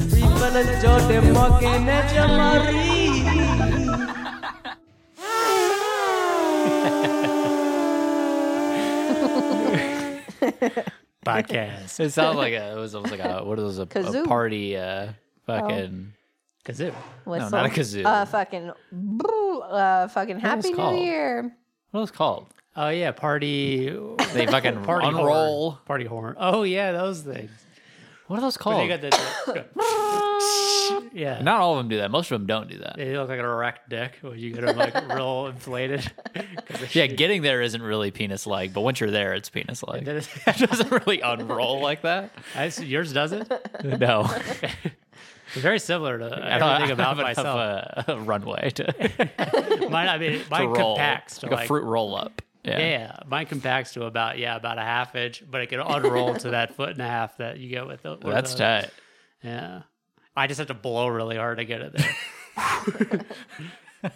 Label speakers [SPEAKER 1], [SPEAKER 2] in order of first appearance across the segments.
[SPEAKER 1] चल छोटे मौके ने चमारी
[SPEAKER 2] podcast.
[SPEAKER 3] It sounds like a, it was almost like a what was a, a
[SPEAKER 4] Kazoo. Oh.
[SPEAKER 3] party uh fucking
[SPEAKER 2] Kazoo.
[SPEAKER 4] Whistle.
[SPEAKER 3] not a kazoo.
[SPEAKER 4] Uh, fucking, uh, fucking
[SPEAKER 3] was
[SPEAKER 4] Happy New
[SPEAKER 3] called?
[SPEAKER 4] Year.
[SPEAKER 3] what was it called?
[SPEAKER 2] Oh yeah, party.
[SPEAKER 3] They fucking
[SPEAKER 2] Party
[SPEAKER 3] unroll.
[SPEAKER 2] horn. Party horn. Oh yeah, those things.
[SPEAKER 3] What are those
[SPEAKER 2] But
[SPEAKER 3] called?
[SPEAKER 2] They got the. yeah.
[SPEAKER 3] Not all of them do that. Most of them don't do that.
[SPEAKER 2] They look like an erect dick when you get them like real inflated. 'Cause they
[SPEAKER 3] Yeah,
[SPEAKER 2] shoot-
[SPEAKER 3] getting there isn't really penis like, but once you're there, it's penis like.
[SPEAKER 2] That
[SPEAKER 3] It
[SPEAKER 2] is-
[SPEAKER 3] doesn't really unroll like that.
[SPEAKER 2] I see- yours does it.
[SPEAKER 3] No,
[SPEAKER 2] It's very similar to
[SPEAKER 3] I don't
[SPEAKER 2] everything about
[SPEAKER 3] have
[SPEAKER 2] myself.
[SPEAKER 3] enough, uh, runway to,
[SPEAKER 2] mine, I mean,
[SPEAKER 3] to
[SPEAKER 2] mine
[SPEAKER 3] roll.
[SPEAKER 2] compacts to
[SPEAKER 3] like,
[SPEAKER 2] like,
[SPEAKER 3] a fruit roll up. Yeah.
[SPEAKER 2] yeah, mine compacts to about yeah about a half inch, but it can unroll to that foot and a half that you get with the. with
[SPEAKER 3] that's
[SPEAKER 2] the-
[SPEAKER 3] tight.
[SPEAKER 2] Yeah, I just have to blow really hard to get it there.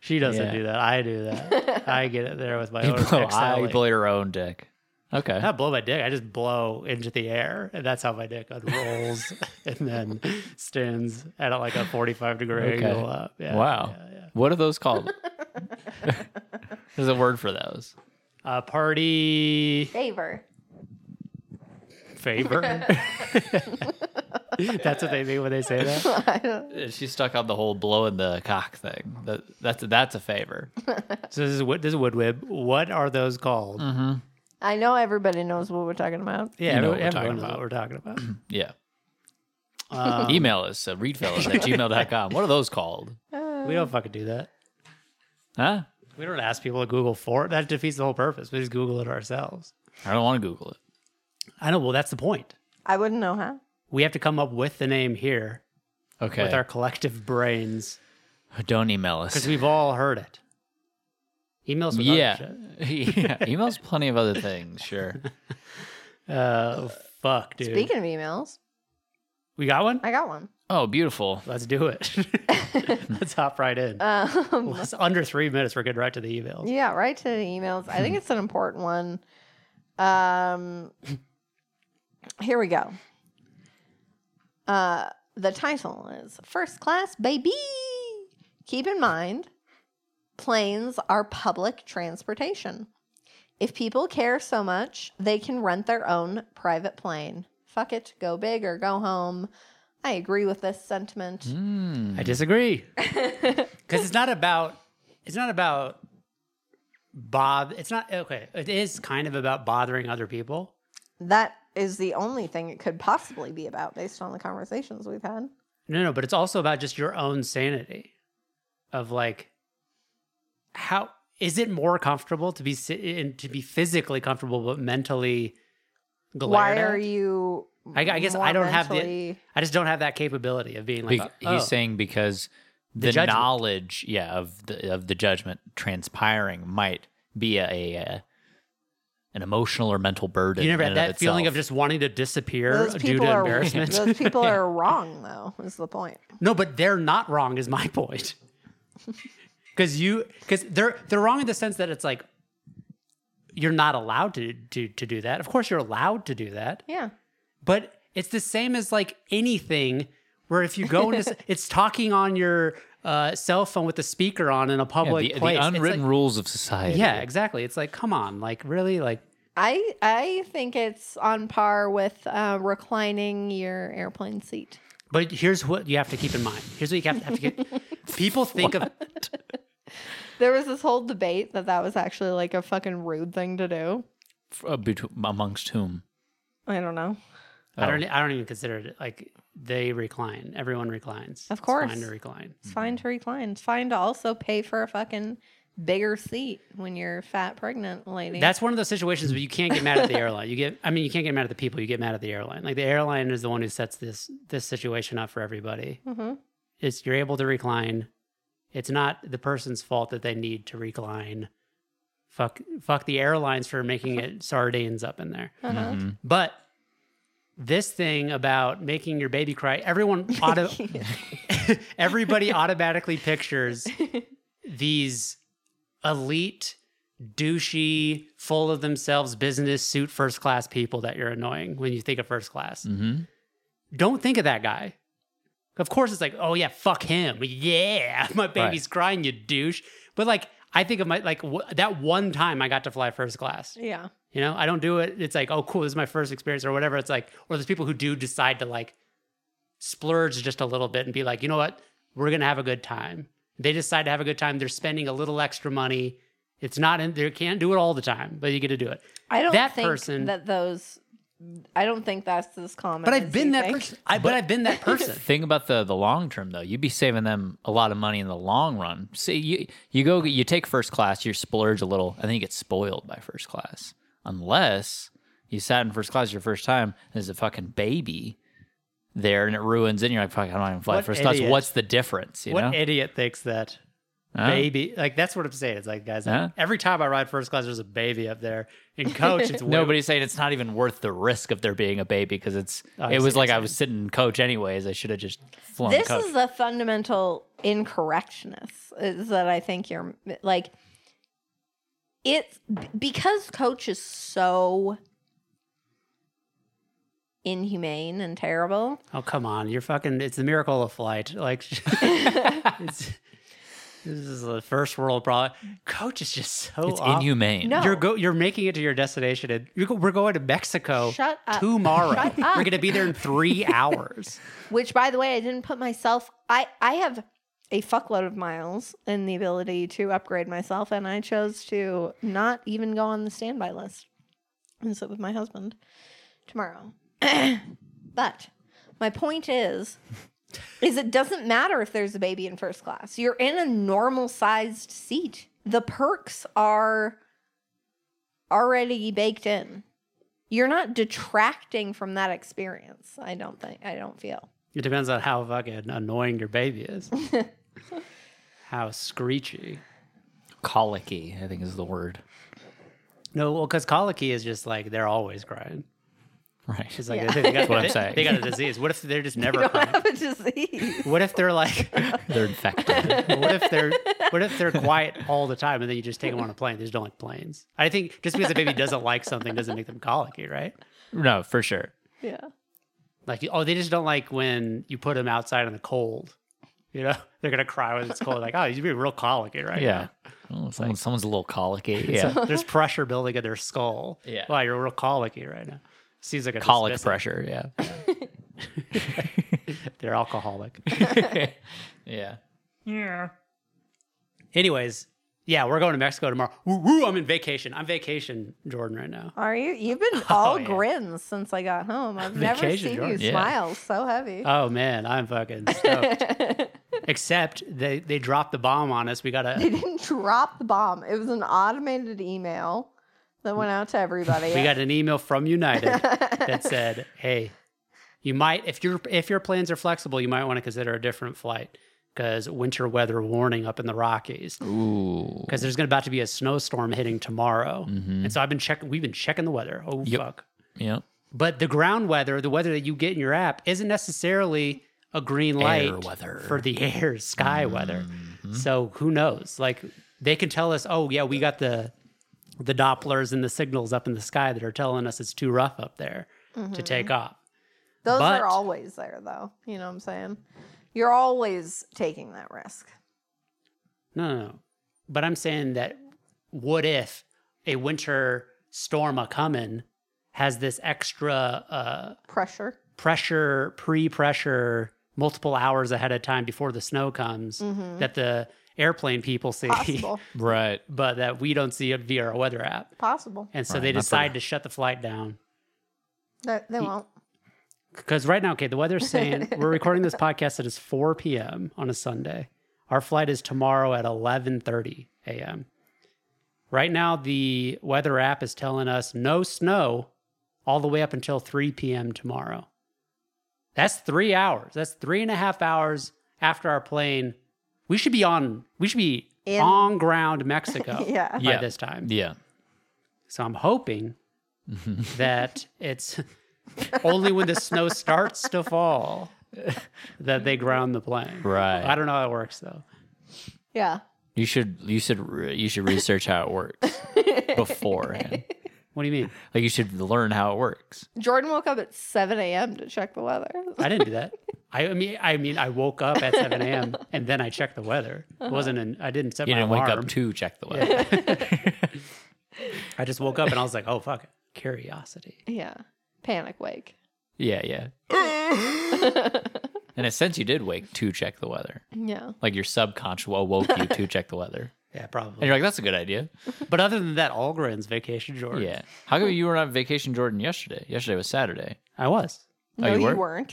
[SPEAKER 2] she doesn't
[SPEAKER 3] Yeah.
[SPEAKER 2] do that. I do that. I get it there with my
[SPEAKER 3] You
[SPEAKER 2] own.
[SPEAKER 3] blow, I
[SPEAKER 2] exhaling.
[SPEAKER 3] blow your own dick. Okay.
[SPEAKER 2] not blow my dick. I just blow into the air, and that's how my dick unrolls and then stands at like a forty-five degree
[SPEAKER 3] Okay.
[SPEAKER 2] angle up. Yeah,
[SPEAKER 3] wow.
[SPEAKER 2] yeah, yeah.
[SPEAKER 3] What are those called? There's a word for those.
[SPEAKER 2] Uh, party
[SPEAKER 4] Favor.
[SPEAKER 2] favor. that's what they mean when they say that.
[SPEAKER 4] I don't-
[SPEAKER 3] Uh, She's stuck on the whole blowing the cock thing. That, that's that's a favor.
[SPEAKER 2] So this is what this is Woodwib. What are those called?
[SPEAKER 4] I know everybody knows what we're talking about.
[SPEAKER 2] Yeah,
[SPEAKER 3] Mm-hmm. You know
[SPEAKER 2] everyone,
[SPEAKER 3] what we're talking
[SPEAKER 2] knows what
[SPEAKER 3] about.
[SPEAKER 2] we're talking about.
[SPEAKER 3] Yeah.
[SPEAKER 2] Um,
[SPEAKER 3] Email us at readfellas at gmail.com. What are those called?
[SPEAKER 2] we don't fucking do that.
[SPEAKER 3] Huh?
[SPEAKER 2] We don't ask people to Google for it. That defeats the whole purpose. We just Google it ourselves.
[SPEAKER 3] I don't want to Google it.
[SPEAKER 2] I know. Well, that's the point.
[SPEAKER 4] I wouldn't know how.
[SPEAKER 2] We have to come up with the name here
[SPEAKER 3] Okay.
[SPEAKER 2] with our collective brains
[SPEAKER 3] Don't email us.
[SPEAKER 2] because we've all heard it. Emails with yeah.
[SPEAKER 3] yeah. yeah. Email's plenty of other things, sure.
[SPEAKER 2] Uh, fuck, dude.
[SPEAKER 4] Speaking of emails,
[SPEAKER 2] we got one?
[SPEAKER 4] I got one.
[SPEAKER 3] Oh, beautiful.
[SPEAKER 2] Let's do it. Let's hop right in.
[SPEAKER 4] Um,
[SPEAKER 2] It's under three minutes. We're getting right to the emails.
[SPEAKER 4] yeah, right to the emails. I think it's an important one. Um, here we go. Uh, the title is First Class Baby. Keep in mind, planes are public transportation. If people care so much, they can rent their own private plane. Fuck it, go big or go home. I agree with this sentiment.
[SPEAKER 3] Mm.
[SPEAKER 2] I disagree because it's not about it's not about bob. It's not okay. It is kind of about bothering other people.
[SPEAKER 4] That is the only thing it could possibly be about based on the conversations we've had.
[SPEAKER 2] No, no, but it's also about just your own sanity of like how is it more comfortable to be si- and to be physically comfortable but mentally glared
[SPEAKER 4] Why are
[SPEAKER 2] at?
[SPEAKER 4] you?
[SPEAKER 2] I, I guess
[SPEAKER 4] more
[SPEAKER 2] I don't have the
[SPEAKER 4] mentally-
[SPEAKER 2] I just don't have that capability of being like
[SPEAKER 3] Bec-
[SPEAKER 2] oh,
[SPEAKER 3] he's saying because
[SPEAKER 2] The
[SPEAKER 3] the,
[SPEAKER 2] judgment.
[SPEAKER 3] knowledge, yeah, of the of the judgment transpiring might be a, a, uh an emotional or mental burden.
[SPEAKER 2] you never
[SPEAKER 3] in
[SPEAKER 2] had
[SPEAKER 3] and
[SPEAKER 2] that feeling of
[SPEAKER 3] itself.
[SPEAKER 2] just wanting to disappear
[SPEAKER 4] Those
[SPEAKER 2] due
[SPEAKER 4] people
[SPEAKER 2] to
[SPEAKER 4] are
[SPEAKER 2] embarrassment.
[SPEAKER 4] those people are wrong though. Is the point?
[SPEAKER 2] No, but they're not wrong is my point. Cuz you cuz they're they're wrong in the sense that it's like you're not allowed to to to do that. Of course you're allowed to do that.
[SPEAKER 4] Yeah,
[SPEAKER 2] but it's the same as like anything where if you go into s- it's talking on your uh, cell phone with the speaker on in a
[SPEAKER 3] Yeah,
[SPEAKER 2] public
[SPEAKER 3] the, the
[SPEAKER 2] place. It's
[SPEAKER 3] unwritten
[SPEAKER 2] like-
[SPEAKER 3] rules of society.
[SPEAKER 2] yeah, exactly. It's like, come on, like really, like
[SPEAKER 4] I I think it's on par with uh, reclining your airplane seat.
[SPEAKER 2] But here's what you have to keep in mind. Here's what you have to, have to get. People think of
[SPEAKER 4] There was this whole debate that that was actually like a fucking rude thing to do.
[SPEAKER 3] F- uh, betw- amongst whom?
[SPEAKER 4] I don't know.
[SPEAKER 2] I
[SPEAKER 3] Oh.
[SPEAKER 2] don't e, I don't even consider it like they recline. Everyone reclines.
[SPEAKER 4] Of course.
[SPEAKER 2] it's fine to recline.
[SPEAKER 4] It's fine to recline. It's fine to also pay for a fucking bigger seat when you're a fat pregnant lady.
[SPEAKER 2] That's one of those situations where you can't get mad at the airline. You get, I mean, you can't get mad at the people. You get mad at the airline. Like the airline is the one who sets this this situation up for everybody.
[SPEAKER 4] hmm
[SPEAKER 2] it's you're able to recline. It's not the person's fault that they need to recline. Fuck, fuck the airlines for making it sardines up in there.
[SPEAKER 4] Uh-huh.
[SPEAKER 3] Mhm.
[SPEAKER 2] But this thing about making your baby cry, everyone, auto, everybody automatically pictures these elite, douchey, full of themselves business suit first class people that you're annoying when you think of first class
[SPEAKER 3] Mhm.
[SPEAKER 2] don't think of that guy. Of course, it's like, oh yeah, fuck him. Yeah, my baby's crying, you douche. But like, I think of my like w- that one time I got to fly first class.
[SPEAKER 4] Yeah.
[SPEAKER 2] You know, I don't do it. It's like, oh, cool, this is my first experience or whatever. It's like, or there's people who do decide to like splurge just a little bit and be like, you know what, we're gonna have a good time. They decide to have a good time. They're spending a little extra money. It's not in. They can't do it all the time, but you get to do it.
[SPEAKER 4] I don't
[SPEAKER 2] That
[SPEAKER 4] think
[SPEAKER 2] person-
[SPEAKER 4] that those. I don't think that's this common.
[SPEAKER 2] But
[SPEAKER 4] as
[SPEAKER 2] I've been
[SPEAKER 4] you
[SPEAKER 2] that
[SPEAKER 4] think.
[SPEAKER 2] person. I, but I've been that person.
[SPEAKER 3] Think about the the long term though. You'd be saving them a lot of money in the long run. See, you you go you take first class, you splurge a little, and then you get spoiled by first class. Unless you sat in first class your first time, and there's a fucking baby there, and it ruins. it, And you're like, fuck, I don't even fly
[SPEAKER 2] What
[SPEAKER 3] first class.
[SPEAKER 2] idiot.
[SPEAKER 3] What's the difference? You
[SPEAKER 2] what
[SPEAKER 3] know,
[SPEAKER 2] idiot thinks that?
[SPEAKER 3] Huh?
[SPEAKER 2] baby. Like that's what I'm saying. It's like guys, like,
[SPEAKER 3] Huh?
[SPEAKER 2] every time I ride first class, there's a baby up there. In coach, it's way-
[SPEAKER 3] Nobody's saying it's not even worth the risk of there being a baby because it's.
[SPEAKER 2] Oh, I
[SPEAKER 3] it
[SPEAKER 2] see
[SPEAKER 3] was
[SPEAKER 2] what
[SPEAKER 3] like
[SPEAKER 2] you're
[SPEAKER 3] I was sitting coach anyways. I should have just flown
[SPEAKER 4] This
[SPEAKER 3] coach.
[SPEAKER 4] is the fundamental incorrectness is that I think you're like it's because coach is so inhumane and terrible.
[SPEAKER 2] Oh come on, you're fucking. It's the miracle of flight. Like it's, this is the first world problem. Coach is just so
[SPEAKER 3] it's
[SPEAKER 2] off.
[SPEAKER 3] inhumane.
[SPEAKER 4] No.
[SPEAKER 2] You're go. You're making it to your destination, and you're go, we're going to Mexico
[SPEAKER 4] Shut up.
[SPEAKER 2] tomorrow.
[SPEAKER 4] Shut up.
[SPEAKER 2] We're gonna be there in three hours.
[SPEAKER 4] Which, by the way, I didn't put myself. I I have a fuckload of miles and the ability to upgrade myself, and I chose to not even go on the standby list and sit with my husband tomorrow. but my point is, is it doesn't matter if there's a baby in first class. You're in a normal sized seat. The perks are already baked in. You're not detracting from that experience. I don't think. I don't feel.
[SPEAKER 2] It depends on how fucking annoying your baby is. how screechy.
[SPEAKER 3] Colicky, I think is the word.
[SPEAKER 2] No, well, because colicky is just like they're always crying.
[SPEAKER 3] Right.
[SPEAKER 2] It's like
[SPEAKER 4] Yeah.
[SPEAKER 2] they, they got,
[SPEAKER 3] That's what I'm
[SPEAKER 2] they-
[SPEAKER 3] saying.
[SPEAKER 2] They got a disease. What if they're just never
[SPEAKER 4] You don't
[SPEAKER 2] crying?
[SPEAKER 4] have a disease.
[SPEAKER 2] What if they're like?
[SPEAKER 3] They're infected.
[SPEAKER 2] What if they're? What if they're quiet all the time, and then you just take them on a plane? They just don't like planes. I think just because a baby doesn't like something doesn't make them colicky, right?
[SPEAKER 3] no, for sure.
[SPEAKER 4] Yeah.
[SPEAKER 2] Like oh, they just don't like when you put them outside in the cold. You know, they're gonna cry when it's cold. Like oh, you're being real colicky, right?
[SPEAKER 3] Yeah. Oh, someone- someone's a little colicky. Yeah.
[SPEAKER 2] So there's pressure building in their skull.
[SPEAKER 3] Yeah.
[SPEAKER 2] Wow, you're real colicky right now. Seems like a
[SPEAKER 3] Colic
[SPEAKER 2] dismissive-
[SPEAKER 3] pressure. Yeah.
[SPEAKER 2] They're alcoholic.
[SPEAKER 3] yeah.
[SPEAKER 2] Anyways, yeah, we're going to Mexico tomorrow. Woo, woo, I'm in vacation. I'm vacation, Jordan, right now.
[SPEAKER 4] Are you? You've been all
[SPEAKER 2] Oh, yeah.
[SPEAKER 4] grins since I got home. I've never
[SPEAKER 2] Vacation,
[SPEAKER 4] seen
[SPEAKER 2] you're-
[SPEAKER 4] you
[SPEAKER 3] yeah.
[SPEAKER 4] smile so heavy.
[SPEAKER 2] Oh man, I'm fucking stoked. Except they they dropped the bomb on us. We got
[SPEAKER 4] they
[SPEAKER 2] a
[SPEAKER 4] didn't drop the bomb. It was an automated email that went out to everybody.
[SPEAKER 2] we got an email from United that said, "Hey, you might if your if your plans are flexible, you might want to consider a different flight because winter weather warning up in the Rockies."
[SPEAKER 3] Ooh.
[SPEAKER 2] Because there's going to about to be a snowstorm hitting tomorrow, and so I've been checking. We've been checking the weather. Oh
[SPEAKER 3] Mm-hmm. Yep.
[SPEAKER 2] fuck!
[SPEAKER 3] Yep.
[SPEAKER 2] But the ground weather, the weather that you get in your app, isn't necessarily a green light
[SPEAKER 3] weather. Mm-hmm.
[SPEAKER 2] for the air, sky weather. So who knows? Like they can tell us, oh yeah, we got the the Dopplers and the signals up in the sky that are telling us it's too rough up there to take off.
[SPEAKER 4] Mm-hmm. Those
[SPEAKER 2] but-
[SPEAKER 4] are always there, though. You know what I'm saying? You're always taking that risk.
[SPEAKER 2] No, no, no. But I'm saying that what if a winter storm a coming has this extra uh,
[SPEAKER 4] Pressure.
[SPEAKER 2] pressure, pre-pressure, multiple hours ahead of time before the snow comes that the airplane people see,
[SPEAKER 4] Mm-hmm. Possible.
[SPEAKER 3] Right.
[SPEAKER 2] but that we don't see it via our weather app.
[SPEAKER 4] Possible.
[SPEAKER 2] And so
[SPEAKER 3] Right,
[SPEAKER 2] they
[SPEAKER 3] not for
[SPEAKER 2] decide
[SPEAKER 3] the-
[SPEAKER 2] to shut the flight down.
[SPEAKER 4] They, they won't.
[SPEAKER 2] Because right now, okay, the weather's saying we're recording this podcast at is 4 p.m. on a Sunday. Our flight is tomorrow at 11:30 a.m. Right now, the weather app is telling us no snow all the way up until 3 p.m. tomorrow. That's three hours. That's three and a half hours after our plane. We should be on. We should be
[SPEAKER 4] In-
[SPEAKER 2] on ground, Mexico.
[SPEAKER 4] Yeah.
[SPEAKER 2] by
[SPEAKER 3] Yeah.
[SPEAKER 2] this time.
[SPEAKER 3] Yeah.
[SPEAKER 2] So I'm hoping that it's only when the snow starts to fall that they ground the plane.
[SPEAKER 3] Right.
[SPEAKER 2] I don't know how it works though.
[SPEAKER 4] Yeah.
[SPEAKER 3] You should you should re- you should research how it works beforehand.
[SPEAKER 2] What do you mean?
[SPEAKER 3] Like you should learn how it works.
[SPEAKER 4] Jordan woke up at 7 a.m. to check the weather.
[SPEAKER 2] I didn't do that. I I mean, I mean, I woke up at 7 a.m. and then I checked the weather. It wasn't an, I didn't set
[SPEAKER 3] Uh-huh. You
[SPEAKER 2] my
[SPEAKER 3] didn't
[SPEAKER 2] alarm.
[SPEAKER 3] wake up to check the weather.
[SPEAKER 2] I just woke up and I was like, oh fuck, curiosity.
[SPEAKER 4] yeah. Panic wake.
[SPEAKER 3] yeah, yeah. In a sense, you did wake to check the weather.
[SPEAKER 4] Yeah.
[SPEAKER 2] Oh,
[SPEAKER 3] Like your subconscious woke you to check the weather,
[SPEAKER 2] Yeah,
[SPEAKER 3] and
[SPEAKER 2] probably.
[SPEAKER 3] you're like, "That's a good idea."
[SPEAKER 2] But other than that, Allgren's vacation Jordan.
[SPEAKER 3] Yeah. How come you were on vacation, Jordan? Yesterday. Yesterday was Saturday.
[SPEAKER 2] I was.
[SPEAKER 3] Oh,
[SPEAKER 4] No,
[SPEAKER 3] you
[SPEAKER 4] you,
[SPEAKER 3] were?
[SPEAKER 4] weren't.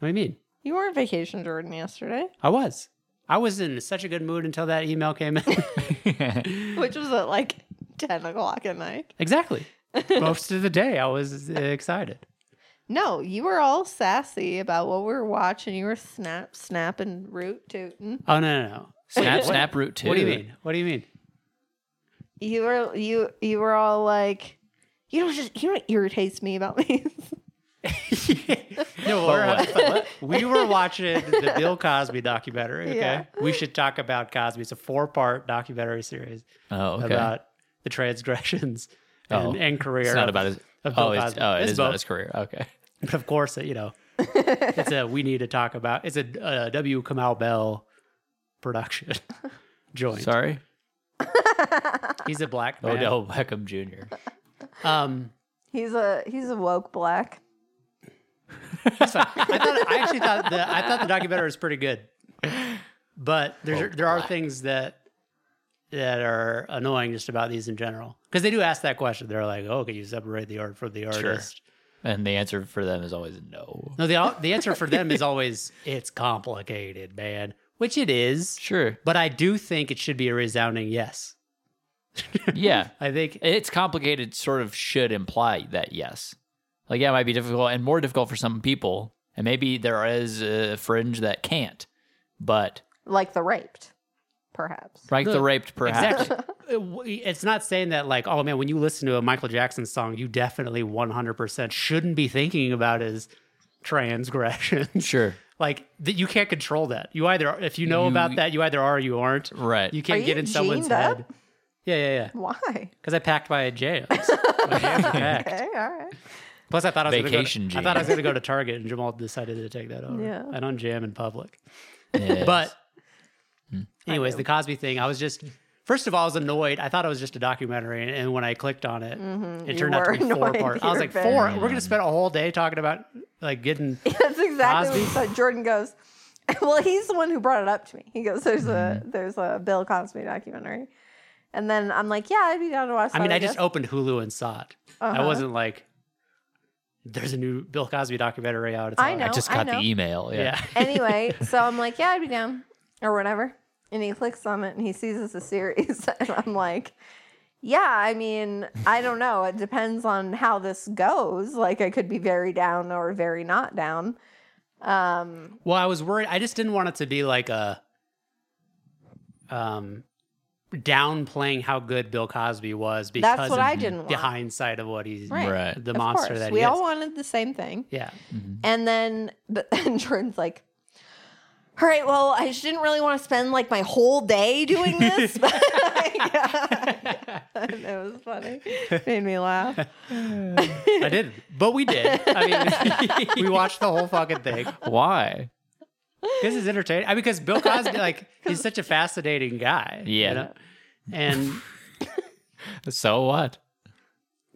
[SPEAKER 2] What do you mean?
[SPEAKER 4] You were on vacation, Jordan, yesterday,
[SPEAKER 2] I was. I was in such a good mood until that email came in.
[SPEAKER 4] which was at like 10 o'clock at night.
[SPEAKER 2] exactly. Most of the day, I was uh, excited.
[SPEAKER 4] No, you were all sassy about what we were watching. You were snap, snapping, root tooting.
[SPEAKER 2] Oh no, no, no.
[SPEAKER 3] snap,
[SPEAKER 2] Wait, what-
[SPEAKER 3] snap, root two.
[SPEAKER 2] What do you mean? What do you mean?
[SPEAKER 4] You were you you were all like, you don't just you know what irritates me about me.
[SPEAKER 2] no, we're, we were watching the Bill Cosby documentary. Okay,
[SPEAKER 4] Yeah.
[SPEAKER 2] we should talk about Cosby. It's a four-part documentary series
[SPEAKER 3] Oh, okay.
[SPEAKER 2] about the transgressions and,
[SPEAKER 3] Oh,
[SPEAKER 2] and career.
[SPEAKER 3] it's not
[SPEAKER 2] of-
[SPEAKER 3] about his.
[SPEAKER 2] of Bill
[SPEAKER 3] Oh, it's,
[SPEAKER 2] Cosby.
[SPEAKER 3] oh, it
[SPEAKER 2] It's
[SPEAKER 3] is about
[SPEAKER 2] both.
[SPEAKER 3] his career. Okay.
[SPEAKER 2] But of course, you know, it's a we need to talk about. It's a, uh W. Kamau Bell production. Joint.
[SPEAKER 3] Sorry.
[SPEAKER 2] He's a black man.
[SPEAKER 3] Odell Beckham Jr.
[SPEAKER 2] Um,
[SPEAKER 4] he's a he's a woke black.
[SPEAKER 2] I thought I actually thought the I thought the documentary was pretty good, but there's there are things that that are annoying just about these in general because they do ask that question. They're like, "Oh, can you separate the art from the artist?"
[SPEAKER 3] And the answer for them is always no.
[SPEAKER 2] No, the al- the answer for them is always it's complicated, man, which it is.
[SPEAKER 3] Sure.
[SPEAKER 2] But I do think it should be a resounding yes.
[SPEAKER 3] Yeah.
[SPEAKER 2] I think
[SPEAKER 3] It's complicated, sort of should imply that yes. Like, yeah, it might be difficult and more difficult for some people. And maybe there is a fringe that can't. But,
[SPEAKER 4] Like the raped, perhaps.
[SPEAKER 3] like the
[SPEAKER 2] Look,
[SPEAKER 3] raped, perhaps.
[SPEAKER 2] Exactly. It Uh, w- it's not saying that like, oh man, when you listen to a Michael Jackson song, you definitely 100% shouldn't be thinking about his transgressions.
[SPEAKER 3] Sure.
[SPEAKER 2] like that you can't control that. You either if you know
[SPEAKER 3] You-
[SPEAKER 2] about that, you either are or you aren't.
[SPEAKER 3] Right.
[SPEAKER 2] You can't
[SPEAKER 4] Are
[SPEAKER 2] get
[SPEAKER 4] you
[SPEAKER 2] in someone's
[SPEAKER 4] gened up?
[SPEAKER 2] head. Yeah, yeah, yeah.
[SPEAKER 4] Why?
[SPEAKER 2] Because I packed my jams. My jams are packed.
[SPEAKER 4] Okay, all right.
[SPEAKER 2] Plus, I thought I was gonna go to-
[SPEAKER 3] Vacation
[SPEAKER 2] I thought I was
[SPEAKER 3] jams.
[SPEAKER 2] going to go to Target, and Jamal decided to take that over.
[SPEAKER 4] Yeah.
[SPEAKER 2] I don't jam in public.
[SPEAKER 3] Yes.
[SPEAKER 2] But,
[SPEAKER 4] Hmm.
[SPEAKER 2] anyways, the Cosby thing, I was just, first of all, I was annoyed. I thought it was just a documentary. And, and when I clicked on it, it
[SPEAKER 4] Mm, Mm-hmm. you
[SPEAKER 2] turned out to
[SPEAKER 4] were
[SPEAKER 2] be four
[SPEAKER 4] annoyed.
[SPEAKER 2] parts. I was
[SPEAKER 4] You
[SPEAKER 2] like,
[SPEAKER 4] were
[SPEAKER 2] four?
[SPEAKER 4] very
[SPEAKER 2] We're going to spend a whole day talking about like getting.
[SPEAKER 4] That's exactly what he said. Jordan goes, Well, he's the one who brought it up to me. He goes, There's
[SPEAKER 2] Mm-hmm.
[SPEAKER 4] a there's a Bill Cosby documentary. And then I'm like, Yeah, I'd be down to watch that.
[SPEAKER 2] I mean, I just
[SPEAKER 4] guess."
[SPEAKER 2] opened Hulu and saw it. I
[SPEAKER 4] Uh-huh.
[SPEAKER 2] wasn't like, there's a new Bill Cosby documentary out. It's
[SPEAKER 4] I
[SPEAKER 2] on.
[SPEAKER 4] know.
[SPEAKER 3] I just
[SPEAKER 4] I
[SPEAKER 3] got
[SPEAKER 4] know.
[SPEAKER 3] the email. Yeah.
[SPEAKER 2] Yeah.
[SPEAKER 4] anyway, so I'm like, Yeah, I'd be down. Or whatever. And he clicks on it and he sees it's a series. And I'm like, Yeah, I mean, I don't know. It depends on how this goes. Like I could be very down or very not down. Um
[SPEAKER 2] Well, I was worried. I just didn't want it to be like a um downplaying how good Bill Cosby was because
[SPEAKER 4] what
[SPEAKER 2] of
[SPEAKER 4] I didn't
[SPEAKER 2] the
[SPEAKER 4] want.
[SPEAKER 2] hindsight of what he's
[SPEAKER 4] Right.
[SPEAKER 3] Right.
[SPEAKER 2] the
[SPEAKER 4] of
[SPEAKER 2] monster
[SPEAKER 4] course.
[SPEAKER 2] that
[SPEAKER 4] we
[SPEAKER 2] he
[SPEAKER 4] all
[SPEAKER 2] is.
[SPEAKER 4] wanted the same thing.
[SPEAKER 2] Yeah.
[SPEAKER 4] And then, but and Jordan's like, all right, well, I just didn't really want to spend like my whole day doing this. but it was funny. Made me laugh.
[SPEAKER 2] Oh, I did. But we did. I mean we watched the whole fucking thing.
[SPEAKER 3] Why?
[SPEAKER 2] This is entertaining. I mean because Bill Cosby like he's such a fascinating guy. you
[SPEAKER 3] Yeah.
[SPEAKER 2] know? And
[SPEAKER 3] So what?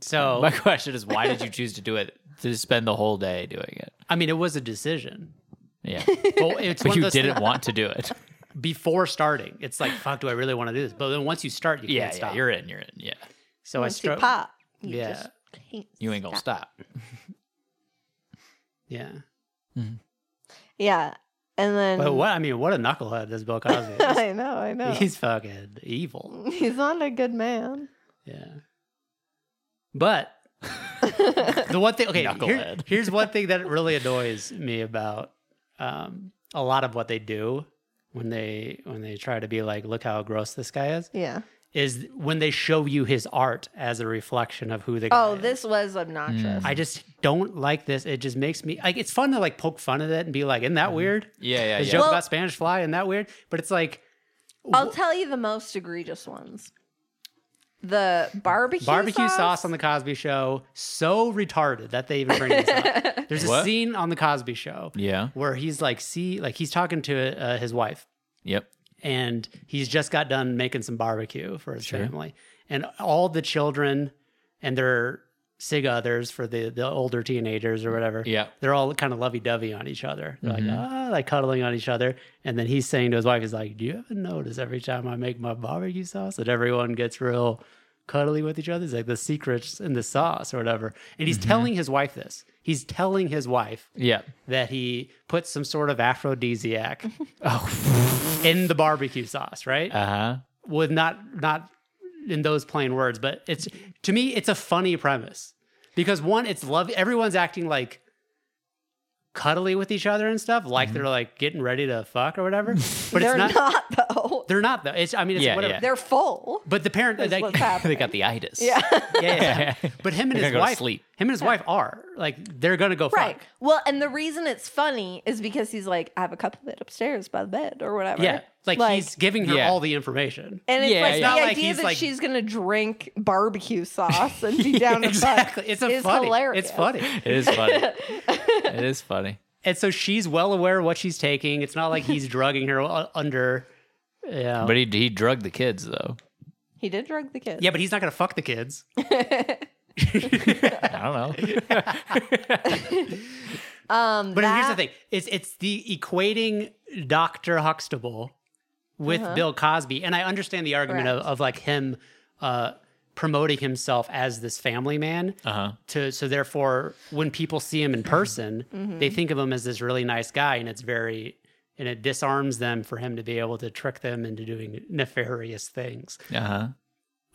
[SPEAKER 2] so
[SPEAKER 3] My question is, why did you choose to do it? To spend the whole day doing it?
[SPEAKER 2] I mean it was a decision.
[SPEAKER 3] Yeah.
[SPEAKER 2] But it's
[SPEAKER 3] But
[SPEAKER 2] one of
[SPEAKER 3] you
[SPEAKER 2] those
[SPEAKER 3] didn't
[SPEAKER 2] things-
[SPEAKER 3] want to do it.
[SPEAKER 2] before starting. It's like, fuck, do I really want to do this? But then once you start, you
[SPEAKER 3] Yeah,
[SPEAKER 2] can't stop.
[SPEAKER 3] you're in. You're in. Yeah.
[SPEAKER 2] so I
[SPEAKER 4] Once you
[SPEAKER 2] struck.
[SPEAKER 4] pop, you
[SPEAKER 2] Yeah.
[SPEAKER 4] just can't
[SPEAKER 3] You ain't gonna stop.
[SPEAKER 2] Yeah.
[SPEAKER 4] Yeah. And then,
[SPEAKER 2] But what I mean, what a knucklehead this Bill Cosby is.
[SPEAKER 4] I know, I know. He's,
[SPEAKER 2] He's fucking evil.
[SPEAKER 4] not a good man.
[SPEAKER 2] Yeah. But the one thing okay, here-
[SPEAKER 3] Knucklehead.
[SPEAKER 2] here's one thing that really annoys me about um, a lot of what they do when they when they try to be like, look how gross this guy is,
[SPEAKER 4] Yeah.
[SPEAKER 2] is when they show you his art as a reflection of who the guy
[SPEAKER 4] Oh,
[SPEAKER 2] is.
[SPEAKER 4] this was obnoxious.
[SPEAKER 2] I just don't like this. It just makes me like it's fun to like poke fun at it and be like, isn't that weird?
[SPEAKER 3] Mm-hmm. Yeah, yeah,
[SPEAKER 2] His
[SPEAKER 3] yeah.
[SPEAKER 2] joke
[SPEAKER 4] Well-
[SPEAKER 2] about Spanish fly, isn't that weird? But it's like
[SPEAKER 4] I'll tell you the most egregious ones. the barbecue
[SPEAKER 2] Barbecue sauce on the Cosby Show, so retarded that they even bring this up. There's a
[SPEAKER 3] What?
[SPEAKER 2] scene on the Cosby Show
[SPEAKER 3] Yeah.
[SPEAKER 2] where he's like, see, like he's talking to uh, his wife,
[SPEAKER 3] Yep.
[SPEAKER 2] and he's just got done making some barbecue for his family, and all the children and their sig others for the the older teenagers or whatever.
[SPEAKER 3] Yeah.
[SPEAKER 2] they're all kind of lovey dovey on each other. They're like, ah, like cuddling on each other. And then he's saying to his wife, he's like, Do you ever notice every time I make my barbecue sauce that everyone gets real cuddly with each other? It's like the secrets in the sauce or whatever. And he's telling his wife this. He's telling his wife
[SPEAKER 3] Yeah.
[SPEAKER 2] that he put some sort of aphrodisiac
[SPEAKER 3] Oh.
[SPEAKER 2] in the barbecue sauce, right?
[SPEAKER 3] Uh huh.
[SPEAKER 2] With not not in those plain words, but it's to me it's a funny premise because one, it's love. Everyone's acting like cuddly with each other and stuff, like
[SPEAKER 3] Mm-hmm.
[SPEAKER 2] they're like getting ready to fuck or whatever. But
[SPEAKER 4] they're
[SPEAKER 2] it's not,
[SPEAKER 4] not though.
[SPEAKER 2] They're not though. It's I mean, it's
[SPEAKER 3] Yeah,
[SPEAKER 2] whatever.
[SPEAKER 3] yeah.
[SPEAKER 4] They're full.
[SPEAKER 2] But the parent,
[SPEAKER 4] Is
[SPEAKER 2] like,
[SPEAKER 4] what's happening.
[SPEAKER 3] They got the itis.
[SPEAKER 4] Yeah.
[SPEAKER 2] yeah, yeah, yeah. But him and
[SPEAKER 3] They're
[SPEAKER 2] his
[SPEAKER 3] gonna go to
[SPEAKER 2] wife,
[SPEAKER 3] sleep.
[SPEAKER 2] him and his wife are like they're gonna go
[SPEAKER 4] Right.
[SPEAKER 2] fuck.
[SPEAKER 4] Well, and the reason it's funny is because he's like, I have a cup of it upstairs by the bed or whatever.
[SPEAKER 2] Yeah, like, he's giving her
[SPEAKER 3] Yeah.
[SPEAKER 2] all the information.
[SPEAKER 4] and it's
[SPEAKER 3] Yeah,
[SPEAKER 4] like
[SPEAKER 3] it's
[SPEAKER 4] the
[SPEAKER 2] not like
[SPEAKER 4] idea
[SPEAKER 2] he's
[SPEAKER 4] that
[SPEAKER 2] like-
[SPEAKER 4] she's gonna drink barbecue sauce and be down to fuck
[SPEAKER 2] exactly, it's a
[SPEAKER 4] is
[SPEAKER 2] funny.
[SPEAKER 4] hilarious.
[SPEAKER 2] It's funny.
[SPEAKER 3] It is funny. it is funny.
[SPEAKER 2] And so she's well aware of what she's taking. It's not like he's drugging her u- under. Yeah.
[SPEAKER 3] But he he drugged the kids though.
[SPEAKER 4] He did drug the kid.
[SPEAKER 2] yeah, but he's not going to fuck the kids.
[SPEAKER 3] I don't know.
[SPEAKER 4] Um,
[SPEAKER 2] But here's the
[SPEAKER 4] that-
[SPEAKER 2] thing it's, it's the equating Dr. Huxtable with Bill Cosby. And I understand the argument of,
[SPEAKER 4] Uh-huh. Correct.
[SPEAKER 2] of like him uh, promoting himself as this family man.
[SPEAKER 3] Uh huh.
[SPEAKER 2] to so therefore when people see him in person
[SPEAKER 4] Mm-hmm.
[SPEAKER 2] they think of him as this really nice guy and it's very and it disarms them for him to be able to trick them into doing nefarious things
[SPEAKER 3] Uh huh.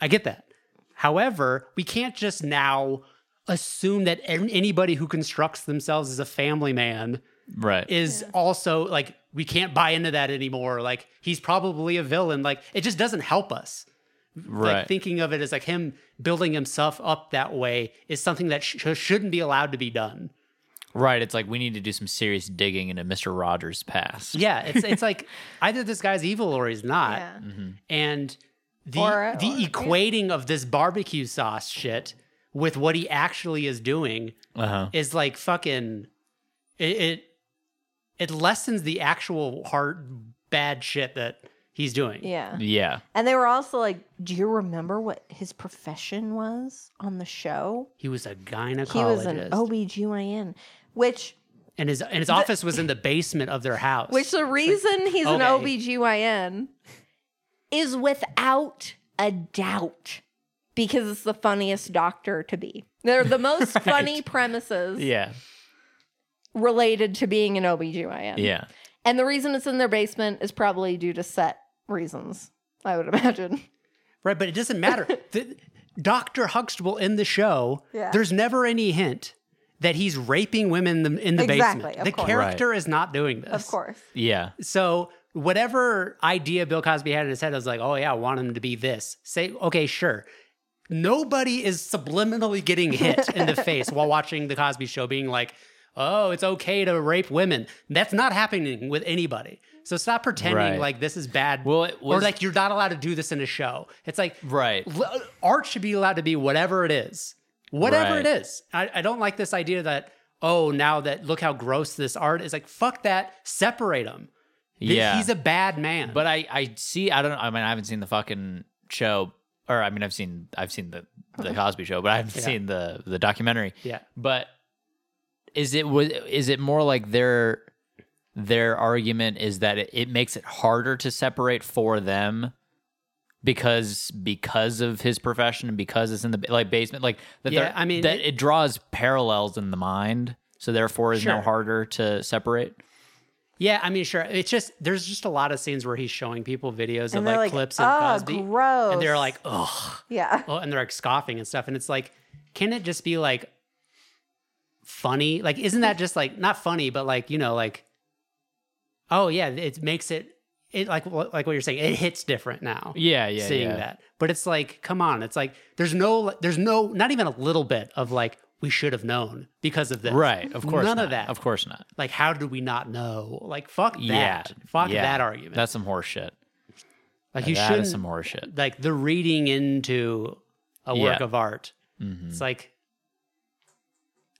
[SPEAKER 2] i get that however we can't just now assume that an- anybody who constructs themselves as a family man
[SPEAKER 3] Right.
[SPEAKER 2] is also like we can't buy into that anymore like he's probably a villain like it just doesn't help us
[SPEAKER 3] right.
[SPEAKER 2] like thinking of it as like him building himself up that way is something that sh- shouldn't be allowed to be done.
[SPEAKER 3] right. It's like we need to do some serious digging into Mister Rogers' past.
[SPEAKER 2] Yeah, it's it's like either this guy's evil or he's not.
[SPEAKER 4] Yeah.
[SPEAKER 3] Mm-hmm.
[SPEAKER 2] And the
[SPEAKER 4] Or-
[SPEAKER 2] the
[SPEAKER 4] or- yeah.
[SPEAKER 2] equating of this barbecue sauce shit with what he actually is doing
[SPEAKER 3] Uh huh.
[SPEAKER 2] is like fucking it it, it lessens the actual hard bad shit that he's doing.
[SPEAKER 4] Yeah.
[SPEAKER 3] Yeah.
[SPEAKER 4] And they were also like, Do you remember what his profession was on the show?
[SPEAKER 2] He was a gynecologist.
[SPEAKER 4] He was an OBGYN, which
[SPEAKER 2] and his and his office was in the basement of their house.
[SPEAKER 4] which the reason he's an
[SPEAKER 2] okay.
[SPEAKER 4] OBGYN is without a doubt because it's the funniest doctor to be. They're the most funny premises
[SPEAKER 3] Yeah.
[SPEAKER 4] related to being an OBGYN.
[SPEAKER 3] Yeah.
[SPEAKER 4] And the reason it's in their basement is probably due to set reasons, I would imagine.
[SPEAKER 2] Right, but it doesn't matter. the, Dr. Huxtable in the show,
[SPEAKER 4] Yeah.
[SPEAKER 2] there's never any hint that he's raping women in the, in the
[SPEAKER 4] Exactly,
[SPEAKER 2] basement.
[SPEAKER 4] of
[SPEAKER 2] The
[SPEAKER 4] course.
[SPEAKER 2] character is not doing this.
[SPEAKER 4] Of course.
[SPEAKER 3] Yeah.
[SPEAKER 2] So, whatever idea Bill Cosby had in his head, I was like, oh, yeah, I want him to be this. Say, okay, sure. Nobody is subliminally getting hit in the face while watching The Cosby Show, being like, oh, it's okay to rape women. That's not happening with anybody. So, stop pretending
[SPEAKER 3] Right.
[SPEAKER 2] like this is bad
[SPEAKER 3] Well, it
[SPEAKER 2] or
[SPEAKER 3] was-
[SPEAKER 2] like you're not allowed to do this in a show. It's like,
[SPEAKER 3] Right.
[SPEAKER 2] l- art should be allowed to be whatever it is whatever
[SPEAKER 3] Right.
[SPEAKER 2] it is I, I don't like this idea that oh now that look how gross this art is like fuck that separate him Th-
[SPEAKER 3] Yeah.
[SPEAKER 2] he's a bad man
[SPEAKER 3] But I I see I don't I mean I haven't seen the fucking show or I mean I've seen I've seen the the Cosby show but I haven't
[SPEAKER 2] Yeah.
[SPEAKER 3] seen the the documentary.
[SPEAKER 2] yeah
[SPEAKER 3] But is it was is it more like their their argument is that it, it makes it harder to separate for them because because of his profession and because it's in the ba- like basement like that
[SPEAKER 2] Yeah,
[SPEAKER 3] they're-
[SPEAKER 2] I mean,
[SPEAKER 3] that
[SPEAKER 2] it-
[SPEAKER 3] it, draws parallels in the mind so therefore is now
[SPEAKER 2] Sure.
[SPEAKER 3] harder to separate
[SPEAKER 2] yeah i mean sure it's just there's just a lot of scenes where he's showing people videos of
[SPEAKER 4] And
[SPEAKER 2] like,
[SPEAKER 4] they're like,
[SPEAKER 2] clips of
[SPEAKER 4] "Oh,
[SPEAKER 2] cosby and they're
[SPEAKER 4] gross."
[SPEAKER 2] like ugh
[SPEAKER 4] Yeah.
[SPEAKER 2] oh, and they're like scoffing and stuff and it's like can it just be like funny like isn't that just like not funny but like you know like oh yeah it makes it it like wh- like what you're saying it hits different now
[SPEAKER 3] yeah yeah
[SPEAKER 2] seeing
[SPEAKER 3] yeah.
[SPEAKER 2] that but it's like come on it's like there's no there's no not even a little bit of like we should have known because of this
[SPEAKER 3] right of course
[SPEAKER 2] none
[SPEAKER 3] not.
[SPEAKER 2] of that
[SPEAKER 3] of course not
[SPEAKER 2] like how did we not know like fuck that
[SPEAKER 3] Yeah.
[SPEAKER 2] fuck
[SPEAKER 3] Yeah.
[SPEAKER 2] that argument
[SPEAKER 3] That's some horse shit.
[SPEAKER 2] Like
[SPEAKER 3] Now
[SPEAKER 2] you
[SPEAKER 3] that
[SPEAKER 2] shouldn't
[SPEAKER 3] is some horse shit.
[SPEAKER 2] like the reading into a work
[SPEAKER 3] Yeah.
[SPEAKER 2] of art.
[SPEAKER 3] Mhm.
[SPEAKER 2] It's like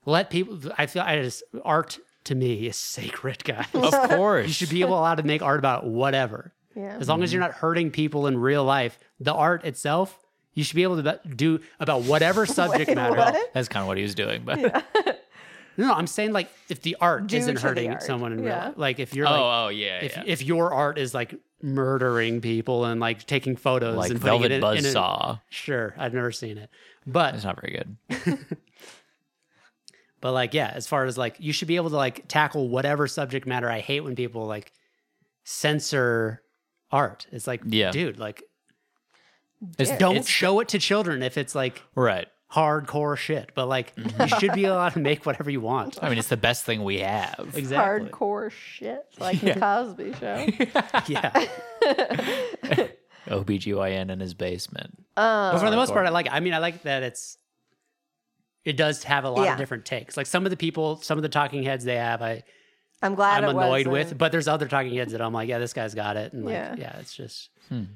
[SPEAKER 2] let people. I feel I just art to me is sacred, guys.
[SPEAKER 3] Of course,
[SPEAKER 2] you should be able allowed to make art about whatever,
[SPEAKER 4] Yeah.
[SPEAKER 2] as long as you're
[SPEAKER 3] Mm-hmm.
[SPEAKER 2] not hurting people in real life. The art itself, you should be able to be- do about whatever subject
[SPEAKER 4] Wait,
[SPEAKER 2] matter.
[SPEAKER 4] what?
[SPEAKER 3] That's kind of what he was doing, but
[SPEAKER 2] No, no, I'm saying like if the art
[SPEAKER 4] Due
[SPEAKER 2] isn't
[SPEAKER 4] to the
[SPEAKER 2] hurting
[SPEAKER 4] art,
[SPEAKER 2] someone in real
[SPEAKER 4] yeah.
[SPEAKER 2] life, like if you're
[SPEAKER 3] oh,
[SPEAKER 2] like
[SPEAKER 3] oh, yeah,
[SPEAKER 2] if
[SPEAKER 3] yeah.
[SPEAKER 2] if your art is like murdering people and like taking photos
[SPEAKER 3] like
[SPEAKER 2] and putting
[SPEAKER 3] Velvet
[SPEAKER 2] it in, in a-
[SPEAKER 3] Buzzsaw.
[SPEAKER 2] sure, I've never seen it, but
[SPEAKER 3] It's not very good.
[SPEAKER 2] but like yeah, as far as like you should be able to like tackle whatever subject matter. I hate when people like censor art. It's like
[SPEAKER 3] Yeah.
[SPEAKER 2] dude, like
[SPEAKER 3] It's,
[SPEAKER 2] don't
[SPEAKER 3] it's-
[SPEAKER 2] show it to children if it's like
[SPEAKER 3] right.
[SPEAKER 2] hardcore shit. But like you should be allowed to make whatever you want.
[SPEAKER 3] I mean, it's the best thing we have.
[SPEAKER 2] Exactly.
[SPEAKER 4] Hardcore shit, like the Cosby Show.
[SPEAKER 2] Yeah.
[SPEAKER 3] OBGYN in his basement.
[SPEAKER 4] Um,
[SPEAKER 2] But for the most part,
[SPEAKER 3] Hardcore.
[SPEAKER 2] I like. it. I mean, I like that it's. It does have a lot
[SPEAKER 4] Yeah.
[SPEAKER 2] of different takes. Like some of the people, some of the talking heads they have, I
[SPEAKER 4] I'm glad
[SPEAKER 2] I'm
[SPEAKER 4] it
[SPEAKER 2] annoyed
[SPEAKER 4] wasn't-
[SPEAKER 2] with. But there's other talking heads that I'm like, yeah, this guy's got it, and like, yeah,
[SPEAKER 4] Yeah.
[SPEAKER 2] it's just,
[SPEAKER 3] Hmm.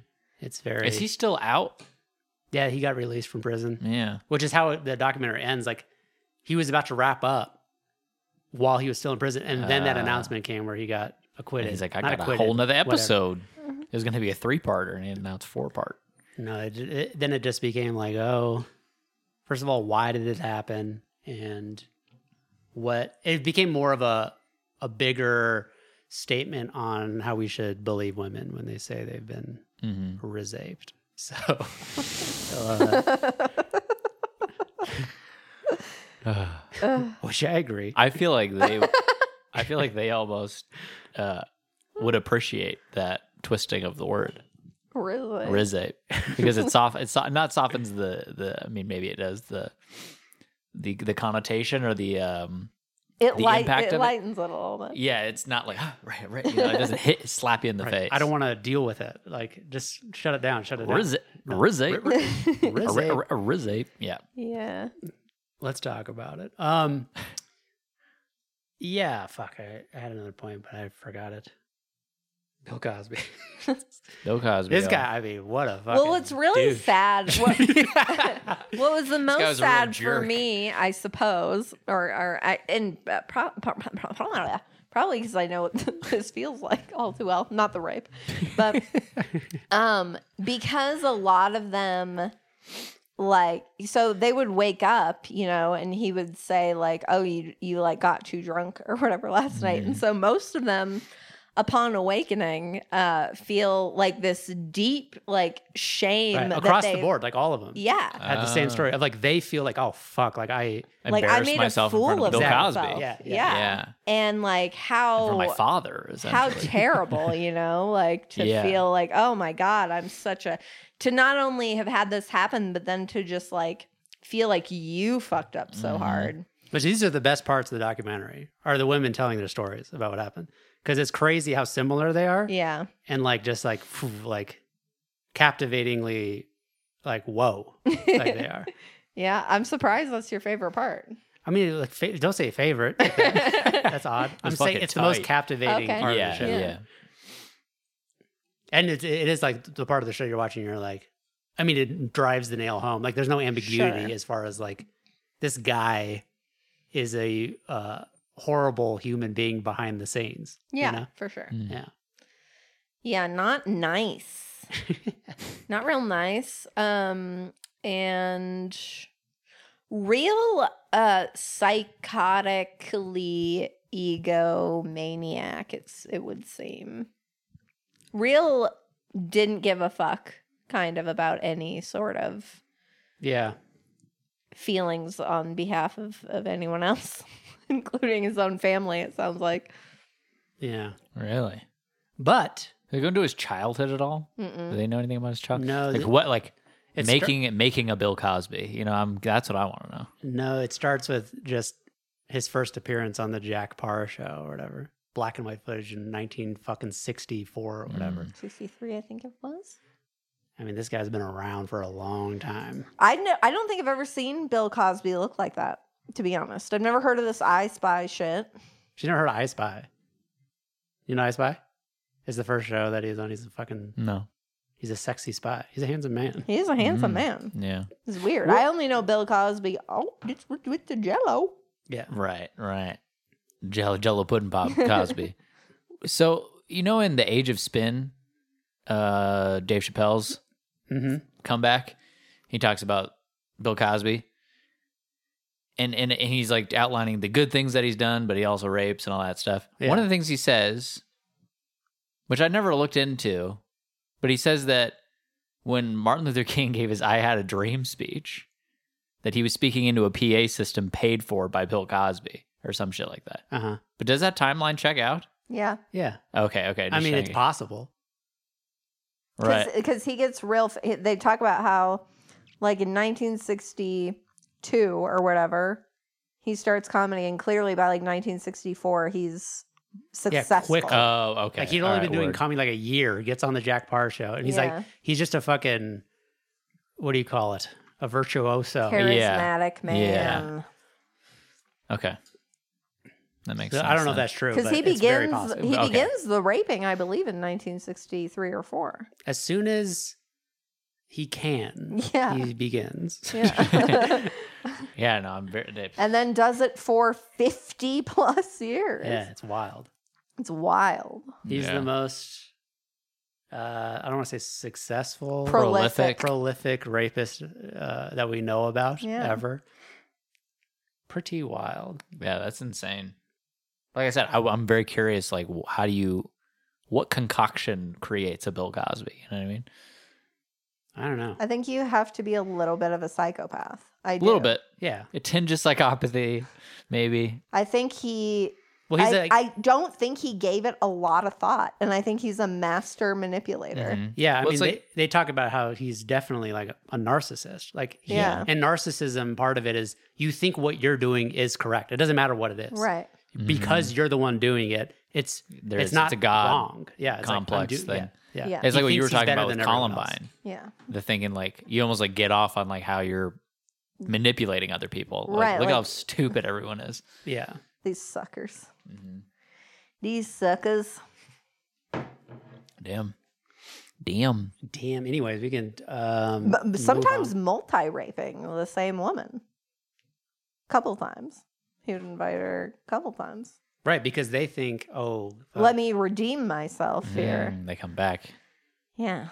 [SPEAKER 2] it's very.
[SPEAKER 3] Is he still out?
[SPEAKER 2] yeah, he got released from prison,
[SPEAKER 3] Yeah.
[SPEAKER 2] which is how the documentary ends. Like, he was about to wrap up while he was still in prison, and then that
[SPEAKER 3] Ah.
[SPEAKER 2] announcement came where he got acquitted.
[SPEAKER 3] And he's like, I
[SPEAKER 2] Not
[SPEAKER 3] got a
[SPEAKER 2] acquitted,
[SPEAKER 3] whole nother
[SPEAKER 2] whatever.
[SPEAKER 3] episode. It was going to be a three parter, and he announced four part.
[SPEAKER 2] No, it, it, then it just became like, oh, first of all, why did it happen, and what it became more of a a bigger statement on how we should believe women when they say they've been
[SPEAKER 3] Mm-hmm.
[SPEAKER 2] resaped. So, uh, which I agree.
[SPEAKER 3] I feel like they, I feel like they almost uh, would appreciate that twisting of the word
[SPEAKER 4] Really?
[SPEAKER 3] rizape because it soft, it's so- not softens the the. I mean, maybe it does the the the connotation or the um.
[SPEAKER 4] It,
[SPEAKER 3] the
[SPEAKER 4] light,
[SPEAKER 3] impact
[SPEAKER 4] it
[SPEAKER 3] of it?
[SPEAKER 4] lightens it a little bit.
[SPEAKER 3] Yeah, it's not like right, right. You know, it doesn't hit slap you in the
[SPEAKER 2] Right.
[SPEAKER 3] face.
[SPEAKER 2] I don't want to deal with it. Like, just shut it down. Shut it down.
[SPEAKER 3] rizape. Rizape. A ri- a
[SPEAKER 2] Rizape.
[SPEAKER 3] ri- a rizape. Yeah.
[SPEAKER 4] Yeah.
[SPEAKER 2] Let's talk about it. Um, yeah, fuck. I, I had another point, but I forgot it. Bill Cosby.
[SPEAKER 3] No Cosby.
[SPEAKER 2] this
[SPEAKER 3] yeah.
[SPEAKER 2] guy. I mean, what a fucking.
[SPEAKER 4] Well, it's really
[SPEAKER 2] douche.
[SPEAKER 4] sad. What, what was the
[SPEAKER 3] guy
[SPEAKER 4] most
[SPEAKER 3] was a real
[SPEAKER 4] sad for
[SPEAKER 3] jerk.
[SPEAKER 4] me, I suppose, or or I and uh, pro, pro, pro, pro- probably because I know what this feels like all too well. Not the rape, but um, because a lot of them. Like so, they would wake up, you know, and he would say like, "Oh, you you like got too drunk or whatever last night," and so most of them upon awakening uh feel like this deep like shame
[SPEAKER 2] Right,
[SPEAKER 4] that
[SPEAKER 2] across the
[SPEAKER 4] they-
[SPEAKER 2] board, like all of them.
[SPEAKER 4] yeah
[SPEAKER 2] Had the same
[SPEAKER 3] Ah.
[SPEAKER 2] story of like they feel like oh fuck like I
[SPEAKER 4] like i
[SPEAKER 3] Embarrass
[SPEAKER 4] made a
[SPEAKER 3] myself in front
[SPEAKER 4] fool of
[SPEAKER 3] Bill
[SPEAKER 4] myself
[SPEAKER 3] Cosby.
[SPEAKER 2] Yeah,
[SPEAKER 4] yeah,
[SPEAKER 2] yeah.
[SPEAKER 3] Yeah.
[SPEAKER 4] and like
[SPEAKER 3] For my
[SPEAKER 4] how
[SPEAKER 3] father.
[SPEAKER 4] how
[SPEAKER 3] essentially.
[SPEAKER 4] terrible you know like to
[SPEAKER 3] Yeah.
[SPEAKER 4] feel like oh my god i'm such a to not only have had this happen but then to just like feel like you fucked up so
[SPEAKER 3] Mhm.
[SPEAKER 4] hard
[SPEAKER 2] But these are the best parts of the documentary are the women telling their stories about what happened because it's crazy how similar they are
[SPEAKER 4] yeah
[SPEAKER 2] and like just like phew, like captivatingly like whoa like they are.
[SPEAKER 4] yeah i'm surprised that's your favorite part
[SPEAKER 2] I mean, like, fa- don't say favorite. That's odd. I'm
[SPEAKER 3] It's
[SPEAKER 2] saying
[SPEAKER 3] fucking
[SPEAKER 2] it's the most
[SPEAKER 3] tight.
[SPEAKER 2] captivating
[SPEAKER 4] Okay.
[SPEAKER 2] part
[SPEAKER 3] yeah,
[SPEAKER 2] of the show,
[SPEAKER 3] yeah.
[SPEAKER 4] Yeah.
[SPEAKER 2] and it, it is like the part of the show you're watching. You're like, I mean, it drives the nail home. Like, there's no ambiguity
[SPEAKER 4] Sure.
[SPEAKER 2] as far as like this guy is a uh, horrible human being behind the scenes. you
[SPEAKER 4] yeah
[SPEAKER 2] know?
[SPEAKER 4] for sure
[SPEAKER 3] Mm.
[SPEAKER 2] yeah.
[SPEAKER 4] Yeah, not nice. not real nice. Um and real uh psychotically egomaniac it's it would seem. Real didn't give a fuck kind of about any sort of
[SPEAKER 2] Yeah.
[SPEAKER 4] feelings on behalf of of anyone else, including his own family it sounds like.
[SPEAKER 2] Yeah.
[SPEAKER 3] Really?
[SPEAKER 2] But
[SPEAKER 3] They go into his childhood at all?
[SPEAKER 4] Mm-mm.
[SPEAKER 3] Do they know anything about his childhood?
[SPEAKER 2] No,
[SPEAKER 3] Like
[SPEAKER 2] th-
[SPEAKER 3] what? Like
[SPEAKER 2] it's
[SPEAKER 3] making it making a Bill Cosby? You know, I'm. That's what I want to know.
[SPEAKER 2] no, it starts with just his first appearance on the Jack Parr show or whatever. Black and white footage in 19 fucking 64 or whatever.
[SPEAKER 4] 63 I think it was.
[SPEAKER 2] I mean, this guy's been around for a long time.
[SPEAKER 4] I know. I don't think I've ever seen Bill Cosby look like that. To be honest, I've never heard of this I Spy shit.
[SPEAKER 2] She's never heard of I Spy. You know I Spy? It's the first show that he's on. He's a fucking
[SPEAKER 3] No.
[SPEAKER 2] He's a sexy spy. He's a handsome man.
[SPEAKER 4] He's a handsome
[SPEAKER 3] Mm.
[SPEAKER 4] man.
[SPEAKER 3] Yeah.
[SPEAKER 4] It's weird. I only know Bill Cosby. Oh, it's with, with the Jello.
[SPEAKER 2] Yeah.
[SPEAKER 3] Right, right. Jello, Jello pudding pop, Cosby. so you know, in the age of spin, uh, Dave Chappelle's
[SPEAKER 2] hmm
[SPEAKER 4] Mm-hmm.
[SPEAKER 3] comeback, he talks about Bill Cosby, and and and he's like outlining the good things that he's done, but he also rapes and all that stuff.
[SPEAKER 2] Yeah.
[SPEAKER 3] One of the things he says, which I never looked into, but he says that when Martin Luther King gave his "I Had a Dream" speech, that he was speaking into a PA system paid for by Bill Cosby or some shit like that.
[SPEAKER 2] Uh huh.
[SPEAKER 3] But does that timeline check out?
[SPEAKER 4] Yeah.
[SPEAKER 2] Yeah.
[SPEAKER 3] Okay, okay.
[SPEAKER 2] I
[SPEAKER 3] just
[SPEAKER 2] mean, it's
[SPEAKER 3] checking.
[SPEAKER 2] possible.
[SPEAKER 3] right.
[SPEAKER 4] Because he gets real. f- They talk about how, like, in 1962 or whatever, he starts comedy, and clearly by like 1964, he's successful.
[SPEAKER 2] quick, uh,
[SPEAKER 3] Oh, okay.
[SPEAKER 2] Like he'd
[SPEAKER 3] All
[SPEAKER 2] only
[SPEAKER 3] right,
[SPEAKER 2] been doing
[SPEAKER 3] word.
[SPEAKER 2] comedy like a year. He gets on the Jack Parr show, and he's
[SPEAKER 4] Yeah.
[SPEAKER 2] like, he's just a fucking, what do you call it? A virtuoso.
[SPEAKER 3] Char-
[SPEAKER 4] charismatic man.
[SPEAKER 3] Okay. That makes
[SPEAKER 2] So
[SPEAKER 3] sense.
[SPEAKER 2] I don't know if
[SPEAKER 3] then.
[SPEAKER 2] that's true,
[SPEAKER 4] Because
[SPEAKER 2] but
[SPEAKER 4] he
[SPEAKER 2] it's very
[SPEAKER 4] begins
[SPEAKER 2] possible.
[SPEAKER 4] he
[SPEAKER 3] Okay.
[SPEAKER 4] begins the raping, I believe, in 1963 or four.
[SPEAKER 2] As soon as he can,
[SPEAKER 4] Yeah.
[SPEAKER 2] he begins.
[SPEAKER 4] Yeah.
[SPEAKER 3] Yeah, no, I'm very. They,
[SPEAKER 4] and then does it for 50 plus years.
[SPEAKER 2] yeah, it's wild.
[SPEAKER 4] It's wild.
[SPEAKER 2] He's
[SPEAKER 3] Yeah.
[SPEAKER 2] the most, uh, I don't want to say successful,
[SPEAKER 4] Prolific.
[SPEAKER 2] prolific rapist uh, that we know about
[SPEAKER 4] Yeah.
[SPEAKER 2] ever. Pretty wild.
[SPEAKER 3] yeah, that's insane. Like I said, I, am very curious. Like, wh- how do you, what concoction creates a Bill Cosby? You know what I mean?
[SPEAKER 2] I don't know.
[SPEAKER 4] I think you have to be a little bit of a psychopath. I
[SPEAKER 3] A little
[SPEAKER 4] do.
[SPEAKER 3] bit.
[SPEAKER 2] Yeah.
[SPEAKER 3] It tinges psychopathy, maybe.
[SPEAKER 4] I think he
[SPEAKER 2] Well, he's
[SPEAKER 4] I,
[SPEAKER 2] like,
[SPEAKER 4] I don't think he gave it a lot of thought. And I think he's a master manipulator.
[SPEAKER 3] Mhm.
[SPEAKER 2] yeah. I
[SPEAKER 3] Well,
[SPEAKER 2] mean,
[SPEAKER 3] it's
[SPEAKER 2] they,
[SPEAKER 3] like-
[SPEAKER 2] they talk about how he's definitely like a narcissist. Like, he,
[SPEAKER 4] Yeah.
[SPEAKER 2] and narcissism, part of it is you think what you're doing is correct. It doesn't matter what it is,
[SPEAKER 4] Right.
[SPEAKER 3] Mm-hmm.
[SPEAKER 2] Because you're the one doing it. It's
[SPEAKER 3] There's,
[SPEAKER 2] it's not
[SPEAKER 3] a god.
[SPEAKER 2] wrong. Yeah, it's like, I'm
[SPEAKER 3] complex
[SPEAKER 2] do-
[SPEAKER 3] thing.
[SPEAKER 2] Yeah, yeah.
[SPEAKER 4] Yeah.
[SPEAKER 3] It's
[SPEAKER 2] He
[SPEAKER 3] like what you were
[SPEAKER 2] thinks he's
[SPEAKER 3] talking
[SPEAKER 2] better
[SPEAKER 3] about with
[SPEAKER 2] than everyone else.
[SPEAKER 3] Columbine.
[SPEAKER 4] Yeah.
[SPEAKER 3] The thinking like you almost like get off on like how you're manipulating other people. Like,
[SPEAKER 4] Right,
[SPEAKER 3] Look how
[SPEAKER 4] like-
[SPEAKER 3] stupid everyone is.
[SPEAKER 2] Yeah.
[SPEAKER 4] These suckers.
[SPEAKER 3] Mhm.
[SPEAKER 4] These suckers.
[SPEAKER 3] Damn. Damn.
[SPEAKER 2] Damn. Anyways, we can. Um,
[SPEAKER 4] But
[SPEAKER 2] move
[SPEAKER 4] sometimes
[SPEAKER 2] on.
[SPEAKER 4] multi raping the same woman. Couple times. He would invite her a couple times.
[SPEAKER 2] right? Because they think, oh, fuck.
[SPEAKER 4] Let me redeem myself here.
[SPEAKER 3] Mm, they come back.
[SPEAKER 4] Yeah.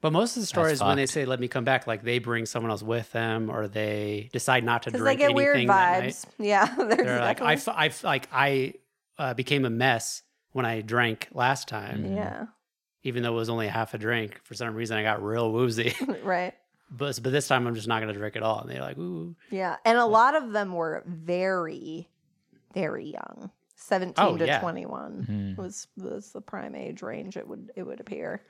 [SPEAKER 2] But most of the stories when they
[SPEAKER 3] fucked.
[SPEAKER 2] say "let me come back," like they bring someone else with them, or they decide not to
[SPEAKER 4] Because
[SPEAKER 2] drink
[SPEAKER 4] they get
[SPEAKER 2] anything
[SPEAKER 4] weird
[SPEAKER 2] that night.
[SPEAKER 4] vibes. Yeah. There's
[SPEAKER 2] They're like, I,
[SPEAKER 4] definitely-
[SPEAKER 2] f- I, f- like, I uh, became a mess when I drank last time,
[SPEAKER 3] Mm.
[SPEAKER 4] Yeah.
[SPEAKER 2] even though it was only a half a drink. For some reason, I got real woozy.
[SPEAKER 4] right.
[SPEAKER 2] but but this time, I'm just not going to drink at all. And they're like, ooh,
[SPEAKER 4] Yeah. And a lot of them were very, very young. 17
[SPEAKER 2] Oh,
[SPEAKER 4] to
[SPEAKER 2] yeah. Mm-hmm.
[SPEAKER 4] 21
[SPEAKER 3] Mhm.
[SPEAKER 4] was was the prime age range it would it would appear.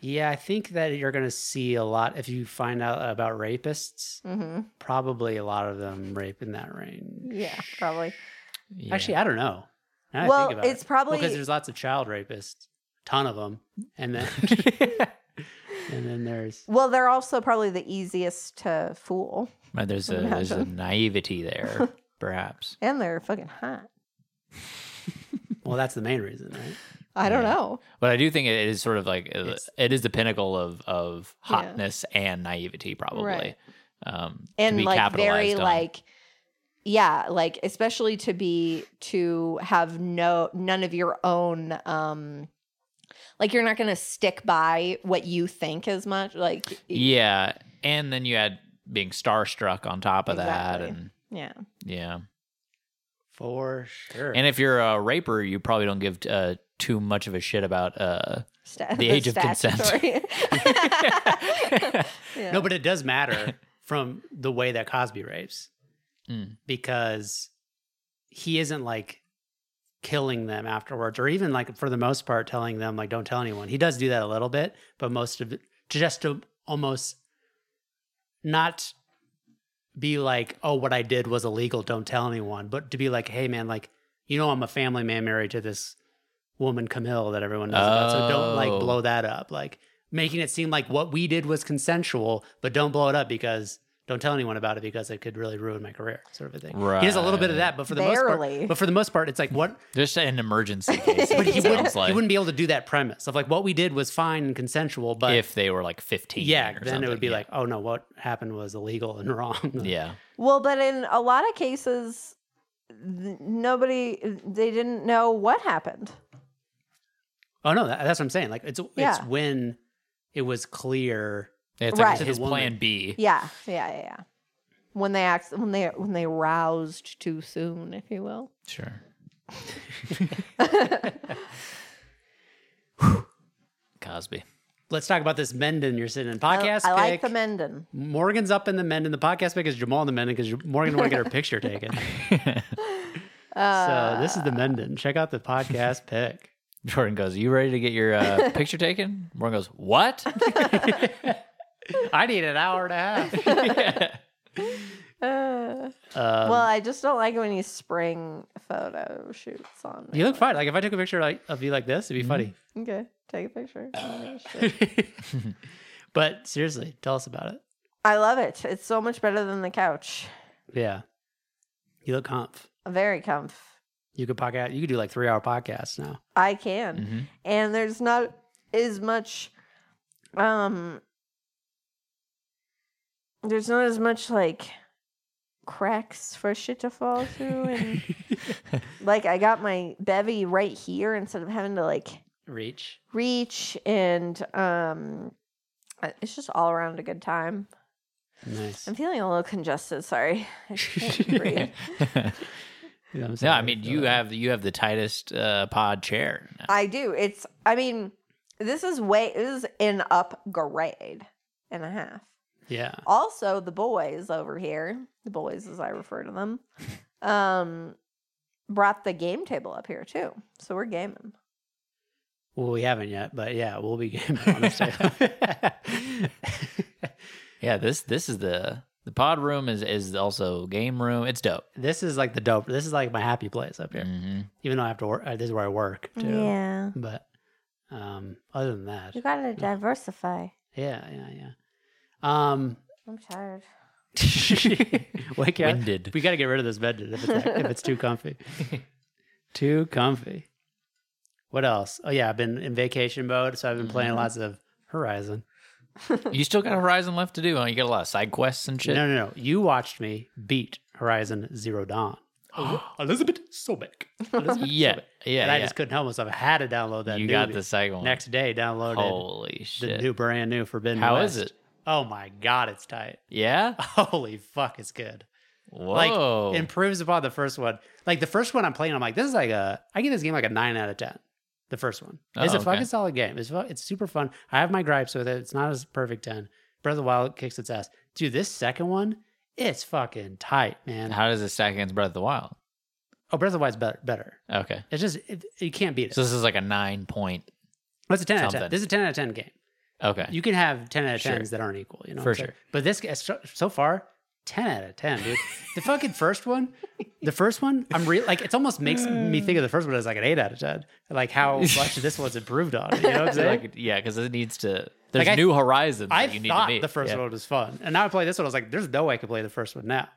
[SPEAKER 2] yeah. I think that you're going to see a lot if you find out about rapists.
[SPEAKER 4] hmm
[SPEAKER 2] probably a lot of them rape in that range.
[SPEAKER 4] Yeah, probably.
[SPEAKER 3] Yeah.
[SPEAKER 2] Actually, I don't know. Now that I
[SPEAKER 4] well,
[SPEAKER 2] think about
[SPEAKER 4] it's
[SPEAKER 2] it.
[SPEAKER 4] probably
[SPEAKER 2] because there's lots of child rapists, ton of them, and then and then there's
[SPEAKER 4] Well, they're also probably the easiest to fool,
[SPEAKER 3] But there's a there's a
[SPEAKER 4] Imagine.
[SPEAKER 3] naivety there, perhaps.
[SPEAKER 4] and they're fucking hot.
[SPEAKER 2] well, that's the main reason, right?
[SPEAKER 4] I don't
[SPEAKER 3] Yeah.
[SPEAKER 4] know.
[SPEAKER 3] But I do think it is sort of like uh,
[SPEAKER 2] It's-
[SPEAKER 3] it is the pinnacle of of
[SPEAKER 4] Yeah.
[SPEAKER 3] hotness and naivety, probably.
[SPEAKER 4] Right.
[SPEAKER 3] Um, to
[SPEAKER 4] And
[SPEAKER 3] be
[SPEAKER 4] like very
[SPEAKER 3] capitalized on.
[SPEAKER 4] like yeah, like especially to be to have no none of your own um like you're not going to stick by what you think as much like y-
[SPEAKER 3] yeah, and then you had being starstruck on top of that,
[SPEAKER 4] Exactly.
[SPEAKER 3] and
[SPEAKER 4] yeah.
[SPEAKER 3] yeah.
[SPEAKER 2] For sure.
[SPEAKER 3] And if you're a raper, you probably don't give uh, too much of a shit about. Uh,
[SPEAKER 4] Sta-
[SPEAKER 3] The age of consent.
[SPEAKER 4] statutory- Yeah.
[SPEAKER 2] no, but it does matter from the way that Cosby rapes
[SPEAKER 3] Mm.
[SPEAKER 2] because he isn't like killing them afterwards or even like for the most part telling them like don't tell anyone. He does do that a little bit, but most of it just to almost not be like, "Oh, what I did was illegal, don't tell anyone," but to be like, "Hey man, like you know I'm a family man married to this woman Camille that everyone knows about, so don't like
[SPEAKER 3] Oh.
[SPEAKER 2] blow that up." Like making it seem like what we did was consensual, but don't blow it up because don't tell anyone about it because it could really ruin my career, sort of a thing. He does a little bit of
[SPEAKER 3] Right.
[SPEAKER 2] that, but for the most
[SPEAKER 4] Barely.
[SPEAKER 2] part, but for the most part, it's like what
[SPEAKER 3] Just an emergency case.
[SPEAKER 4] But
[SPEAKER 3] it
[SPEAKER 4] he
[SPEAKER 3] sounds
[SPEAKER 2] wouldn't,
[SPEAKER 3] like
[SPEAKER 2] he wouldn't be able to do that premise of like what we did was fine and consensual, but
[SPEAKER 3] if they were like 15.
[SPEAKER 2] yeah,
[SPEAKER 3] or
[SPEAKER 2] then it would
[SPEAKER 3] something,
[SPEAKER 2] be
[SPEAKER 3] yeah.
[SPEAKER 2] like, oh no, what happened was illegal and wrong.
[SPEAKER 3] yeah.
[SPEAKER 4] Well, but in a lot of cases, th- nobody they didn't know what happened.
[SPEAKER 2] Oh no, that, that's what I'm saying. Like it's
[SPEAKER 4] Yeah.
[SPEAKER 2] it's when it was clear.
[SPEAKER 3] It's
[SPEAKER 4] Right.
[SPEAKER 3] like
[SPEAKER 2] To the
[SPEAKER 3] his
[SPEAKER 2] woman.
[SPEAKER 3] plan B.
[SPEAKER 4] Yeah, yeah, yeah, yeah. When they act, when they when they roused too soon, if you will.
[SPEAKER 3] Sure. Cosby.
[SPEAKER 2] Let's talk about this Menden you're sitting in podcast.
[SPEAKER 4] I, I like
[SPEAKER 2] pick.
[SPEAKER 4] the Menden.
[SPEAKER 2] Morgan's up in the Menden. The podcast pick is Jamal in the Menden because Morgan want to get her picture taken. so this is
[SPEAKER 4] Uh.
[SPEAKER 2] the Menden. Check out the podcast pick.
[SPEAKER 3] Jordan goes, You ready to get your uh, picture taken? Morgan goes, What?
[SPEAKER 2] I need an hour and a half.
[SPEAKER 4] Uh,
[SPEAKER 2] Um,
[SPEAKER 4] well, I just don't like when you spring photo shoots on me.
[SPEAKER 2] You look fine. Like if I took a picture like of you like this, it'd be funny.
[SPEAKER 4] Okay, take a picture. Oh, shit.
[SPEAKER 2] But seriously, tell us about it.
[SPEAKER 4] I love it. It's so much better than the couch.
[SPEAKER 2] Yeah, you look comf.
[SPEAKER 4] Very comf.
[SPEAKER 2] You could podcast. You could do like three hour podcasts now.
[SPEAKER 4] I can.
[SPEAKER 2] Mm-hmm.
[SPEAKER 3] Mhm.
[SPEAKER 4] And there's not as much um there's not as much like cracks for shit to fall through and like I got my bevy right here instead of having to like
[SPEAKER 2] Reach.
[SPEAKER 4] reach and um I- it's just all around a good time.
[SPEAKER 2] Nice.
[SPEAKER 4] I'm feeling a little congested, sorry. I can't breathe.
[SPEAKER 2] Yeah, I'm
[SPEAKER 3] no,
[SPEAKER 2] sorry.
[SPEAKER 3] I mean you have you have the tightest uh, pod chair. now.
[SPEAKER 4] I do. It's I mean, this is way this is an upgrade and a half.
[SPEAKER 2] Yeah.
[SPEAKER 4] also the boys over here the boys as i refer to them um brought the game table up here too so we're gaming
[SPEAKER 2] Well, we haven't yet, but yeah, we'll be game on this table.
[SPEAKER 3] Yeah, this this is the the pod room is is also game room. It's dope.
[SPEAKER 2] This is like the dope. This is like my happy place up here.
[SPEAKER 3] Mhm.
[SPEAKER 2] Even though I have to work, uh, this is where I work too.
[SPEAKER 4] yeah
[SPEAKER 2] But um, other than that,
[SPEAKER 4] you gotta diversify
[SPEAKER 2] yeah, yeah, yeah. Um,
[SPEAKER 4] i'm tired
[SPEAKER 2] wake up.
[SPEAKER 3] Winded.
[SPEAKER 2] We got to get rid of this bed if it's, if it's too comfy. too comfy. What else? Oh yeah, I've been in vacation mode, so I've been
[SPEAKER 3] Mm-hmm.
[SPEAKER 2] playing lots of Horizon.
[SPEAKER 3] You still got Horizon left to do. Huh? You got a lot of side quests and shit.
[SPEAKER 2] No, no, no. You watched me beat Horizon Zero Dawn. Elizabeth Sobek. Elizabeth
[SPEAKER 3] Yeah,
[SPEAKER 2] Sobek.
[SPEAKER 3] yeah,
[SPEAKER 2] And I
[SPEAKER 3] yeah.
[SPEAKER 2] just couldn't help myself. I had to download that.
[SPEAKER 3] you got
[SPEAKER 2] newbie.
[SPEAKER 3] the second one.
[SPEAKER 2] Next day, downloaded
[SPEAKER 3] Holy
[SPEAKER 2] the
[SPEAKER 3] shit!
[SPEAKER 2] new brand new Forbidden.
[SPEAKER 3] How
[SPEAKER 2] How
[SPEAKER 3] is
[SPEAKER 2] is
[SPEAKER 3] it?
[SPEAKER 2] Oh my god, it's tight.
[SPEAKER 3] yeah.
[SPEAKER 2] Holy fuck, it's good.
[SPEAKER 3] Whoa. Oh.
[SPEAKER 2] Like improves upon the first one. Like the first one I'm playing, I'm like, this is like a. I give this game like a nine out of ten. The first one. it's a
[SPEAKER 3] Oh, okay.
[SPEAKER 2] fucking solid game. It's fu- it's super fun. I have my gripes with it. It's not as perfect ten. Breath of the Wild kicks its ass. Dude, this second one, it's fucking tight, man.
[SPEAKER 3] How does it stack against Breath of the Wild?
[SPEAKER 2] Oh, Breath of the Wild's better. Better.
[SPEAKER 3] Okay.
[SPEAKER 2] It's just it, you can't beat it.
[SPEAKER 3] So this is like a nine point.
[SPEAKER 2] That's a ten out of ten.
[SPEAKER 3] something.
[SPEAKER 2] This is a ten out of ten game.
[SPEAKER 3] Okay.
[SPEAKER 2] You can have ten out of
[SPEAKER 3] Sure.
[SPEAKER 2] tens that aren't equal. You know, what
[SPEAKER 3] For
[SPEAKER 2] I'm saying?
[SPEAKER 3] sure.
[SPEAKER 2] But this so, so far, ten out of ten, dude. the fucking first one, the first one, I'm real like it almost makes me think of the first one as like an eight out of ten. Like how much this one's improved on. It, you know what I'm saying?
[SPEAKER 3] like, yeah, because it needs to. There's
[SPEAKER 2] I-
[SPEAKER 3] new horizons
[SPEAKER 2] I
[SPEAKER 3] that you need to
[SPEAKER 2] thought
[SPEAKER 3] meet.
[SPEAKER 2] the first
[SPEAKER 3] yeah.
[SPEAKER 2] one was fun, and now I play this one. I was like, "There's no way I could play the first one now."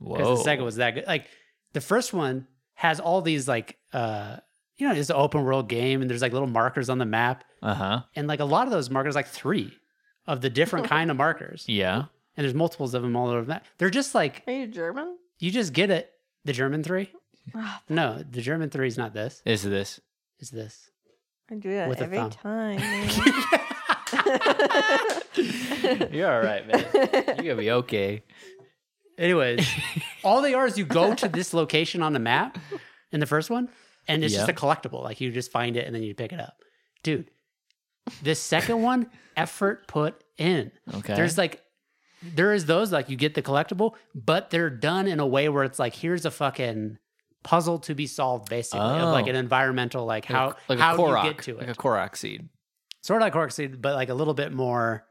[SPEAKER 3] Whoa.
[SPEAKER 2] because the second was that good. Like the first one has all these like uh you know it's an open world game and there's like little markers on the map
[SPEAKER 3] Uh huh.
[SPEAKER 2] and like a lot of those markers like three of the different kind of markers
[SPEAKER 3] Yeah.
[SPEAKER 2] and there's multiples of them all over that. They're just like
[SPEAKER 4] are you german
[SPEAKER 2] you just get it. The German three?
[SPEAKER 4] Ah,
[SPEAKER 2] No, the German three is not this.
[SPEAKER 3] Is this?
[SPEAKER 2] It's this.
[SPEAKER 4] i do that
[SPEAKER 2] With a
[SPEAKER 4] every
[SPEAKER 2] thumb.
[SPEAKER 4] time
[SPEAKER 3] You're all right, man. You're gonna be okay.
[SPEAKER 2] Anyways, all they are is you go to this location on the map in the first one, and it's just
[SPEAKER 3] Yeah.
[SPEAKER 2] a collectible. Like you just find it and then you pick it up. Dude, this second one, effort put in.
[SPEAKER 3] Okay.
[SPEAKER 2] There's like there is those like you get the collectible, but they're done in a way where it's like here's a fucking puzzle to be solved basically of like
[SPEAKER 3] Oh.
[SPEAKER 2] an environmental like
[SPEAKER 3] Like a-
[SPEAKER 2] how
[SPEAKER 3] like
[SPEAKER 2] how
[SPEAKER 3] a
[SPEAKER 2] do
[SPEAKER 3] Korok,
[SPEAKER 2] you get to it
[SPEAKER 3] like a Korok seed.
[SPEAKER 2] sort of like Horcrux, but like a little bit more.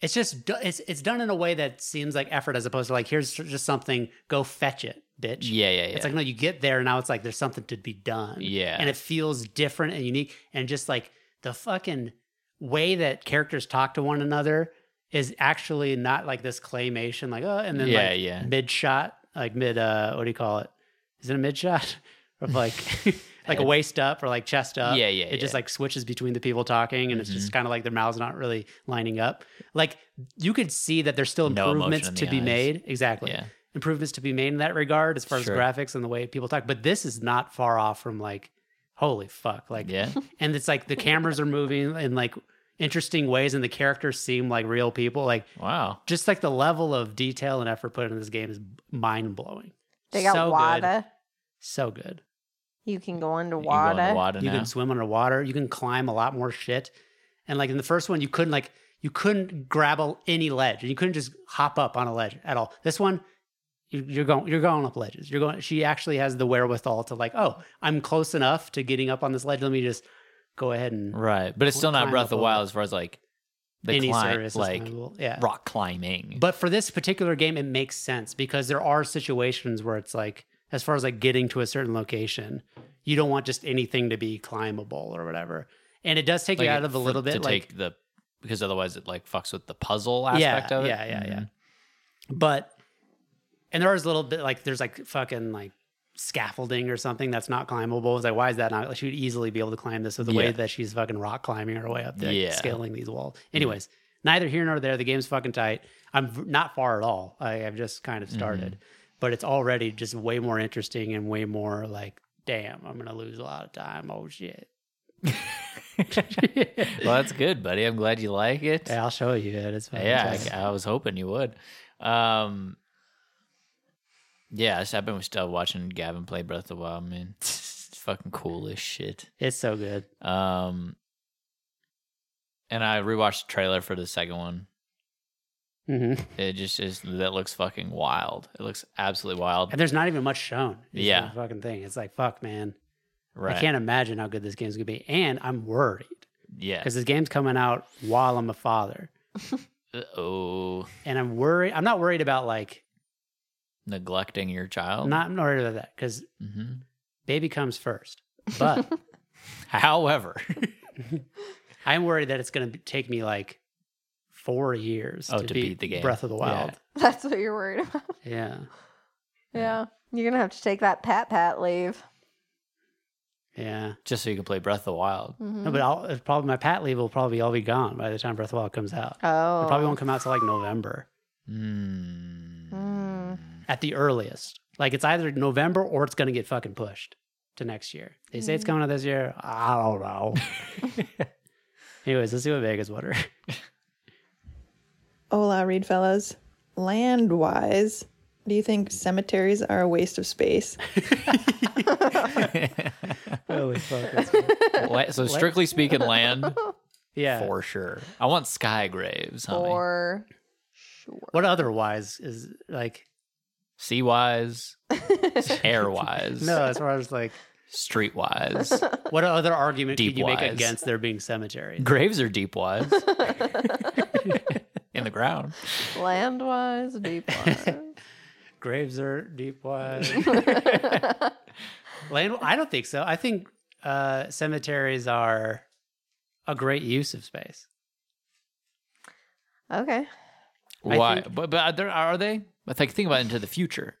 [SPEAKER 2] It's just do- it's it's done in a way that seems like effort as opposed to like here's just something go fetch it, bitch.
[SPEAKER 3] Yeah, yeah, yeah.
[SPEAKER 2] It's like no, you get there now. It's like there's something to be done.
[SPEAKER 3] Yeah.
[SPEAKER 2] and it feels different and unique, and just like the fucking way that characters talk to one another is actually not like this claymation, like oh, and then
[SPEAKER 3] Yeah,
[SPEAKER 2] like
[SPEAKER 3] yeah.
[SPEAKER 2] mid shot, like mid uh, what do you call it? Is it a mid shot of like like a
[SPEAKER 3] Head.
[SPEAKER 2] waist up or like chest up?
[SPEAKER 3] Uh, Yeah, yeah,
[SPEAKER 2] It just
[SPEAKER 3] yeah. Mm-hmm.
[SPEAKER 2] like switches between the people talking, and it's just kind of like their mouths not really lining up. Like you could see that there's still
[SPEAKER 3] No emotion
[SPEAKER 2] improvements
[SPEAKER 3] in
[SPEAKER 2] to
[SPEAKER 3] the
[SPEAKER 2] be
[SPEAKER 3] eyes.
[SPEAKER 2] made. Exactly,
[SPEAKER 3] Yeah.
[SPEAKER 2] improvements to be made in that regard as far as
[SPEAKER 3] Sure.
[SPEAKER 2] graphics and the way people talk. But this is not far off from like holy fuck, like
[SPEAKER 3] Yeah.
[SPEAKER 2] and it's like the cameras are moving in like interesting ways and the characters seem like real people like
[SPEAKER 3] Wow.
[SPEAKER 2] just like the level of detail and effort put into this game is mind-blowing
[SPEAKER 4] They got
[SPEAKER 2] so good
[SPEAKER 4] WADA.
[SPEAKER 2] so good
[SPEAKER 4] You can go into
[SPEAKER 3] You can go on the
[SPEAKER 4] WADA.
[SPEAKER 3] Wada
[SPEAKER 2] you
[SPEAKER 3] now.
[SPEAKER 2] can swim underwater you can climb a lot more shit and like in the first one you couldn't like you couldn't grab a, any ledge and you couldn't just hop up on a ledge at all this one you- you're going you're going up ledges you're going she actually has the wherewithal to like oh i'm close enough to getting up on this ledge let me just go ahead and
[SPEAKER 3] Right. But it's still
[SPEAKER 2] Climb
[SPEAKER 3] not Breath of
[SPEAKER 2] up
[SPEAKER 3] the
[SPEAKER 2] over.
[SPEAKER 3] Wild as far as like the
[SPEAKER 2] any
[SPEAKER 3] climb,
[SPEAKER 2] service is
[SPEAKER 3] like
[SPEAKER 2] findable. yeah
[SPEAKER 3] rock climbing.
[SPEAKER 2] But for this particular game, it makes sense because there are situations where it's like, as far as like getting to a certain location, you don't want just anything to be climbable or whatever. And it does take you
[SPEAKER 3] Like,
[SPEAKER 2] out of a
[SPEAKER 3] for-
[SPEAKER 2] little bit,
[SPEAKER 3] to
[SPEAKER 2] like,
[SPEAKER 3] take the because otherwise it like fucks with the puzzle aspect
[SPEAKER 2] yeah,
[SPEAKER 3] of it.
[SPEAKER 2] yeah, yeah, yeah.
[SPEAKER 3] Mhm.
[SPEAKER 2] Mm-hmm. But and there is a little bit like there's like fucking like scaffolding or something that's not climbable. It's like why is that not? Like, she would easily be able to climb this with the way
[SPEAKER 3] Yeah.
[SPEAKER 2] that she's fucking rock climbing her way up there, like,
[SPEAKER 3] Yeah. Mm-hmm.
[SPEAKER 2] scaling these walls. Anyways, neither here nor there. The game's fucking tight. I'm v- not far at all. I, I've just kind
[SPEAKER 3] Mm-hmm.
[SPEAKER 2] of started, but it's already just way more interesting and way more like, damn, I'm gonna lose a lot of time. Oh shit.
[SPEAKER 3] Mm. well, that's good, buddy. I'm glad you like it.
[SPEAKER 2] Yeah, I'll show you it. It's fucking
[SPEAKER 3] Yeah,
[SPEAKER 2] tight.
[SPEAKER 3] I, I was hoping you would. Um, yeah, I've been still watching Gavin play Breath of the Wild, man. It's fucking cool as shit.
[SPEAKER 2] it's so good.
[SPEAKER 3] Um, and I rewatched the trailer for the second one.
[SPEAKER 2] hmm
[SPEAKER 3] It just is that looks fucking wild. It looks absolutely wild.
[SPEAKER 2] And there's not even much shown. It's
[SPEAKER 3] Yeah.
[SPEAKER 2] the fucking thing. It's like, fuck, man.
[SPEAKER 3] Right?
[SPEAKER 2] I can't imagine how good this game's gonna be. And I'm worried
[SPEAKER 3] yeah.
[SPEAKER 2] because this game's coming out while I'm a father.
[SPEAKER 3] Oh,
[SPEAKER 2] And I'm worried. I'm not worried about like,
[SPEAKER 3] neglecting your
[SPEAKER 2] I'm
[SPEAKER 3] child.
[SPEAKER 2] not, I'm not worried about that because
[SPEAKER 3] hmm
[SPEAKER 2] baby comes first. But
[SPEAKER 3] However,
[SPEAKER 2] I'm worried that it's gonna be- take me like four years
[SPEAKER 3] Oh, to beat the game.
[SPEAKER 2] Breath of the
[SPEAKER 3] Yeah.
[SPEAKER 2] Wild.
[SPEAKER 4] That's what you're worried about.
[SPEAKER 2] Yeah.
[SPEAKER 4] Yeah. You're going to have to take that pat pat leave.
[SPEAKER 2] Yeah.
[SPEAKER 3] just so you can play Breath of the Wild.
[SPEAKER 4] Mhm.
[SPEAKER 2] No, but I'll, it's probably my pat leave will probably all be gone by the time Breath of the Wild comes out.
[SPEAKER 4] oh.
[SPEAKER 2] It probably won't come out till like November.
[SPEAKER 3] Mm.
[SPEAKER 4] Mm.
[SPEAKER 2] at the earliest. Like it's either November or it's going to get fucking pushed to next year. They say it's coming out this year. I don't know. Anyways, let's see what Vegas water.
[SPEAKER 5] Hola, Reed fellas. Land wise, do you think cemeteries are a waste of space?
[SPEAKER 2] Holy fuck.
[SPEAKER 3] La- so strictly speaking, land
[SPEAKER 2] Yeah.
[SPEAKER 3] for sure. I want sky graves, homie.
[SPEAKER 4] Or
[SPEAKER 2] What otherwise is like,
[SPEAKER 3] Sea wise, air wise,
[SPEAKER 2] no, as far as like,
[SPEAKER 3] street wise.
[SPEAKER 2] what other argument could you make
[SPEAKER 3] Deep-wise.
[SPEAKER 2] against there being cemeteries?
[SPEAKER 3] graves are deep wise. In the ground.
[SPEAKER 4] land wise, deep wise.
[SPEAKER 2] Graves are deep wise. Land, I don't think so. I think uh, cemeteries are a great use of space.
[SPEAKER 4] okay.
[SPEAKER 2] I
[SPEAKER 3] Why?
[SPEAKER 2] think-
[SPEAKER 3] but but are, there, are they? I think think about into the future.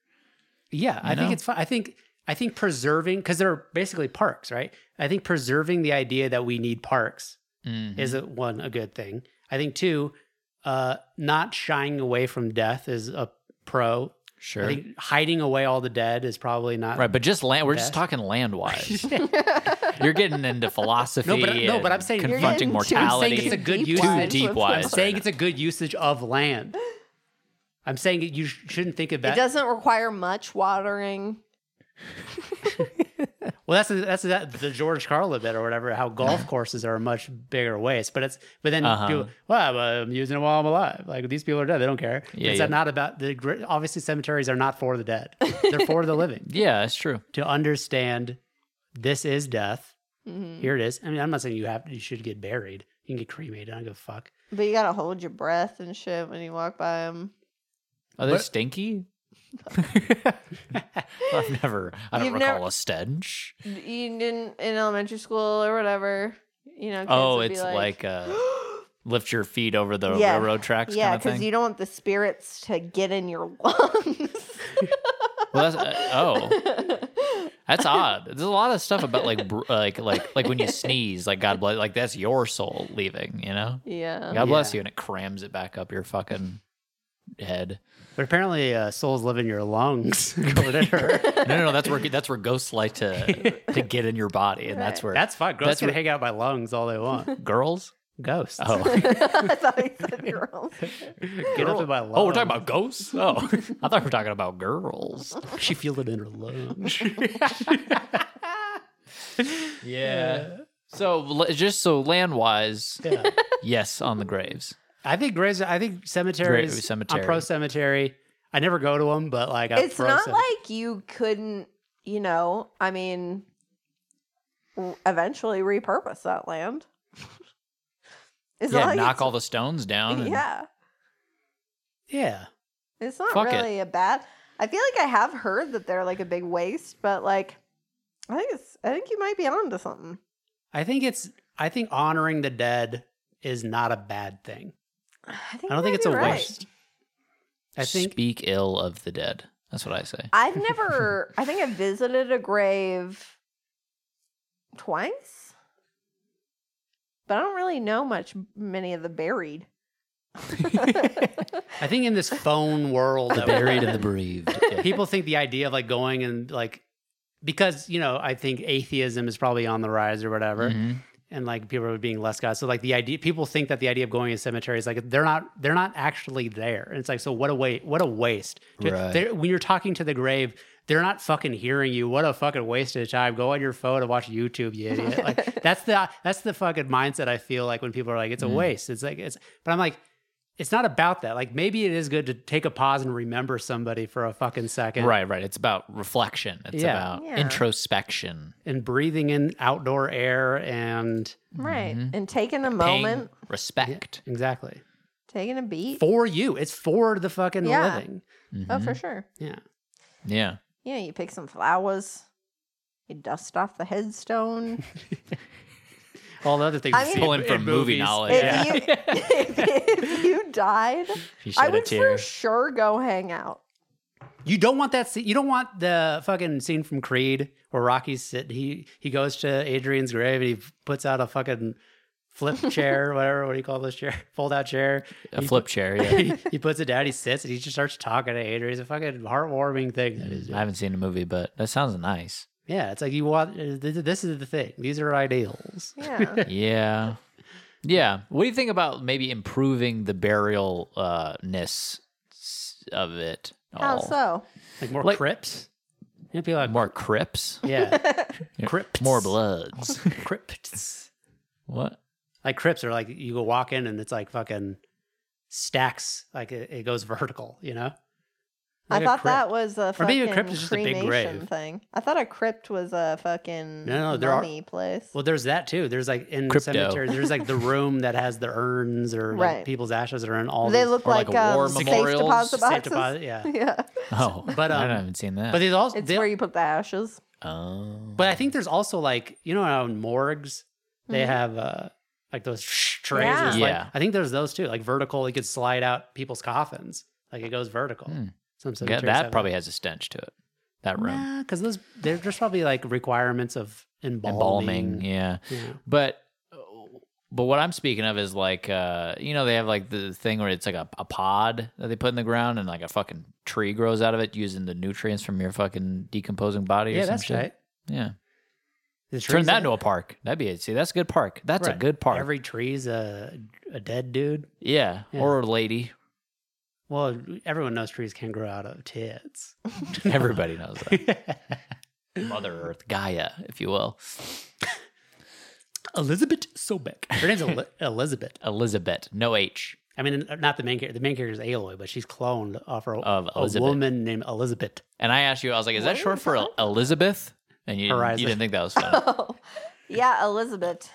[SPEAKER 2] Yeah, I think
[SPEAKER 3] know?
[SPEAKER 2] it's fun. I think I think preserving because they're basically parks, right? I think preserving the idea that we need parks
[SPEAKER 3] Mhm.
[SPEAKER 2] is a, one a good thing. I think two, uh, not shying away from death is a pro.
[SPEAKER 3] sure.
[SPEAKER 2] I think hiding away all the dead is probably not
[SPEAKER 3] Right, but just land. We're just
[SPEAKER 2] Best.
[SPEAKER 3] talking land wise. You're getting into philosophy.
[SPEAKER 2] No, but- uh, no, but I'm
[SPEAKER 3] and
[SPEAKER 2] saying- You're
[SPEAKER 3] confronting
[SPEAKER 4] getting too
[SPEAKER 3] mortality.
[SPEAKER 2] deep. It's a good
[SPEAKER 4] deep
[SPEAKER 2] use.
[SPEAKER 4] wise
[SPEAKER 2] Too
[SPEAKER 3] deep
[SPEAKER 4] with
[SPEAKER 3] wise.
[SPEAKER 2] I'm
[SPEAKER 4] them.
[SPEAKER 2] saying it's a good usage of land. I'm saying that you sh- shouldn't think of
[SPEAKER 4] It
[SPEAKER 2] that.
[SPEAKER 4] doesn't require much watering.
[SPEAKER 2] Well, that's that's that the George Carlin bit or whatever. How golf courses are a much bigger waste, but it's but then
[SPEAKER 3] Uh-huh.
[SPEAKER 2] people, well, I'm using it while I'm alive. Like these people are dead; they don't care.
[SPEAKER 3] Yeah,
[SPEAKER 2] it's
[SPEAKER 3] yeah.
[SPEAKER 2] not about the gr- obviously cemeteries are not for the dead; they're for the living.
[SPEAKER 3] Yeah, it's true.
[SPEAKER 2] To understand this is death.
[SPEAKER 4] Mhm.
[SPEAKER 2] Here it is. I mean, I'm not saying you have you should get buried. You can get cremated. I don't give a fuck.
[SPEAKER 4] But you gotta hold your breath and shit when you walk by them.
[SPEAKER 3] Are they
[SPEAKER 2] But-
[SPEAKER 3] stinky? I've never. I don't
[SPEAKER 4] You've
[SPEAKER 3] recall
[SPEAKER 4] never-
[SPEAKER 3] a stench.
[SPEAKER 4] You didn't in elementary school or whatever. You know. Kids
[SPEAKER 3] Oh,
[SPEAKER 4] would be
[SPEAKER 3] it's like, uh, lift your feet over the
[SPEAKER 4] Yeah.
[SPEAKER 3] railroad tracks
[SPEAKER 4] yeah,
[SPEAKER 3] kind of thing.
[SPEAKER 4] you don't want the spirits to get in your lungs.
[SPEAKER 3] well, that's, uh, oh, that's odd. There's a lot of stuff about like br- like like like when you sneeze, like God bless, like that's your soul leaving. You know,
[SPEAKER 4] yeah.
[SPEAKER 3] God bless
[SPEAKER 2] Yeah.
[SPEAKER 3] you, and it crams it back up your fucking head.
[SPEAKER 2] But apparently, uh, souls live in your lungs. according to her.
[SPEAKER 3] No, no, no, that's where that's where ghosts like to to get in your body, and that's where
[SPEAKER 2] That's fine. Girls
[SPEAKER 3] That's
[SPEAKER 2] can
[SPEAKER 3] what-
[SPEAKER 2] hang out my lungs all they want.
[SPEAKER 3] girls.
[SPEAKER 2] Ghosts.
[SPEAKER 3] Oh,
[SPEAKER 4] I thought you said your own.
[SPEAKER 2] Get up in my lungs.
[SPEAKER 3] oh, we're talking about ghosts. Oh, I thought we were talking about girls.
[SPEAKER 2] She feels it in her lungs.
[SPEAKER 3] Yeah. So le- just so land wise,
[SPEAKER 2] Yeah.
[SPEAKER 3] yes, on the graves.
[SPEAKER 2] I think graves. I think cemeteries.
[SPEAKER 3] Grave- cemetery.
[SPEAKER 2] I'm pro cemetery. I never go to them, but like I'm
[SPEAKER 4] it's
[SPEAKER 2] pro
[SPEAKER 4] not
[SPEAKER 2] cem-
[SPEAKER 4] like you couldn't, you know, I mean, w- eventually repurpose that land. It's
[SPEAKER 3] yeah,
[SPEAKER 4] not like
[SPEAKER 3] knock
[SPEAKER 4] it's-
[SPEAKER 3] all the stones down. and-
[SPEAKER 4] Yeah.
[SPEAKER 2] yeah.
[SPEAKER 4] It's not
[SPEAKER 3] Fuck it.
[SPEAKER 4] really a bad. I feel like I have heard that they're like a big waste, but like, I think it's. I think you might be onto something.
[SPEAKER 2] I think it's. I think honoring the dead is not a bad thing.
[SPEAKER 4] I,
[SPEAKER 2] I
[SPEAKER 4] think
[SPEAKER 2] don't
[SPEAKER 4] you might
[SPEAKER 2] think it's
[SPEAKER 4] be
[SPEAKER 2] a
[SPEAKER 4] right.
[SPEAKER 2] waste. I think
[SPEAKER 3] speak ill of the dead. That's what I say.
[SPEAKER 4] I've never. I think I visited a grave twice, but I don't really know much many of the buried.
[SPEAKER 2] I think in this phone world
[SPEAKER 3] The
[SPEAKER 2] that we're
[SPEAKER 3] buried and
[SPEAKER 2] in,
[SPEAKER 3] the bereaved. Yeah.
[SPEAKER 2] people think the idea of like going and like because you know I think atheism is probably on the rise or whatever,
[SPEAKER 3] Mhm.
[SPEAKER 2] and like people are being less God. So like the idea people think that the idea of going to cemeteries like they're not they're not actually there, and it's like so what a wa- what a waste. To-
[SPEAKER 3] Right.
[SPEAKER 2] they're- When you're talking to the grave. They're not fucking hearing you. What a fucking waste of time. Go on your phone and watch YouTube, you idiot. Like that's the that's the fucking mindset I feel like when people are like, it's a
[SPEAKER 3] Mm.
[SPEAKER 2] waste. It's like it's but I'm like, it's not about that. Like maybe it is good to take a pause and remember somebody for a fucking second.
[SPEAKER 3] Right, right. It's about reflection. It's
[SPEAKER 2] Yeah.
[SPEAKER 3] about
[SPEAKER 4] Yeah.
[SPEAKER 3] introspection.
[SPEAKER 2] And breathing in outdoor air and
[SPEAKER 4] right,
[SPEAKER 3] Mhm.
[SPEAKER 4] and taking a
[SPEAKER 3] Paying
[SPEAKER 4] moment,
[SPEAKER 3] respect.
[SPEAKER 2] exactly.
[SPEAKER 4] taking a beat.
[SPEAKER 2] For you. It's for the fucking
[SPEAKER 4] Yeah.
[SPEAKER 2] living.
[SPEAKER 4] Oh,
[SPEAKER 3] Mhm.
[SPEAKER 4] for sure.
[SPEAKER 2] Yeah.
[SPEAKER 3] yeah.
[SPEAKER 4] Yeah, you pick some flowers. You dust off the headstone.
[SPEAKER 2] All the other things
[SPEAKER 4] I
[SPEAKER 2] you
[SPEAKER 4] mean-
[SPEAKER 2] see
[SPEAKER 3] Pulling
[SPEAKER 2] in-
[SPEAKER 3] from
[SPEAKER 2] in
[SPEAKER 3] movie
[SPEAKER 2] movies.
[SPEAKER 3] knowledge.
[SPEAKER 4] If,
[SPEAKER 3] Yeah.
[SPEAKER 4] you, if you died,
[SPEAKER 3] You shed
[SPEAKER 4] I
[SPEAKER 3] a
[SPEAKER 4] would
[SPEAKER 3] tear.
[SPEAKER 4] for sure go hang out.
[SPEAKER 2] You don't want that scene. You don't want the fucking scene from Creed where Rocky's sit. He he goes to Adrian's grave and he puts out a fucking flip chair, whatever. What do you call this chair? Fold out chair.
[SPEAKER 3] a
[SPEAKER 2] You-
[SPEAKER 3] flip chair. Yeah.
[SPEAKER 2] he, he puts it down. He sits and he just starts talking to Adrian. It's a fucking heartwarming thing. That is,
[SPEAKER 3] I haven't seen the movie, but that sounds nice.
[SPEAKER 2] yeah. It's like you want. uh, th- th- This is the thing. These are ideals.
[SPEAKER 4] Yeah.
[SPEAKER 3] yeah. Yeah. What do you think about maybe improving the burial uh ness of it?
[SPEAKER 4] How
[SPEAKER 3] all?
[SPEAKER 4] so?
[SPEAKER 2] Like more
[SPEAKER 3] Like-
[SPEAKER 2] crypts. It'd be like
[SPEAKER 3] More crypts?
[SPEAKER 2] yeah, crypts.
[SPEAKER 3] More bloods.
[SPEAKER 2] Crypts.
[SPEAKER 3] what?
[SPEAKER 2] Like crypts are like you go walk in and it's like fucking stacks. Like it, it goes vertical. You know. Like
[SPEAKER 4] I
[SPEAKER 2] a
[SPEAKER 4] thought
[SPEAKER 2] crypt.
[SPEAKER 4] that was a
[SPEAKER 2] Or
[SPEAKER 4] fucking
[SPEAKER 2] maybe a crypt is just a big
[SPEAKER 4] cremation
[SPEAKER 2] grave.
[SPEAKER 4] thing. I thought a crypt was a fucking
[SPEAKER 2] No, no, there are-
[SPEAKER 4] mummy place.
[SPEAKER 2] Well, there's that too. There's like in
[SPEAKER 3] Crypto.
[SPEAKER 2] cemetery, there's like the room that has the urns or like
[SPEAKER 4] Right.
[SPEAKER 2] people's ashes are in all
[SPEAKER 4] they
[SPEAKER 2] these
[SPEAKER 4] look
[SPEAKER 3] or
[SPEAKER 4] like,
[SPEAKER 3] like a
[SPEAKER 4] um,
[SPEAKER 3] war
[SPEAKER 4] safe
[SPEAKER 3] memorial,
[SPEAKER 4] deposit
[SPEAKER 2] safe
[SPEAKER 4] boxes.
[SPEAKER 2] deposit. Yeah,
[SPEAKER 4] Yeah,
[SPEAKER 3] Oh,
[SPEAKER 2] But,
[SPEAKER 3] but I
[SPEAKER 2] um,
[SPEAKER 3] haven't seen that.
[SPEAKER 2] but there's also
[SPEAKER 4] it's
[SPEAKER 2] they-
[SPEAKER 4] where you put the ashes.
[SPEAKER 3] oh.
[SPEAKER 2] But I think there's also like you know how in morgues they
[SPEAKER 4] Mhm.
[SPEAKER 2] have uh like those trays.
[SPEAKER 4] Yeah.
[SPEAKER 2] Yeah.
[SPEAKER 3] Yeah.
[SPEAKER 2] I think there's those too. Like vertical, it could slide out people's coffins. Like it goes vertical.
[SPEAKER 3] Hmm.
[SPEAKER 2] Some
[SPEAKER 3] yeah,
[SPEAKER 2] cemeteries have
[SPEAKER 3] that probably has a stench to it. That room.
[SPEAKER 2] Nah, because those they're just probably like requirements of embalming.
[SPEAKER 3] Embalming. Yeah.
[SPEAKER 2] Yeah.
[SPEAKER 3] But uh, but what I'm speaking of is like uh you know they have like the thing where it's like a, a pod that they put in the ground and like a fucking tree grows out of it using the nutrients from your fucking decomposing body
[SPEAKER 2] Yeah,
[SPEAKER 3] or some
[SPEAKER 2] that's
[SPEAKER 3] shit.
[SPEAKER 2] right.
[SPEAKER 3] Yeah.
[SPEAKER 2] The
[SPEAKER 3] Turn
[SPEAKER 2] trees-
[SPEAKER 3] that into a park. That'd be it. See, that's a good park. That's a
[SPEAKER 2] Right.
[SPEAKER 3] good park.
[SPEAKER 2] Every tree's a a dead dude.
[SPEAKER 3] yeah.
[SPEAKER 2] Yeah.
[SPEAKER 3] Or a lady.
[SPEAKER 2] Well, everyone knows trees can grow out of tits.
[SPEAKER 3] Everybody knows that. Mother Earth, Gaia, if you will.
[SPEAKER 2] Elizabeth Sobek. Her name's El- Elizabeth.
[SPEAKER 3] Elizabeth, no H.
[SPEAKER 2] I mean, not the main character. The main character is Aloy, but she's cloned off her,
[SPEAKER 3] Of
[SPEAKER 2] a
[SPEAKER 3] Elizabeth.
[SPEAKER 2] woman named Elizabeth.
[SPEAKER 3] And I asked you, I was like, is
[SPEAKER 4] What
[SPEAKER 3] that
[SPEAKER 4] are
[SPEAKER 3] short
[SPEAKER 4] you
[SPEAKER 3] for El- Elizabeth? And you, didn't- you
[SPEAKER 2] Horizon.
[SPEAKER 3] didn't think that was fun.
[SPEAKER 4] yeah, Elizabeth.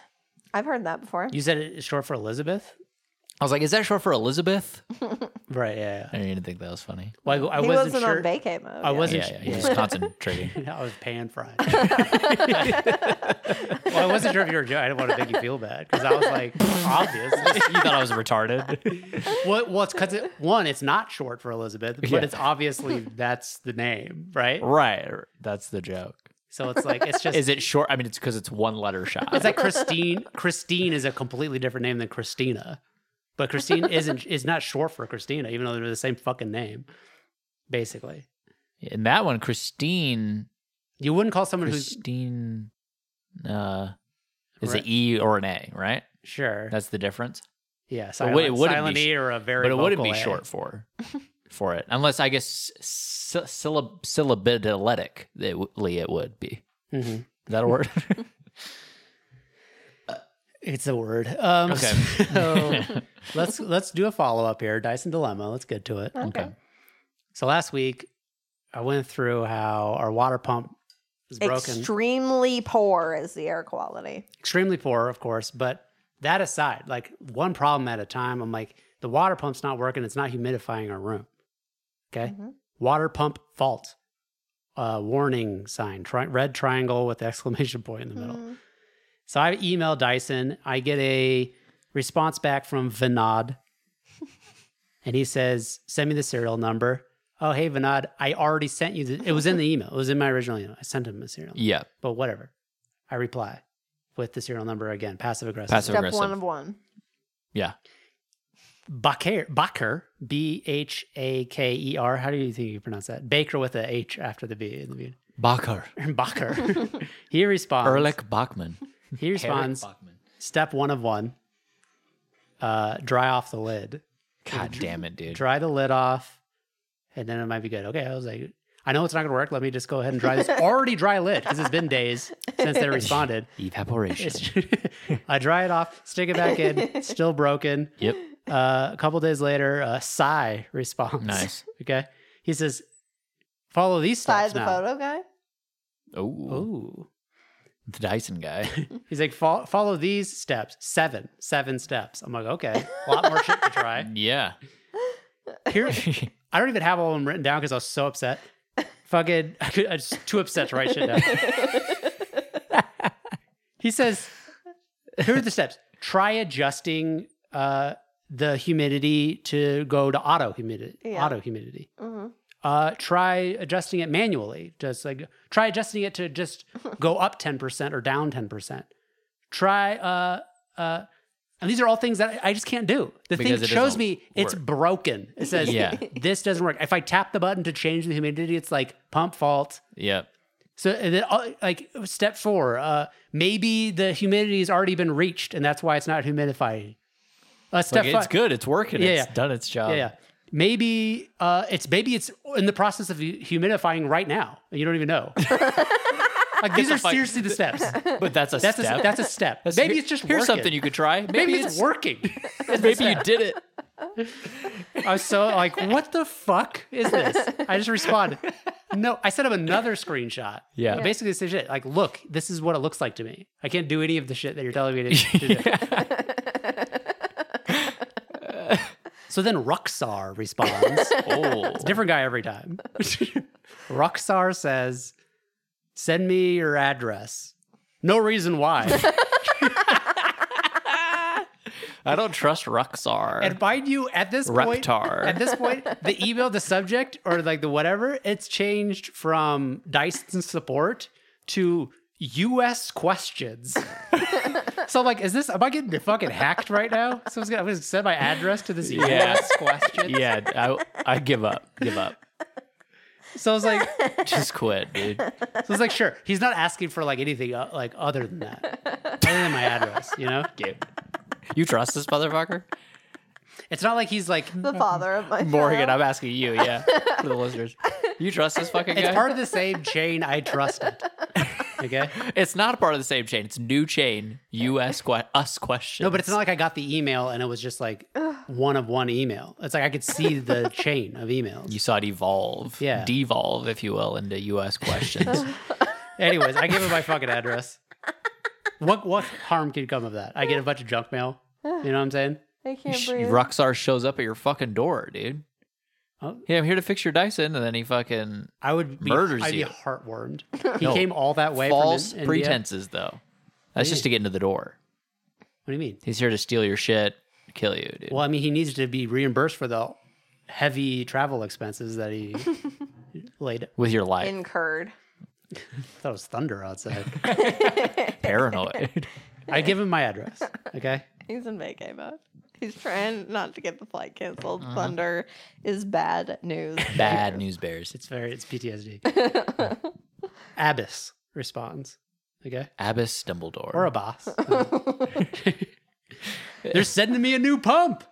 [SPEAKER 4] I've heard that before.
[SPEAKER 2] You said it's short for Elizabeth?
[SPEAKER 3] I was like, is that short for Elizabeth?
[SPEAKER 2] Right. Yeah. yeah.
[SPEAKER 3] I didn't think that was funny.
[SPEAKER 2] Well, I, I
[SPEAKER 4] he
[SPEAKER 2] wasn't,
[SPEAKER 4] wasn't
[SPEAKER 2] sure.
[SPEAKER 4] on vacay mode.
[SPEAKER 2] I wasn't
[SPEAKER 3] Yeah,
[SPEAKER 2] sh-
[SPEAKER 3] yeah, he was concentrating.
[SPEAKER 2] I was pan fried. well, I wasn't sure if you were joking. I didn't want to make you feel bad because I was like, obvious.
[SPEAKER 3] you thought I was retarded.
[SPEAKER 2] Well, well it's because it, one, it's not short for Elizabeth, but
[SPEAKER 3] Yeah.
[SPEAKER 2] it's obviously that's the name, right?
[SPEAKER 3] right. That's the joke.
[SPEAKER 2] So it's like it's just
[SPEAKER 3] Is it short? I mean, it's because it's one letter shot.
[SPEAKER 2] it's like Christine. Christine is a completely different name than Christina, but Christine isn't is not short for Christina, even though they're the same fucking name, basically.
[SPEAKER 3] In that one, Christine,
[SPEAKER 2] You wouldn't call someone who's
[SPEAKER 3] Christine, uh, is
[SPEAKER 2] Right.
[SPEAKER 3] an E or an A, right?
[SPEAKER 2] sure,
[SPEAKER 3] That's the difference.
[SPEAKER 2] yeah,
[SPEAKER 3] But
[SPEAKER 2] silent,
[SPEAKER 3] would- it wouldn't
[SPEAKER 2] silent
[SPEAKER 3] be-
[SPEAKER 2] e or a very,
[SPEAKER 3] But it wouldn't be
[SPEAKER 2] vocal A.
[SPEAKER 3] short for for it, unless I guess sy- syllab- syllabically it would be.
[SPEAKER 2] Mhm.
[SPEAKER 3] Is that a word?
[SPEAKER 2] It's a word. Um,
[SPEAKER 3] Okay.
[SPEAKER 2] so let's let's do a follow up here. Dyson dilemma. Let's get to it.
[SPEAKER 4] Okay.
[SPEAKER 2] So last week, I went through how our water pump is broken,
[SPEAKER 4] Extremely poor is the air quality.
[SPEAKER 2] extremely poor, of course. But that aside, like one problem at a time. I'm like, the water pump's not working. It's not humidifying our room. Okay.
[SPEAKER 4] Mhm.
[SPEAKER 2] Water pump fault. Uh, warning sign. Tri- red triangle with exclamation point in the middle.
[SPEAKER 4] Mhm.
[SPEAKER 2] So I email Dyson. I get a response back from Vinod. and he says, send me the serial number. Oh, hey, Vinod, I already sent you. The, it was in the email. It was in my original email. I sent him the serial number,
[SPEAKER 3] yeah,
[SPEAKER 2] but whatever. I reply with the serial number again, passive aggressive.
[SPEAKER 3] passive
[SPEAKER 4] Step
[SPEAKER 3] aggressive.
[SPEAKER 4] one of one.
[SPEAKER 3] yeah,
[SPEAKER 2] Baker, Baker, B H A K E R. How do you think you pronounce that? Baker with a H after the B in the beginning.
[SPEAKER 3] Bacher,
[SPEAKER 2] Baker. he responds.
[SPEAKER 3] Erlich Bachman.
[SPEAKER 2] He responds. Step one of one. Uh, dry off the lid.
[SPEAKER 3] God damn it, dude.
[SPEAKER 2] Dry the lid off, and then it might be good. Okay, I was like, I know it's not gonna work. Let me just go ahead and dry this already dry lid because it's been days since they responded.
[SPEAKER 3] Evaporation.
[SPEAKER 2] It's- I dry it off, stick it back in, still broken.
[SPEAKER 3] yep.
[SPEAKER 2] Uh, a couple days later, uh, Psy responds.
[SPEAKER 3] Nice.
[SPEAKER 2] Okay. He says, follow these
[SPEAKER 4] Size
[SPEAKER 2] steps
[SPEAKER 4] the
[SPEAKER 2] now.
[SPEAKER 4] photo guy.
[SPEAKER 3] Oh,
[SPEAKER 2] Ooh.
[SPEAKER 3] the Dyson guy.
[SPEAKER 2] He's like, "Fol- follow these steps. Seven. Seven steps. I'm like, okay. A lot more shit to try.
[SPEAKER 3] yeah.
[SPEAKER 2] Here, I don't even have all of them written down because I was so upset. Fucking, I, could, I was too upset to write shit down. he says, here are the steps. Try adjusting uh, the humidity to go to auto humidity.
[SPEAKER 4] Yeah.
[SPEAKER 2] Auto humidity.
[SPEAKER 4] Mhm.
[SPEAKER 2] Uh, try adjusting it manually. Just like try adjusting it to just go up ten percent or down ten percent. Try uh uh, and these are all things that I I just can't do. The
[SPEAKER 3] Because
[SPEAKER 2] thing
[SPEAKER 3] it
[SPEAKER 2] shows
[SPEAKER 3] doesn't
[SPEAKER 2] me it's
[SPEAKER 3] work.
[SPEAKER 2] broken. It says
[SPEAKER 3] Yeah.
[SPEAKER 2] this doesn't work. If I tap the button to change the humidity, it's like pump fault.
[SPEAKER 3] Yep.
[SPEAKER 2] So and then, uh, like step four, uh, maybe the humidity has already been reached, and that's why it's not humidifying. Uh, step
[SPEAKER 3] Like,
[SPEAKER 2] fi-
[SPEAKER 3] it's good. It's working.
[SPEAKER 2] Yeah,
[SPEAKER 3] it's
[SPEAKER 2] yeah.
[SPEAKER 3] done its job.
[SPEAKER 2] Yeah, yeah. Maybe uh, it's maybe it's in the process of humidifying right now, and you don't even know. like these are
[SPEAKER 3] fuck-
[SPEAKER 2] seriously the steps.
[SPEAKER 3] But that's a
[SPEAKER 2] That's a
[SPEAKER 3] step.
[SPEAKER 2] that's a step.
[SPEAKER 3] That's-
[SPEAKER 2] maybe
[SPEAKER 3] here-
[SPEAKER 2] it's just
[SPEAKER 3] here's
[SPEAKER 2] working.
[SPEAKER 3] something you could try. Maybe,
[SPEAKER 2] Maybe,
[SPEAKER 3] it's
[SPEAKER 2] it's working.
[SPEAKER 3] maybe you did it.
[SPEAKER 2] I was so like, what the fuck is this? I just responded, no. I sent him another screenshot.
[SPEAKER 3] Yeah. Yeah.
[SPEAKER 2] Basically, the same shit. Like, look, this is what it looks like to me. I can't do any of the shit that you're telling me to, to do. so then Ruxar responds.
[SPEAKER 3] Oh,
[SPEAKER 2] Different guy every time. Roxar says, "Send me your address." No reason why.
[SPEAKER 3] I don't trust Ruxar.
[SPEAKER 2] and mind you, at this point,
[SPEAKER 3] Reptar.
[SPEAKER 2] at this point, the email, the subject, or like the whatever, it's changed from Dyson support to U.S. questions. so I'm like, is this? Am I getting fucking hacked right now? So I'm just gonna, I'm gonna send my address to this
[SPEAKER 3] Yeah.
[SPEAKER 2] U.S. question.
[SPEAKER 3] yeah, I, I give up. Give up.
[SPEAKER 2] So I was like,
[SPEAKER 3] Just quit, dude.
[SPEAKER 2] So it's like, sure, he's not asking for like anything uh, like other than that, other than my address. You know,
[SPEAKER 3] Dude. You trust this motherfucker?
[SPEAKER 2] it's not like he's like.
[SPEAKER 4] The father of my
[SPEAKER 3] Morgan,
[SPEAKER 4] child.
[SPEAKER 3] I'm asking you, yeah, for the listeners. You trust this fucking
[SPEAKER 2] It's
[SPEAKER 3] guy?
[SPEAKER 2] part of the same chain. I trust it. Okay.
[SPEAKER 3] it's not part of the same chain. It's new chain. U.S. Que- us question.
[SPEAKER 2] No, but it's not like I got the email and it was just like one of one email. It's like I could see the chain of emails.
[SPEAKER 3] You saw it evolve,
[SPEAKER 2] Yeah.
[SPEAKER 3] devolve, if you will, into U.S. questions.
[SPEAKER 4] Oh,
[SPEAKER 2] Anyways, I gave him my fucking address. What what harm could come of that? I get a bunch of junk mail. You know what I'm saying?
[SPEAKER 4] I can't
[SPEAKER 3] Sh-
[SPEAKER 4] breathe.
[SPEAKER 3] Ruxar shows up at your fucking door, dude.
[SPEAKER 2] Oh.
[SPEAKER 3] Yeah, I'm here to fix your Dyson, and then he fucking
[SPEAKER 2] I would be,
[SPEAKER 3] Murders
[SPEAKER 2] I'd
[SPEAKER 3] you.
[SPEAKER 2] be heartwormed. He
[SPEAKER 3] No.
[SPEAKER 2] came all that way.
[SPEAKER 3] false
[SPEAKER 2] from in- India.
[SPEAKER 3] pretenses though. That's just to get into the door.
[SPEAKER 2] What do you mean?
[SPEAKER 3] He's here to steal your shit, kill you, dude.
[SPEAKER 2] Well, I mean, he needs to be reimbursed for the heavy travel expenses that he laid.
[SPEAKER 3] With your life,
[SPEAKER 4] Incurred.
[SPEAKER 2] I thought it was thunder outside.
[SPEAKER 3] paranoid.
[SPEAKER 2] I give him my address. Okay.
[SPEAKER 4] He's in vacay mode. He's trying not to get the flight canceled. Thunder is bad news.
[SPEAKER 3] Uh-huh. Bad news bears.
[SPEAKER 2] It's very, it's PTSD. Abbas responds. Okay.
[SPEAKER 3] Abbas Dumbledore.
[SPEAKER 2] Or a boss. They're sending me a new pump.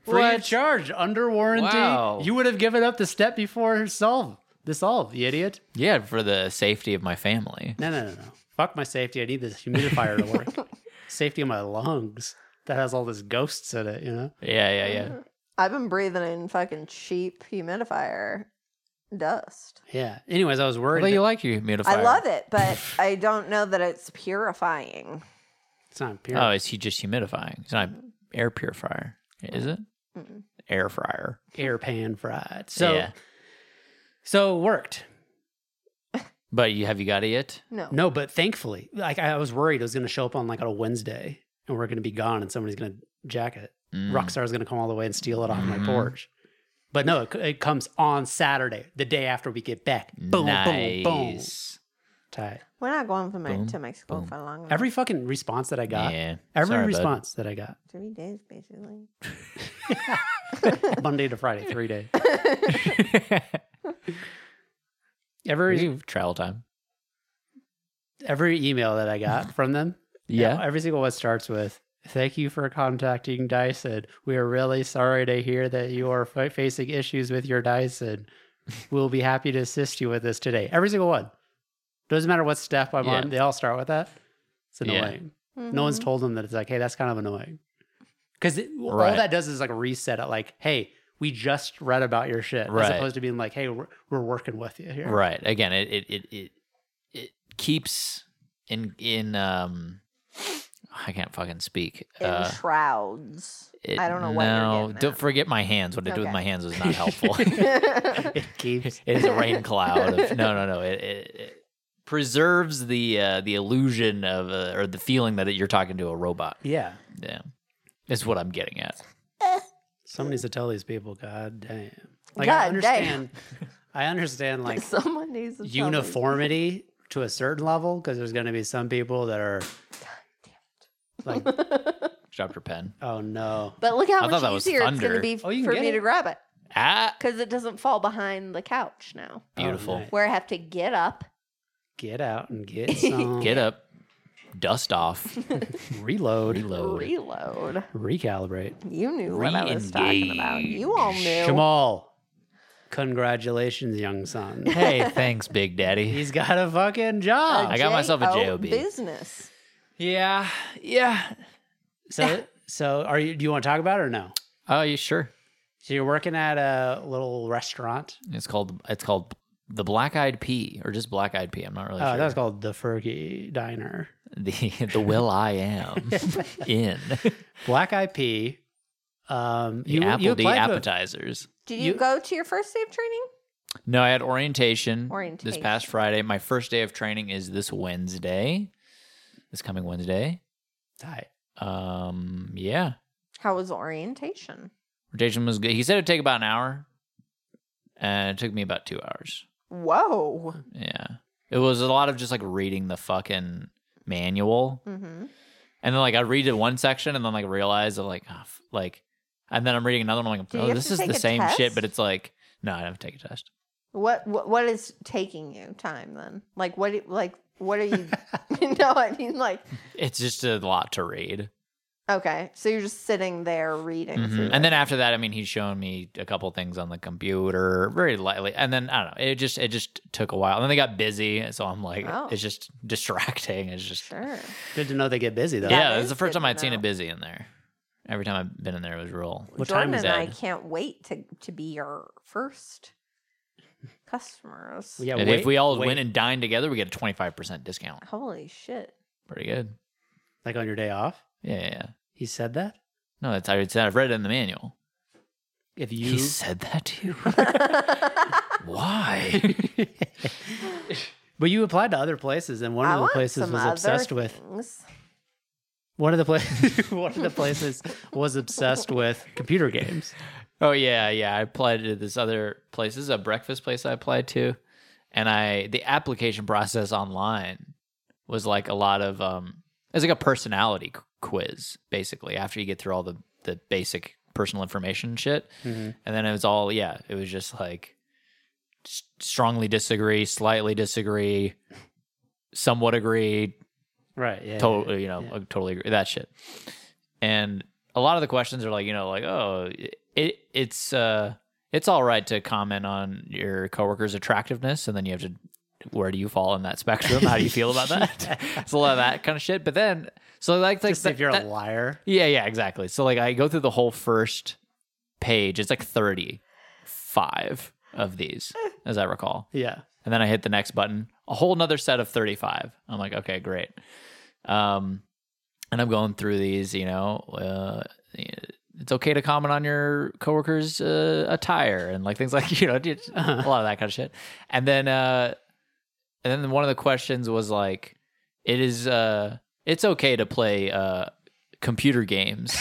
[SPEAKER 2] Free
[SPEAKER 3] What?
[SPEAKER 2] of charge, under warranty.
[SPEAKER 3] Wow.
[SPEAKER 2] You would have given up the step before solve the solve, you idiot.
[SPEAKER 3] yeah, for the safety of my family.
[SPEAKER 2] No, no, no, no. Fuck my safety. I need this humidifier to work. safety of my lungs that has all this ghosts in it, you know?
[SPEAKER 3] Yeah, yeah, yeah.
[SPEAKER 4] I've been breathing in fucking cheap humidifier dust.
[SPEAKER 2] Yeah. Anyways, I was worried.
[SPEAKER 3] Although
[SPEAKER 2] that-
[SPEAKER 3] you like your humidifier.
[SPEAKER 4] I love it, but I don't know that it's purifying.
[SPEAKER 2] it's not pure.
[SPEAKER 3] Oh, is he just humidifying? It's not air purifier, is it?
[SPEAKER 4] Mm-mm.
[SPEAKER 3] Air fryer.
[SPEAKER 2] Air pan fried. So,
[SPEAKER 3] yeah.
[SPEAKER 2] so it worked.
[SPEAKER 3] But you have you got it yet?
[SPEAKER 4] No.
[SPEAKER 2] No, but thankfully, like I was worried it was going to show up on like on a Wednesday and we're going to be gone and somebody's going to jack it.
[SPEAKER 3] Mm.
[SPEAKER 2] Rockstar's going to come all the way and steal it off my
[SPEAKER 3] Mhm.
[SPEAKER 2] porch. But no, it, c- it comes on Saturday, the day after we get back. Boom, boom, boom.
[SPEAKER 3] Nice.
[SPEAKER 2] Tight.
[SPEAKER 4] We're not going to, me-
[SPEAKER 3] Boom,
[SPEAKER 4] to Mexico
[SPEAKER 3] boom.
[SPEAKER 4] for long.
[SPEAKER 2] Every fucking response that I got,
[SPEAKER 3] Yeah.
[SPEAKER 2] every
[SPEAKER 3] Sorry, bud.
[SPEAKER 2] response that I got
[SPEAKER 4] three days, basically.
[SPEAKER 2] Monday to Friday, three days. Every
[SPEAKER 3] You travel time.
[SPEAKER 2] every email that I got from them,
[SPEAKER 3] Yeah.
[SPEAKER 2] every single one starts with "Thank you for contacting Dyson. We are really sorry to hear that you are fa- facing issues with your Dyson. We'll be happy to assist you with this today." Every single one. Doesn't matter what step I'm
[SPEAKER 3] Yeah.
[SPEAKER 2] on, they all start with that. It's
[SPEAKER 3] Yeah.
[SPEAKER 2] annoying. No one's
[SPEAKER 4] Mhm.
[SPEAKER 2] told them that it's like, hey, that's kind of annoying. Because all
[SPEAKER 3] Right.
[SPEAKER 2] that does is like reset it. Like, hey, we just read about your shit,
[SPEAKER 3] Right.
[SPEAKER 2] as opposed to being like, hey, we're, we're working with you here.
[SPEAKER 3] Right. Again, it it it it, it keeps in in um I can't fucking speak.
[SPEAKER 4] Mm-hmm.
[SPEAKER 3] Uh,
[SPEAKER 4] Enshrouds.
[SPEAKER 3] it-
[SPEAKER 4] I don't know what you're
[SPEAKER 3] No,
[SPEAKER 4] getting
[SPEAKER 3] don't
[SPEAKER 4] at.
[SPEAKER 3] forget my hands. What I do with
[SPEAKER 4] Okay.
[SPEAKER 3] my hands was not helpful.
[SPEAKER 2] It keeps.
[SPEAKER 3] It is a rain cloud. Of, no, no, no. It, it, it preserves the uh, the illusion of uh, or the feeling that you're talking to a robot.
[SPEAKER 2] Yeah.
[SPEAKER 3] Yeah, is what I'm getting at.
[SPEAKER 2] Someone needs to tell these people, God damn. Like, I
[SPEAKER 4] God
[SPEAKER 2] understand. I understand, like,
[SPEAKER 4] Someone needs to tell me.
[SPEAKER 2] uniformity to a certain level, because there's going to be some people that are like,
[SPEAKER 3] Drop your pen.
[SPEAKER 2] oh no.
[SPEAKER 4] But look how
[SPEAKER 3] I thought that
[SPEAKER 4] much
[SPEAKER 3] was
[SPEAKER 4] easier it's going
[SPEAKER 3] thunder.
[SPEAKER 4] to be
[SPEAKER 2] Oh, you can
[SPEAKER 4] for
[SPEAKER 2] get
[SPEAKER 4] me
[SPEAKER 2] it.
[SPEAKER 4] to grab it
[SPEAKER 3] Ah,
[SPEAKER 4] because it doesn't fall behind the couch now,
[SPEAKER 3] beautiful.
[SPEAKER 2] nice.
[SPEAKER 4] where I have to get up.
[SPEAKER 2] Get out and get some.
[SPEAKER 3] Get up, dust off,
[SPEAKER 2] Reload.
[SPEAKER 3] reload.
[SPEAKER 4] Reload.
[SPEAKER 2] Recalibrate.
[SPEAKER 4] You knew what I was talking about. You all knew.
[SPEAKER 2] Jamal, congratulations, young son.
[SPEAKER 3] hey, thanks, Big Daddy.
[SPEAKER 2] He's got a fucking job.
[SPEAKER 3] I got myself a
[SPEAKER 4] J.O.
[SPEAKER 3] JOB.
[SPEAKER 4] Business.
[SPEAKER 3] Yeah, yeah.
[SPEAKER 2] So, so are you? Do you want to talk about it or no?
[SPEAKER 3] Oh, you sure?
[SPEAKER 2] So you're working at a little restaurant.
[SPEAKER 3] It's called it's called the Black Eyed Pea or just Black Eyed Pea. I'm not really
[SPEAKER 2] Oh,
[SPEAKER 3] sure.
[SPEAKER 2] that was called the Fergie Diner.
[SPEAKER 3] the the Will I Am in
[SPEAKER 2] Black IP. Um,
[SPEAKER 3] the
[SPEAKER 2] you, you
[SPEAKER 3] Applebee
[SPEAKER 2] applied to a-
[SPEAKER 3] appetizers.
[SPEAKER 4] Did you,
[SPEAKER 2] You-
[SPEAKER 4] go to your first day of training?
[SPEAKER 3] No, I had orientation, this
[SPEAKER 4] Orientation.
[SPEAKER 3] past Friday. My first day of training is this Wednesday, this coming Wednesday.
[SPEAKER 2] Tight.
[SPEAKER 3] Um, yeah,
[SPEAKER 4] How was orientation?
[SPEAKER 3] orientation was good. He said it'd take about an hour, and it took me about two hours.
[SPEAKER 4] Whoa.
[SPEAKER 3] Yeah. It was a lot of just like reading the fucking manual.
[SPEAKER 4] Mm-hmm.
[SPEAKER 3] And then like I read it one section and then like realize that like ah, f- like and then I'm reading another one like
[SPEAKER 4] Do you
[SPEAKER 3] oh
[SPEAKER 4] have
[SPEAKER 3] this
[SPEAKER 4] to
[SPEAKER 3] is the
[SPEAKER 4] take a
[SPEAKER 3] same shit
[SPEAKER 4] test?
[SPEAKER 3] but it's like no I don't have to take a test.
[SPEAKER 4] What, what what is taking you time then? Like what do- like what are you? you know I mean like
[SPEAKER 3] It's just a lot to read.
[SPEAKER 4] okay so you're just sitting there reading
[SPEAKER 3] Mhm.
[SPEAKER 4] through
[SPEAKER 3] And
[SPEAKER 4] it.
[SPEAKER 3] then after that I mean he's showing me a couple things on the computer very lightly and then I don't know it just it just took a while and then they got busy so I'm like
[SPEAKER 4] Oh.
[SPEAKER 3] it's just distracting it's just
[SPEAKER 4] sure
[SPEAKER 2] Good to know they get busy though.
[SPEAKER 4] That
[SPEAKER 3] yeah it's
[SPEAKER 4] is
[SPEAKER 3] the first
[SPEAKER 4] good
[SPEAKER 3] time
[SPEAKER 4] to
[SPEAKER 3] I'd seen
[SPEAKER 4] know.
[SPEAKER 3] it busy in there. Every time I've been in there it was real
[SPEAKER 2] What
[SPEAKER 4] Jordan
[SPEAKER 2] time is
[SPEAKER 4] and I
[SPEAKER 3] that?
[SPEAKER 4] can't wait to to be your first customers.
[SPEAKER 2] Yeah.
[SPEAKER 3] And
[SPEAKER 2] wait-
[SPEAKER 3] if we all
[SPEAKER 2] wait,
[SPEAKER 3] went and dined together, we get a 25% discount.
[SPEAKER 4] Holy shit!
[SPEAKER 3] Pretty good.
[SPEAKER 2] like on your day off,
[SPEAKER 3] Yeah, yeah, yeah.
[SPEAKER 2] he said that.
[SPEAKER 3] No, that's I said I've read it in the manual.
[SPEAKER 2] If
[SPEAKER 3] He
[SPEAKER 2] you
[SPEAKER 3] said that to you. Why?
[SPEAKER 2] But you applied to other places and one
[SPEAKER 4] I
[SPEAKER 2] of the
[SPEAKER 4] want
[SPEAKER 2] places
[SPEAKER 4] some
[SPEAKER 2] was
[SPEAKER 4] other
[SPEAKER 2] obsessed with
[SPEAKER 4] things.
[SPEAKER 2] one of the places one of the places was obsessed with computer games.
[SPEAKER 3] Oh yeah, yeah. I applied to this other place. This is a breakfast place I applied to, and I the application process online was like a lot of um, it's like a personality qu- quiz basically. After you get through all the the basic personal information shit,
[SPEAKER 2] Mm-hmm.
[SPEAKER 3] and then it was all yeah, it was just like s- strongly disagree, slightly disagree, somewhat agree,
[SPEAKER 2] Right. Yeah.
[SPEAKER 3] totally you know I totally agree that shit and a lot of the questions are like you know like oh it it's uh it's all right to comment on your coworker's attractiveness and then you have to where do you fall in that spectrum how do you feel about that it's a lot of that kind of shit but then so like like
[SPEAKER 2] Just if you're
[SPEAKER 3] that-
[SPEAKER 2] a liar.
[SPEAKER 3] yeah, yeah, exactly. So like I go through the whole first page. It's like 35 of these, as I recall.
[SPEAKER 2] Yeah.
[SPEAKER 3] And then I hit the next button. A whole nother set of 35. I'm like, okay, great. Um and I'm going through these, you know, uh it's okay to comment on your coworker's uh, attire and like things like you know just a lot of that kind of shit. And then uh and then one of the questions was like it is uh it's okay to play uh computer games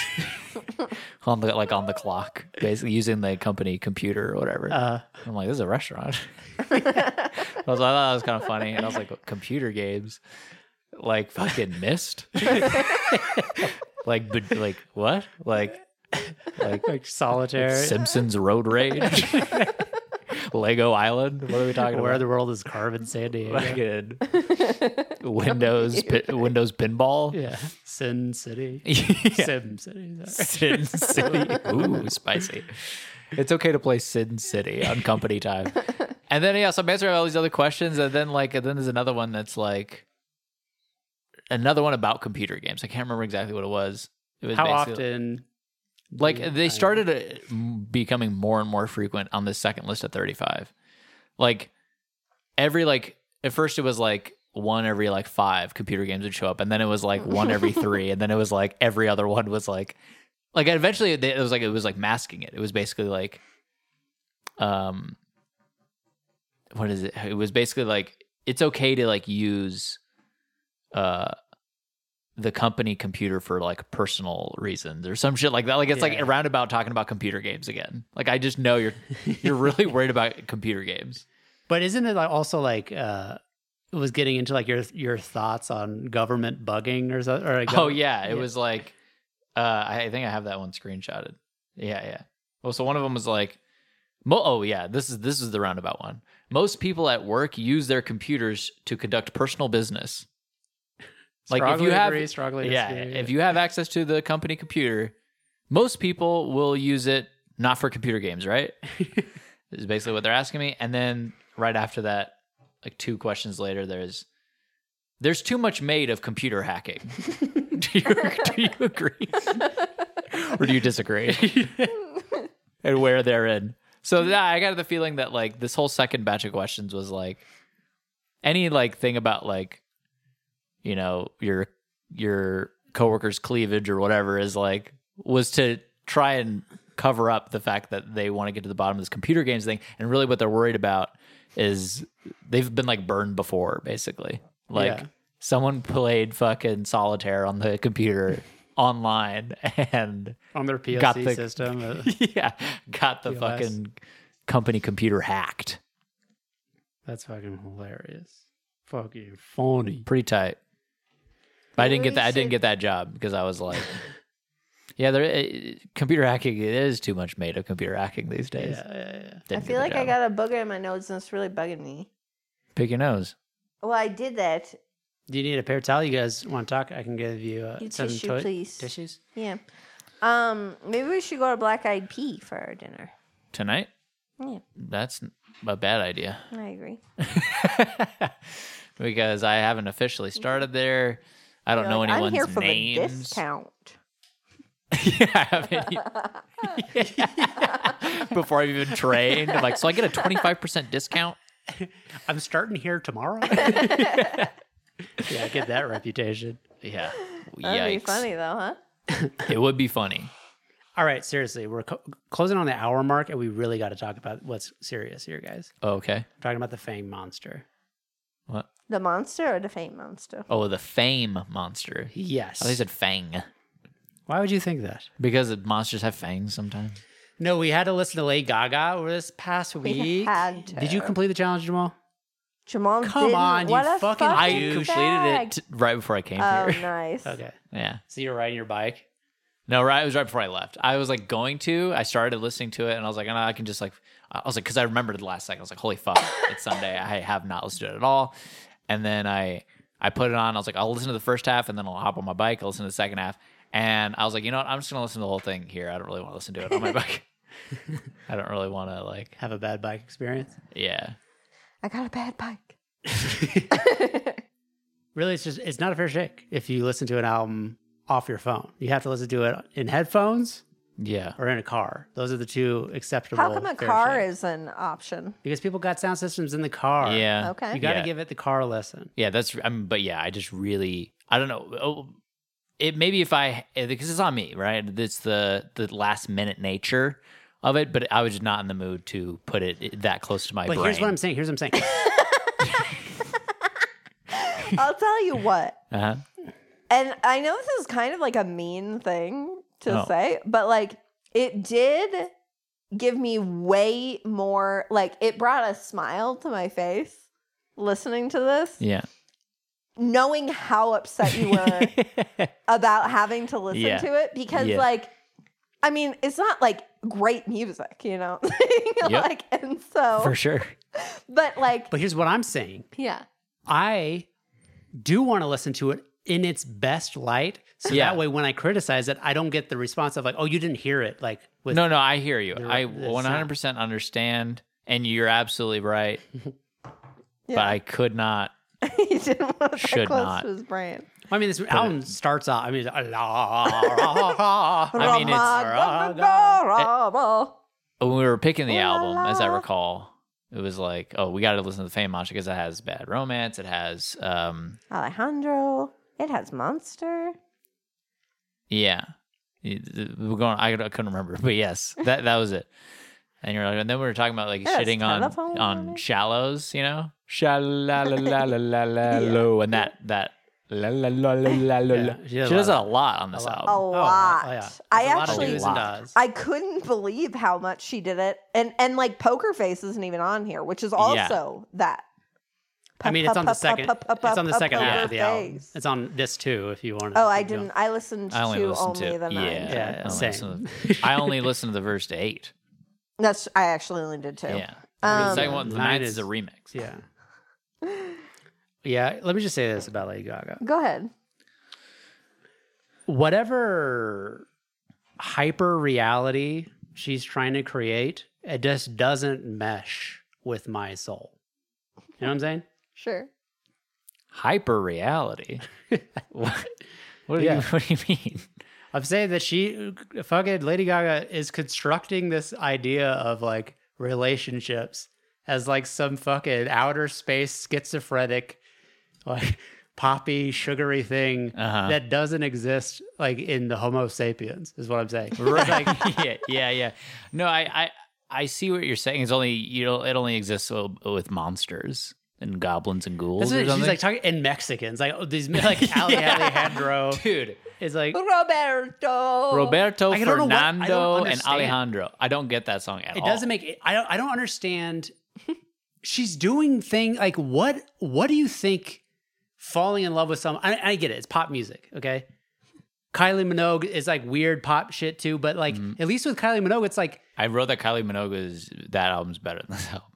[SPEAKER 3] on the like on the clock basically using the company computer or whatever
[SPEAKER 2] Uh,
[SPEAKER 3] i'm like this is a restaurant I, was, I thought that was kind of funny and i was like computer games like fucking missed like but like what like like
[SPEAKER 2] like solitaire.
[SPEAKER 3] simpsons road rage lego island what are we talking
[SPEAKER 2] Where
[SPEAKER 3] about
[SPEAKER 2] the world is carbon sandy.
[SPEAKER 3] Fucking windows pin, windows pinball
[SPEAKER 2] Yeah. Sin City. Sim City. sorry.
[SPEAKER 3] Sin City. Ooh, spicy. It's okay to play Sin City on company time. And then yeah, so I'm answering all these other questions, and then like, and then there's another one that's like, another one about computer games. I can't remember exactly what it was. It was
[SPEAKER 2] How
[SPEAKER 3] basically-
[SPEAKER 2] often? Mm,
[SPEAKER 3] Like they started uh, m- becoming more and more frequent on this second list of 35. Like every like at first it was like one every like five computer games would show up, and then it was like one every three, and then it was like every other one was like like eventually they- it was like it was like masking it. It was basically like um what is it? It was basically like it's okay to like use uh the company computer for like personal reasons or some shit like that. Like it's
[SPEAKER 2] Yeah.
[SPEAKER 3] like around about talking about computer games again. Like I just know you're you're really worried about computer games.
[SPEAKER 2] But isn't it like also like uh it was getting into like your your thoughts on government bugging or something? Or like
[SPEAKER 3] Oh yeah, it
[SPEAKER 2] yeah.
[SPEAKER 3] was like uh I I think I have that one screenshotted. Yeah, yeah. Well, so one of them was like mo- oh yeah, this is this is the roundabout one. Most people at work use their computers to conduct personal business. Like if
[SPEAKER 2] strongly
[SPEAKER 3] you have
[SPEAKER 2] agree, strongly
[SPEAKER 3] yeah,
[SPEAKER 2] disagree,
[SPEAKER 3] if you have access to the company computer, most people will use it not for computer games, right? this is basically what they're asking me. And then right after that, like two questions later, there's there's too much made of computer hacking. do, you, do you agree or do you disagree? and where they're in. So yeah, I got the feeling that like this whole second batch of questions was like any like thing about like you know your your coworker's cleavage or whatever is like was to try and cover up the fact that they want to get to the bottom of this computer games thing and really what they're worried about is they've been like burned before basically like
[SPEAKER 2] Yeah.
[SPEAKER 3] someone played fucking solitaire on the computer online and
[SPEAKER 2] on their PLC
[SPEAKER 3] got the-
[SPEAKER 2] system. uh,
[SPEAKER 3] yeah got the
[SPEAKER 2] POS.
[SPEAKER 3] fucking company computer hacked
[SPEAKER 2] That's fucking hilarious. Fucking phony.
[SPEAKER 3] pretty tight. But I didn't get
[SPEAKER 4] Really
[SPEAKER 3] that. I
[SPEAKER 4] should-
[SPEAKER 3] didn't get that job because I was like, yeah, there uh, computer hacking. It is too much made of computer hacking these
[SPEAKER 2] Yeah,
[SPEAKER 3] days.
[SPEAKER 2] yeah, yeah.
[SPEAKER 4] I
[SPEAKER 3] Didn't get
[SPEAKER 4] feel
[SPEAKER 3] the
[SPEAKER 4] like I
[SPEAKER 3] job.
[SPEAKER 4] got a booger in my nose and it's really bugging me.
[SPEAKER 3] pick your nose.
[SPEAKER 4] Well, I did that.
[SPEAKER 2] Do you need a paper towel? You guys want to talk? I can give you, uh,
[SPEAKER 4] You
[SPEAKER 2] some
[SPEAKER 4] tissue,
[SPEAKER 2] toy-
[SPEAKER 4] please.
[SPEAKER 2] tissues.
[SPEAKER 4] Yeah. Um, maybe we should go to Black Eyed Pea for our dinner.
[SPEAKER 3] tonight.
[SPEAKER 4] Yeah.
[SPEAKER 3] That's a bad idea
[SPEAKER 4] I agree.
[SPEAKER 3] because I haven't officially started there. I don't
[SPEAKER 4] You're
[SPEAKER 3] know
[SPEAKER 4] like,
[SPEAKER 3] anyone's
[SPEAKER 4] I'm here for
[SPEAKER 3] names.
[SPEAKER 4] the discount.
[SPEAKER 3] yeah, I mean, yeah. Before I've even trained, I'm like, so I get a 25% discount.
[SPEAKER 2] I'm starting here tomorrow. yeah, get that reputation.
[SPEAKER 3] Yeah.
[SPEAKER 4] That'd
[SPEAKER 3] Yikes.
[SPEAKER 4] be funny though, huh?
[SPEAKER 3] It would be funny.
[SPEAKER 2] All right, seriously, we're co- closing on the hour mark, and we really got to talk about what's serious here, guys.
[SPEAKER 3] Oh, okay.
[SPEAKER 2] I'm talking about the Fang monster.
[SPEAKER 3] What?
[SPEAKER 4] The monster or the faint monster?
[SPEAKER 3] Oh, the fame monster.
[SPEAKER 2] Yes.
[SPEAKER 3] Oh, they said fang
[SPEAKER 2] Why would you think that?
[SPEAKER 3] because the monsters have fangs sometimes.
[SPEAKER 2] No, we had to listen to Lady Gaga over this past week.
[SPEAKER 4] had to.
[SPEAKER 2] Did you complete the challenge, Jamal?
[SPEAKER 4] Jamal,
[SPEAKER 2] Come
[SPEAKER 4] didn't.
[SPEAKER 2] on, you
[SPEAKER 4] what a
[SPEAKER 2] fucking
[SPEAKER 3] I
[SPEAKER 2] Huge
[SPEAKER 3] completed
[SPEAKER 4] douchebag.
[SPEAKER 3] it t- right before I came
[SPEAKER 4] Oh,
[SPEAKER 3] here.
[SPEAKER 4] nice.
[SPEAKER 2] Okay.
[SPEAKER 3] Yeah.
[SPEAKER 2] So you're riding your bike.
[SPEAKER 3] No, right. It was right before I left. I was like going to. I started listening to it, and I was like, oh, no, I can just like. I was like, because I remembered the last second. I was like, holy fuck, it's Sunday. I have not listened to it at all. And then I, I put it on. I was like, I'll listen to the first half, and then I'll hop on my bike. I'll listen to the second half. And I was like, you know what? I'm just gonna listen to the whole thing here. I don't really want to listen to it on my bike. I don't really want to like.
[SPEAKER 2] Have a bad bike experience.
[SPEAKER 3] Yeah.
[SPEAKER 4] I got a bad bike.
[SPEAKER 2] really it's just it's not a fair shake if you listen to an album off your phone you have to listen to it in headphones
[SPEAKER 3] Yeah.
[SPEAKER 2] or in a car those are the two acceptable
[SPEAKER 4] How come a
[SPEAKER 2] fair
[SPEAKER 4] car
[SPEAKER 2] shake.
[SPEAKER 4] is an option?
[SPEAKER 2] because people got sound systems in the car
[SPEAKER 3] Yeah.
[SPEAKER 4] Okay.
[SPEAKER 2] you got to
[SPEAKER 3] Yeah.
[SPEAKER 2] give it the car a lesson
[SPEAKER 3] Yeah, that's. I mean, but yeah, I just really, I don't know. Oh, It maybe if I eh, because it's on me, right? It's the the last minute nature of it, but I was just not in the mood to put it eh, that close to my
[SPEAKER 2] but
[SPEAKER 3] brain.
[SPEAKER 2] here's what i'm saying here's what i'm saying
[SPEAKER 4] I'll tell you what.
[SPEAKER 3] Uh-huh.
[SPEAKER 4] And I know this is kind of like a mean thing to
[SPEAKER 3] Oh.
[SPEAKER 4] say, but like it did give me way more, like it brought a smile to my face listening to this,
[SPEAKER 3] Yeah,
[SPEAKER 4] knowing how upset you were about having to listen
[SPEAKER 3] Yeah.
[SPEAKER 4] to it because
[SPEAKER 3] Yeah.
[SPEAKER 4] like I mean, it's not like great music, you know. like and so
[SPEAKER 3] for sure.
[SPEAKER 4] but like
[SPEAKER 2] but here's what i'm saying
[SPEAKER 4] yeah.
[SPEAKER 2] i do want to listen to it in its best light so
[SPEAKER 3] Yeah.
[SPEAKER 2] that way when i criticize it i don't get the response of like oh you didn't hear it like with
[SPEAKER 3] no, no, I hear you.
[SPEAKER 2] the-
[SPEAKER 3] I
[SPEAKER 2] the sound.
[SPEAKER 3] 100 percent understand, and you're absolutely right. But
[SPEAKER 4] yeah.
[SPEAKER 3] I could not.
[SPEAKER 4] he didn't want that
[SPEAKER 3] should
[SPEAKER 4] close
[SPEAKER 3] not.
[SPEAKER 4] to his brain.
[SPEAKER 2] i mean this album starts off i mean it's- I mean, it's-
[SPEAKER 3] uh, When we were picking the
[SPEAKER 4] Ooh la
[SPEAKER 3] album, as I
[SPEAKER 4] la.
[SPEAKER 3] recall, it was like, oh, we got to listen to the Fame Monster because it has Bad Romance. It has um,
[SPEAKER 4] Alejandro. It has monster.
[SPEAKER 3] Yeah. Y- th- We're going, I couldn't remember, but yes, that that was it. And you're like, and then we were talking about like
[SPEAKER 4] Yeah, it's
[SPEAKER 3] shitting on
[SPEAKER 4] telephone
[SPEAKER 3] on
[SPEAKER 4] money.
[SPEAKER 3] shallows, you know, shalalalalalo, and that that la la la la la la.
[SPEAKER 2] Yeah,
[SPEAKER 3] la.
[SPEAKER 2] she
[SPEAKER 3] She
[SPEAKER 2] does a
[SPEAKER 3] does
[SPEAKER 2] lot
[SPEAKER 3] a lot on this
[SPEAKER 4] A
[SPEAKER 3] album.
[SPEAKER 4] lot.
[SPEAKER 2] oh, yeah. There's a
[SPEAKER 4] I
[SPEAKER 2] lot of
[SPEAKER 4] actually
[SPEAKER 2] do's and does.
[SPEAKER 4] I couldn't believe how much she did it. And and like poker face isn't even on here, which is
[SPEAKER 3] Yeah.
[SPEAKER 4] also that.
[SPEAKER 2] I mean, it's on the second. It's on the second half of the album.
[SPEAKER 4] Poker Face.
[SPEAKER 2] It's on this too, if you want. to
[SPEAKER 4] Oh, I
[SPEAKER 2] keep going.
[SPEAKER 4] didn't. I listened to
[SPEAKER 3] I only
[SPEAKER 4] only,
[SPEAKER 3] listened to
[SPEAKER 4] the
[SPEAKER 3] yeah,
[SPEAKER 4] nine.
[SPEAKER 2] Yeah,
[SPEAKER 3] I only
[SPEAKER 2] same.
[SPEAKER 3] listened to- I only listened to the verse to eight.
[SPEAKER 4] That's I actually only did two.
[SPEAKER 3] Yeah, I mean, the
[SPEAKER 4] Um,
[SPEAKER 3] second one, the
[SPEAKER 2] Nine
[SPEAKER 3] ninth is
[SPEAKER 2] is-
[SPEAKER 3] a remix.
[SPEAKER 2] Yeah. Yeah. Let me just say this about Lady Gaga.
[SPEAKER 4] Go ahead.
[SPEAKER 2] Whatever hyper reality she's trying to create, it just doesn't mesh with my soul. You know what I'm saying?
[SPEAKER 4] Sure.
[SPEAKER 3] Hyper reality. what? What do
[SPEAKER 2] Yeah.
[SPEAKER 3] you What do you mean?
[SPEAKER 2] I'm saying that she, fucking Lady Gaga, is constructing this idea of like relationships as like some fucking outer space schizophrenic, like poppy, sugary thing
[SPEAKER 3] Uh-huh.
[SPEAKER 2] that doesn't exist like in the Homo sapiens, is what I'm saying.
[SPEAKER 3] right. yeah, yeah, yeah. No, I, I, I see what you're saying. It's only you know, it only exists so- with monsters and goblins and ghouls.
[SPEAKER 2] That's
[SPEAKER 3] or
[SPEAKER 2] what she's
[SPEAKER 3] something.
[SPEAKER 2] like talking in Mexicans, like oh, these like Ale
[SPEAKER 3] Yeah.
[SPEAKER 2] Alejandro
[SPEAKER 3] dude.
[SPEAKER 2] is like it
[SPEAKER 4] Roberto.
[SPEAKER 3] Roberto
[SPEAKER 2] I don't know what- I don't
[SPEAKER 3] Fernando and
[SPEAKER 2] understand.
[SPEAKER 3] Alejandro. I don't get that song at all.
[SPEAKER 2] doesn't make I don't I don't understand. She's doing thing like what what do you think falling in love with someone? I, I get it. It's pop music, okay. Kylie Minogue is like weird pop shit too, but like
[SPEAKER 3] Mm-hmm.
[SPEAKER 2] at least with Kylie Minogue, it's like
[SPEAKER 3] I wrote that Kylie Minogue is that album's better than this album.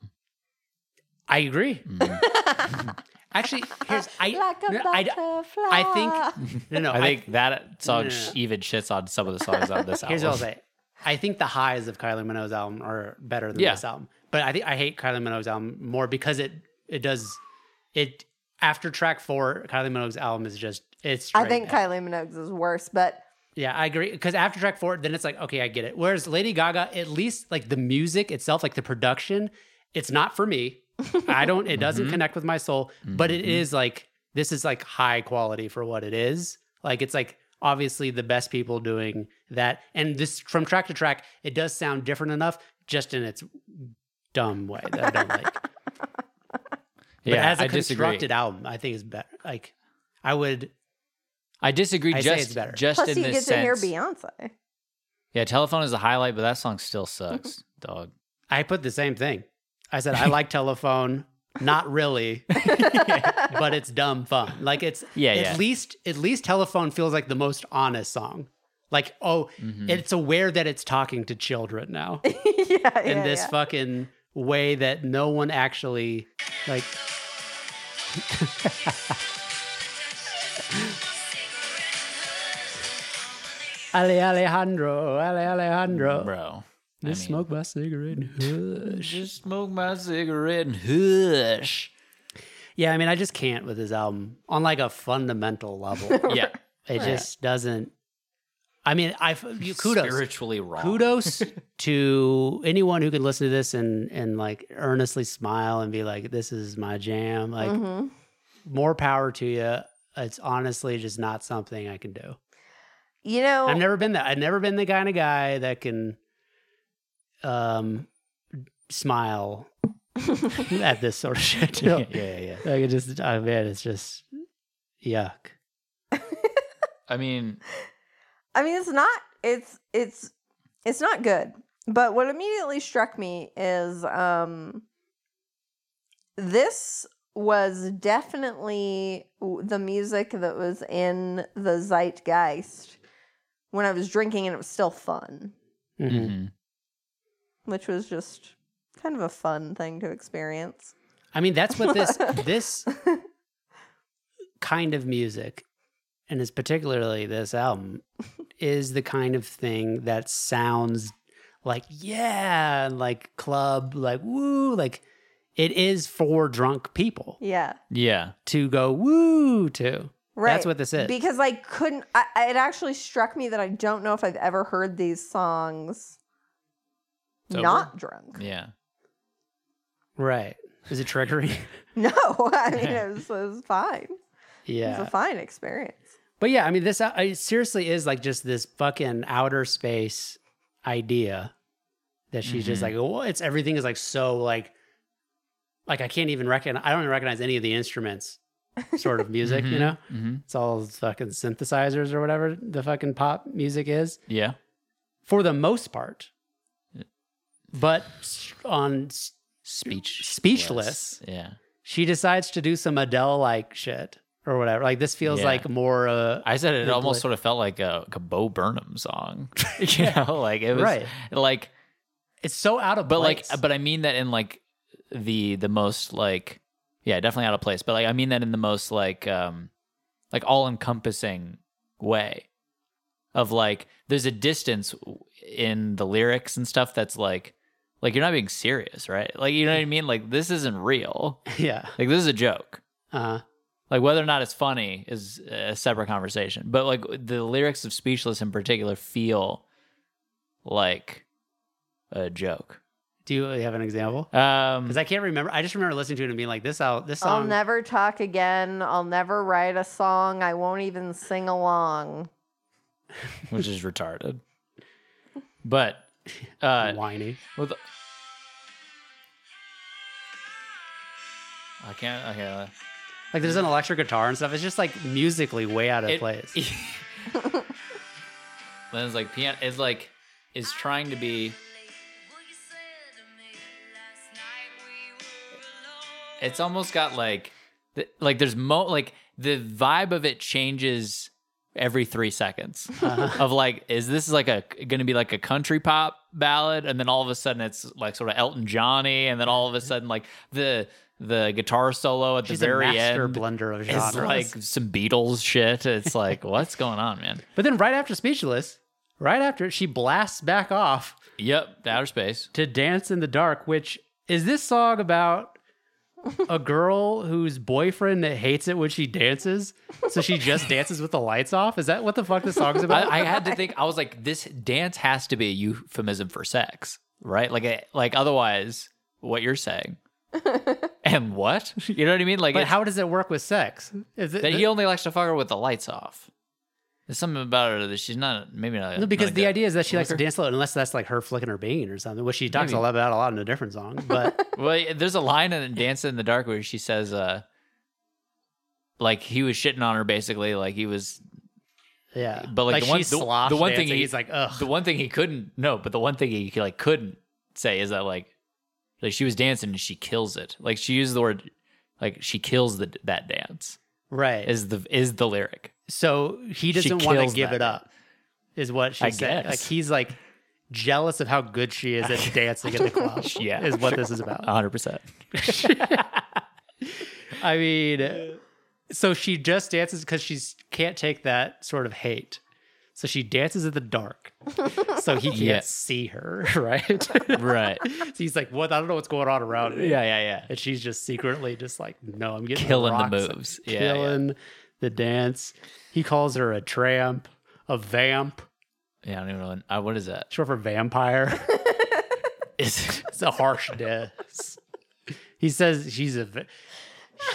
[SPEAKER 2] I agree.
[SPEAKER 3] Mm-hmm.
[SPEAKER 2] Actually, here's I
[SPEAKER 4] Like a
[SPEAKER 2] no, I,
[SPEAKER 4] butterfly.
[SPEAKER 2] I think no no
[SPEAKER 3] I think that song
[SPEAKER 2] No, no,
[SPEAKER 3] sh-
[SPEAKER 2] no.
[SPEAKER 3] even shits on some of the songs on this album.
[SPEAKER 2] Here's what I'll say. I think the highs of Kylie Minogue's album are better than
[SPEAKER 3] Yeah.
[SPEAKER 2] this album. But I think I hate Kylie Minogue's album more because it it does it after track four, Kylie Minogue's album is just it's
[SPEAKER 4] I
[SPEAKER 2] straight-
[SPEAKER 4] think Kylie Minogue's is worse, but
[SPEAKER 2] Yeah, I agree. Because after track four, then it's like, okay, I get it. Whereas Lady Gaga, at least like the music itself, like the production, it's not for me. I don't, it doesn't
[SPEAKER 3] Mm-hmm.
[SPEAKER 2] connect with my soul, but it is like, this is like high quality for what it is. Like, it's like, obviously the best people doing that. And this from track to track, it does sound different enough, just in its dumb way that I don't like. But
[SPEAKER 3] yeah,
[SPEAKER 2] as a
[SPEAKER 3] I
[SPEAKER 2] constructed
[SPEAKER 3] disagree.
[SPEAKER 2] album, I think is better. Like, I would.
[SPEAKER 3] I disagree.
[SPEAKER 2] I say
[SPEAKER 3] just
[SPEAKER 2] it's better.
[SPEAKER 3] just
[SPEAKER 4] Plus,
[SPEAKER 3] in
[SPEAKER 4] you
[SPEAKER 3] this
[SPEAKER 4] get to
[SPEAKER 3] sense.
[SPEAKER 4] hear Beyonce.
[SPEAKER 3] Yeah, telephone is the highlight, but that song still sucks, dog.
[SPEAKER 2] I put the same thing. I said I like telephone, not really, but it's dumb fun. Like it's
[SPEAKER 3] Yeah,
[SPEAKER 2] At
[SPEAKER 3] yeah.
[SPEAKER 2] least at least telephone feels like the most honest song. Like oh,
[SPEAKER 3] Mhm.
[SPEAKER 2] it's aware that it's talking to children now
[SPEAKER 4] yeah, yeah,
[SPEAKER 2] in this
[SPEAKER 4] yeah.
[SPEAKER 2] fucking way that no one actually like. Ale Alejandro, Ale Alejandro.
[SPEAKER 3] Mm, Bro,
[SPEAKER 2] Just
[SPEAKER 3] mean-
[SPEAKER 2] smoke my cigarette and hush.
[SPEAKER 3] just smoke my cigarette and hush.
[SPEAKER 2] Yeah, I mean, I just can't with this album on like a fundamental level. it
[SPEAKER 3] Yeah,
[SPEAKER 2] just doesn't. I mean, I f- you- kudos,
[SPEAKER 3] spiritually wrong.
[SPEAKER 2] kudos to anyone who can listen to this and and like earnestly smile and be like, "This is my jam." Like,
[SPEAKER 4] Mhm.
[SPEAKER 2] more power to you. It's honestly just not something I can do.
[SPEAKER 4] You know,
[SPEAKER 2] I've never been that. I've never been the kind of guy that can, um, smile at this sort of shit.
[SPEAKER 3] yeah, yeah, yeah.
[SPEAKER 2] Like it just, oh man, it's just yuck.
[SPEAKER 3] I mean,
[SPEAKER 4] I mean, it's not it's it's it's not good. But what immediately struck me is um this was definitely w- the music that was in the zeitgeist when I was drinking and it was still fun,
[SPEAKER 2] Mhm.
[SPEAKER 3] mhm.
[SPEAKER 4] which was just kind of a fun thing to experience.
[SPEAKER 2] I mean, that's what this this kind of music, and it's particularly this album, is the kind of thing that sounds like yeah, and like club, like woo, like it is for drunk people
[SPEAKER 4] Yeah.
[SPEAKER 3] yeah.
[SPEAKER 2] to go woo to.
[SPEAKER 4] Right.
[SPEAKER 2] That's what this is.
[SPEAKER 4] Because I couldn't I, I- it actually struck me that I don't know if I've ever heard these songs
[SPEAKER 3] Sober?
[SPEAKER 4] not drunk.
[SPEAKER 3] Yeah.
[SPEAKER 2] right? Is it trickery?
[SPEAKER 4] No, I mean it was, it was fine.
[SPEAKER 2] yeah,
[SPEAKER 4] It was a fine experience.
[SPEAKER 2] But yeah, I mean, this I, it seriously is like just this fucking outer space idea that she's just
[SPEAKER 3] Mhm.
[SPEAKER 2] like, well, it's everything is like so like, like I can't even recognize. I don't even recognize any of the instruments, sort of music. You
[SPEAKER 3] Mhm,
[SPEAKER 2] know,
[SPEAKER 3] mhm.
[SPEAKER 2] it's all fucking synthesizers or whatever the fucking pop music is
[SPEAKER 3] Yeah.
[SPEAKER 2] for the most part. But s- on s-
[SPEAKER 3] Speech.
[SPEAKER 2] Speechless.
[SPEAKER 3] Yeah.
[SPEAKER 2] she decides to do some Adele like shit or whatever. Like this feels
[SPEAKER 3] Yeah.
[SPEAKER 2] like more uh,
[SPEAKER 3] I said it
[SPEAKER 2] Good
[SPEAKER 3] almost
[SPEAKER 2] boy.
[SPEAKER 3] sort of felt like a, like a Bo Burnham song. you know, like it was
[SPEAKER 2] Right.
[SPEAKER 3] like
[SPEAKER 2] it's so out of
[SPEAKER 3] but
[SPEAKER 2] place.
[SPEAKER 3] like but I mean that in like the the most like yeah, definitely out of place, but like I mean that in the most like um like all encompassing way of like there's a distance in the lyrics and stuff that's like like you're not being serious, right? Like you know what I mean? Like this isn't real.
[SPEAKER 2] yeah.
[SPEAKER 3] Like this is a joke.
[SPEAKER 2] Uh,
[SPEAKER 3] like whether or not it's funny is a separate conversation but like the lyrics of speechless in particular feel like a joke
[SPEAKER 2] Do you have an example?
[SPEAKER 3] um
[SPEAKER 2] Because I can't remember. I just remember listening to it and being like, "This out, this
[SPEAKER 4] I'll
[SPEAKER 2] song."
[SPEAKER 4] never talk again. I'll never write a song. I won't even sing along.
[SPEAKER 3] which is retarded but uh
[SPEAKER 2] whiny.
[SPEAKER 3] with i can't okay uh,
[SPEAKER 2] Like there's an electric guitar and stuff. It's just like musically way out of
[SPEAKER 3] it-
[SPEAKER 2] place.
[SPEAKER 3] then it's like piano it's like is trying to be it's almost got like th- like there's mo like the vibe of it changes every three seconds
[SPEAKER 2] Uh-huh.
[SPEAKER 3] of like is this like a gonna be like a country pop ballad and then all of a sudden it's like sort of elton johnny and then all of a sudden like the the guitar solo at
[SPEAKER 2] She's
[SPEAKER 3] the
[SPEAKER 2] a
[SPEAKER 3] very
[SPEAKER 2] master
[SPEAKER 3] end
[SPEAKER 2] blender of
[SPEAKER 3] is
[SPEAKER 2] genres.
[SPEAKER 3] like some beatles shit it's like what's going on man
[SPEAKER 2] but then right after Speechless, right after she blasts back off
[SPEAKER 3] yep the outer space
[SPEAKER 2] to Dance in the Dark, which is this song about a girl whose boyfriend hates it when she dances, so she just dances with the lights off. Is that what the fuck this song's about?
[SPEAKER 3] I, I had to think. I was like, this dance has to be a euphemism for sex, right? Like, it- like otherwise, what you're saying, and what you know what I mean? Like,
[SPEAKER 2] but uh,
[SPEAKER 3] it's-
[SPEAKER 2] how does it work with sex? Is it
[SPEAKER 3] that he only likes to fuck her with the lights off. There's something about her that she's not maybe not.
[SPEAKER 2] No, because
[SPEAKER 3] not a
[SPEAKER 2] the
[SPEAKER 3] good-
[SPEAKER 2] idea is that she likes to
[SPEAKER 3] looker.
[SPEAKER 2] dance a lot, unless that's like her flicking her bean or something, which she talks a
[SPEAKER 3] Maybe.
[SPEAKER 2] lot about a lot in a different song. But
[SPEAKER 3] Well, yeah, there's a line in Dance in the Dark where she says, uh, like he was shitting on her basically, like he was
[SPEAKER 2] yeah,
[SPEAKER 3] But, like, the one-
[SPEAKER 2] she's
[SPEAKER 3] the-
[SPEAKER 2] slosh
[SPEAKER 3] the one thing
[SPEAKER 2] dancing,
[SPEAKER 3] he-
[SPEAKER 2] he's like, ugh,
[SPEAKER 3] the one thing he couldn't no, but the one thing he like couldn't say is that like like she was dancing and she kills it. Like she used the word like she kills the that dance
[SPEAKER 2] right.
[SPEAKER 3] is the is the lyric.
[SPEAKER 2] so he doesn't want
[SPEAKER 3] kills
[SPEAKER 2] to give
[SPEAKER 3] that.
[SPEAKER 2] it up, is what she
[SPEAKER 3] I
[SPEAKER 2] said.
[SPEAKER 3] guess.
[SPEAKER 2] Like he's like jealous of how good she is at dancing in the club.
[SPEAKER 3] Yeah.
[SPEAKER 2] is what this is about.
[SPEAKER 3] hundred percent.
[SPEAKER 2] I mean, so she just dances because she can't take that sort of hate. So she dances in the dark, so he can't
[SPEAKER 3] Yeah.
[SPEAKER 2] see her. Right?
[SPEAKER 3] Right.
[SPEAKER 2] So he's like, "What? I don't know what's going on around me."
[SPEAKER 3] Yeah, yeah, yeah.
[SPEAKER 2] and she's just secretly just like, "No, I'm getting
[SPEAKER 3] Killing the
[SPEAKER 2] rocks.
[SPEAKER 3] moves. Yeah, yeah.
[SPEAKER 2] killing the dance." He calls her a tramp, a vamp,
[SPEAKER 3] Yeah, I don't even know. Uh, what is that?
[SPEAKER 2] short for vampire.
[SPEAKER 3] Is-
[SPEAKER 2] it's a harsh diss. He says she's a va-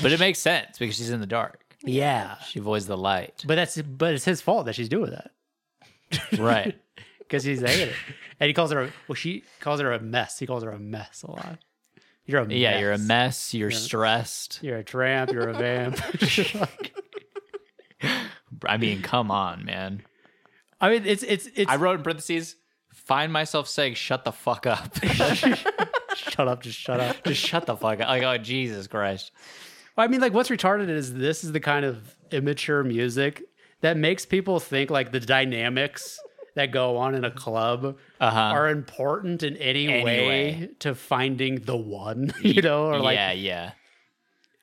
[SPEAKER 3] but it makes sense because she's in the dark.
[SPEAKER 2] yeah,
[SPEAKER 3] She avoids the light.
[SPEAKER 2] but that's but it's his fault that she's doing that.
[SPEAKER 3] Right.
[SPEAKER 2] because he's hated it. And he calls her. A, well, she calls her a mess. He calls her a mess a lot. You're a
[SPEAKER 3] Yeah, you're a
[SPEAKER 2] mess.
[SPEAKER 3] mess. You're stressed.
[SPEAKER 2] You're a tramp. You're a vamp.
[SPEAKER 3] I mean, come on, man.
[SPEAKER 2] I mean, it's it's it's.
[SPEAKER 3] I wrote in parentheses, find myself saying, shut the fuck up.
[SPEAKER 2] shut up. Just shut up.
[SPEAKER 3] Just shut the fuck up. Like, oh, Jesus Christ.
[SPEAKER 2] I mean, like, what's retarded is this is the kind of immature music that makes people think like the dynamics that go on in a club
[SPEAKER 3] Uh-huh.
[SPEAKER 2] are important in any way
[SPEAKER 3] Anyway.
[SPEAKER 2] to finding the one, you know, or like
[SPEAKER 3] yeah, yeah.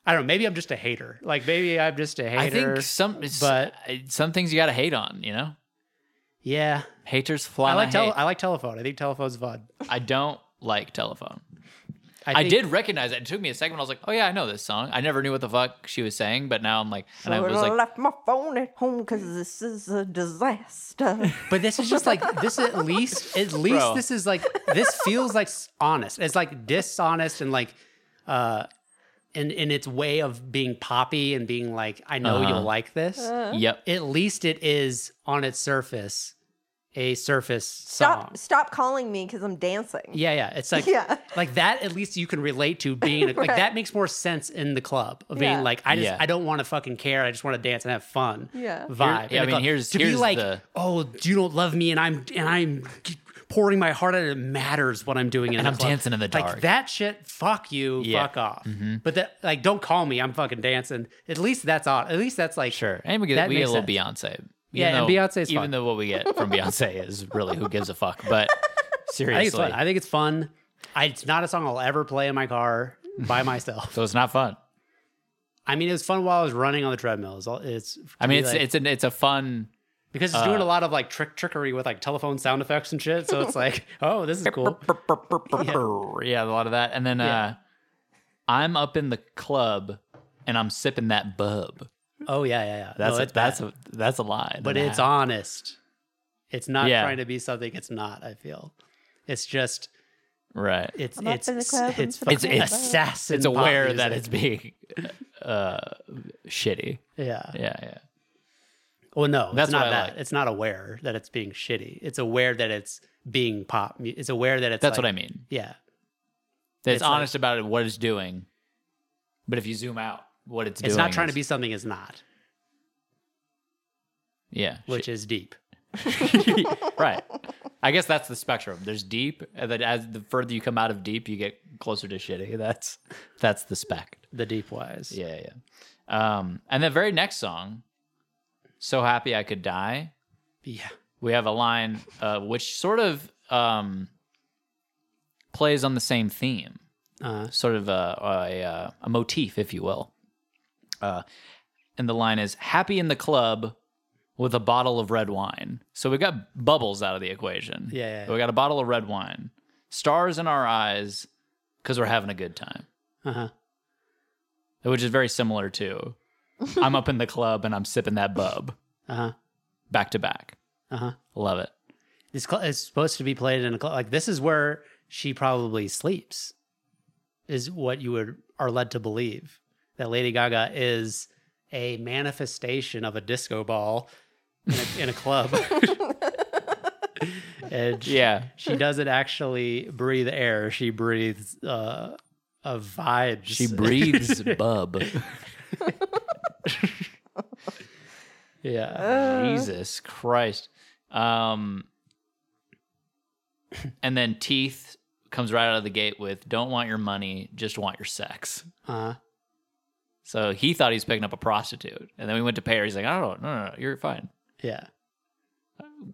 [SPEAKER 2] I don't know. Maybe I'm just a hater. Like maybe I'm just a hater.
[SPEAKER 3] I think some, but
[SPEAKER 2] but-
[SPEAKER 3] some things you got to hate on, you know?
[SPEAKER 2] yeah.
[SPEAKER 3] Haters fly.
[SPEAKER 2] I like
[SPEAKER 3] tele-
[SPEAKER 2] tele- I like telephone. I think telephone's fun.
[SPEAKER 3] I don't like telephone.
[SPEAKER 2] I,
[SPEAKER 3] I,
[SPEAKER 2] think-
[SPEAKER 3] did recognize it. It took me a second. I was like, oh, yeah, I know this song. I never knew what the fuck she was saying, but now I'm like, and I was like,
[SPEAKER 4] left my phone at home because this is a disaster.
[SPEAKER 2] but this is just like this. At least, at least
[SPEAKER 3] Bro.
[SPEAKER 2] this is like this feels like s- honest. It's like dishonest and like, uh, in in its way of being poppy and being like, I know
[SPEAKER 3] Uh-huh.
[SPEAKER 2] you'll like this.
[SPEAKER 3] yep.
[SPEAKER 2] At least it is on its surface, a surface song.
[SPEAKER 4] stop! Stop calling me because I'm dancing.
[SPEAKER 2] Yeah, yeah. It's like
[SPEAKER 4] Yeah.
[SPEAKER 2] like that at least you can relate to being like
[SPEAKER 4] Right.
[SPEAKER 2] that makes more sense in the club of
[SPEAKER 4] Yeah.
[SPEAKER 2] being like I just
[SPEAKER 3] Yeah.
[SPEAKER 2] I don't want to fucking care. I just want to dance and have fun.
[SPEAKER 4] Yeah.
[SPEAKER 2] Vibe. in
[SPEAKER 3] Here- yeah,
[SPEAKER 2] the
[SPEAKER 3] I mean,
[SPEAKER 2] club.
[SPEAKER 3] here's-
[SPEAKER 2] to be
[SPEAKER 3] here's
[SPEAKER 2] like,
[SPEAKER 3] the-
[SPEAKER 2] "Oh, you don't love me and I'm and I'm pouring my heart out and it matters what I'm doing in
[SPEAKER 3] And
[SPEAKER 2] the
[SPEAKER 3] I'm
[SPEAKER 2] club."
[SPEAKER 3] dancing in the dark.
[SPEAKER 2] Like that shit, fuck you,
[SPEAKER 3] Yeah. Mm-hmm.
[SPEAKER 2] fuck off. But that like don't call me. I'm fucking dancing. At least that's odd. At least that's like
[SPEAKER 3] Sure. And we get,
[SPEAKER 2] That
[SPEAKER 3] we get a
[SPEAKER 2] makes
[SPEAKER 3] little Beyonce. Even
[SPEAKER 2] Yeah, and
[SPEAKER 3] though-
[SPEAKER 2] Beyonce's
[SPEAKER 3] Even
[SPEAKER 2] fun.
[SPEAKER 3] though what we get from Beyonce is really who gives a fuck. But seriously.
[SPEAKER 2] I think it's fun. I think it's fun. I, it's not a song I'll ever play in my car by myself.
[SPEAKER 3] so it's not fun.
[SPEAKER 2] I mean, it was fun while I was running on the treadmill. It's, all- it's
[SPEAKER 3] I mean,
[SPEAKER 2] to
[SPEAKER 3] it's uh,
[SPEAKER 2] be like-
[SPEAKER 3] it's an it's a fun.
[SPEAKER 2] because it's doing a lot of like trick trickery with like telephone sound effects and shit. So it's like, oh, this is cool.
[SPEAKER 3] Yeah, a lot of that, and then uh, I'm up in the club and I'm sipping that bub.
[SPEAKER 2] Oh yeah, yeah, yeah.
[SPEAKER 3] That's
[SPEAKER 2] No,
[SPEAKER 3] a,
[SPEAKER 2] it's bad.
[SPEAKER 3] that's a that's a lie.
[SPEAKER 2] but it's honest. It's not
[SPEAKER 3] Yeah.
[SPEAKER 2] trying to be something it's not. I feel it's just
[SPEAKER 3] right.
[SPEAKER 2] it's
[SPEAKER 5] I'm up
[SPEAKER 2] it's
[SPEAKER 5] in the club, I'm
[SPEAKER 2] it's
[SPEAKER 5] sipping
[SPEAKER 2] fucking
[SPEAKER 3] It's- it's-
[SPEAKER 2] assassin.
[SPEAKER 3] It's
[SPEAKER 2] pop
[SPEAKER 3] aware that it's
[SPEAKER 2] music.
[SPEAKER 3] being uh, shitty.
[SPEAKER 2] yeah.
[SPEAKER 3] Yeah, yeah.
[SPEAKER 2] Well, no,
[SPEAKER 3] That's
[SPEAKER 2] it's not
[SPEAKER 3] what I
[SPEAKER 2] that.
[SPEAKER 3] like.
[SPEAKER 2] It's not aware that it's being shitty. It's aware that it's being pop. mu- It's aware that it's
[SPEAKER 3] That's what
[SPEAKER 2] like-
[SPEAKER 3] I mean.
[SPEAKER 2] Yeah,
[SPEAKER 3] It's,
[SPEAKER 2] it's like-
[SPEAKER 3] honest about it, what it's doing. But if you zoom out, what it's,
[SPEAKER 2] it's
[SPEAKER 3] doing,
[SPEAKER 2] not trying to
[SPEAKER 3] is-
[SPEAKER 2] be something it's not,
[SPEAKER 3] yeah,
[SPEAKER 2] which is deep.
[SPEAKER 3] right. I guess that's the spectrum. There's deep, and then as the further you come out of deep, you get closer to shitty. That's that's the spec.
[SPEAKER 2] The deep wise.
[SPEAKER 3] Yeah, yeah. Um, and the very next song, "So Happy I Could Die,"
[SPEAKER 2] Yeah.
[SPEAKER 3] we have a line uh, which sort of um, plays on the same theme,
[SPEAKER 2] Uh,
[SPEAKER 3] sort of a a, uh, a motif, if you will. Uh, and the line is "Happy in the club." With a bottle of red wine. So we got bubbles out of the equation.
[SPEAKER 2] Yeah, yeah, yeah.
[SPEAKER 3] We got a bottle of red wine, stars in our eyes, because we're having a good time
[SPEAKER 2] uh-huh.
[SPEAKER 3] which is very similar to I'm up in the club and I'm sipping that bub
[SPEAKER 2] Uh-huh.
[SPEAKER 3] back to back.
[SPEAKER 2] Uh-huh.
[SPEAKER 3] Love it.
[SPEAKER 2] This cl- is supposed to be played in a club. Like this is where she probably sleeps, is what you would are led to believe that Lady Gaga is a manifestation of a disco ball in a, in a club. and she,
[SPEAKER 3] Yeah.
[SPEAKER 2] she doesn't actually breathe air. She breathes uh, a vibes.
[SPEAKER 3] She breathes bub.
[SPEAKER 2] yeah.
[SPEAKER 3] Jesus Christ. Um, and then teeth comes right out of the gate with "Don't want your money, just want your sex."
[SPEAKER 2] Uh,
[SPEAKER 3] So he thought he was picking up a prostitute, and then we went to pay her. He's like, "I don't, no, no, no, you're fine.
[SPEAKER 2] yeah.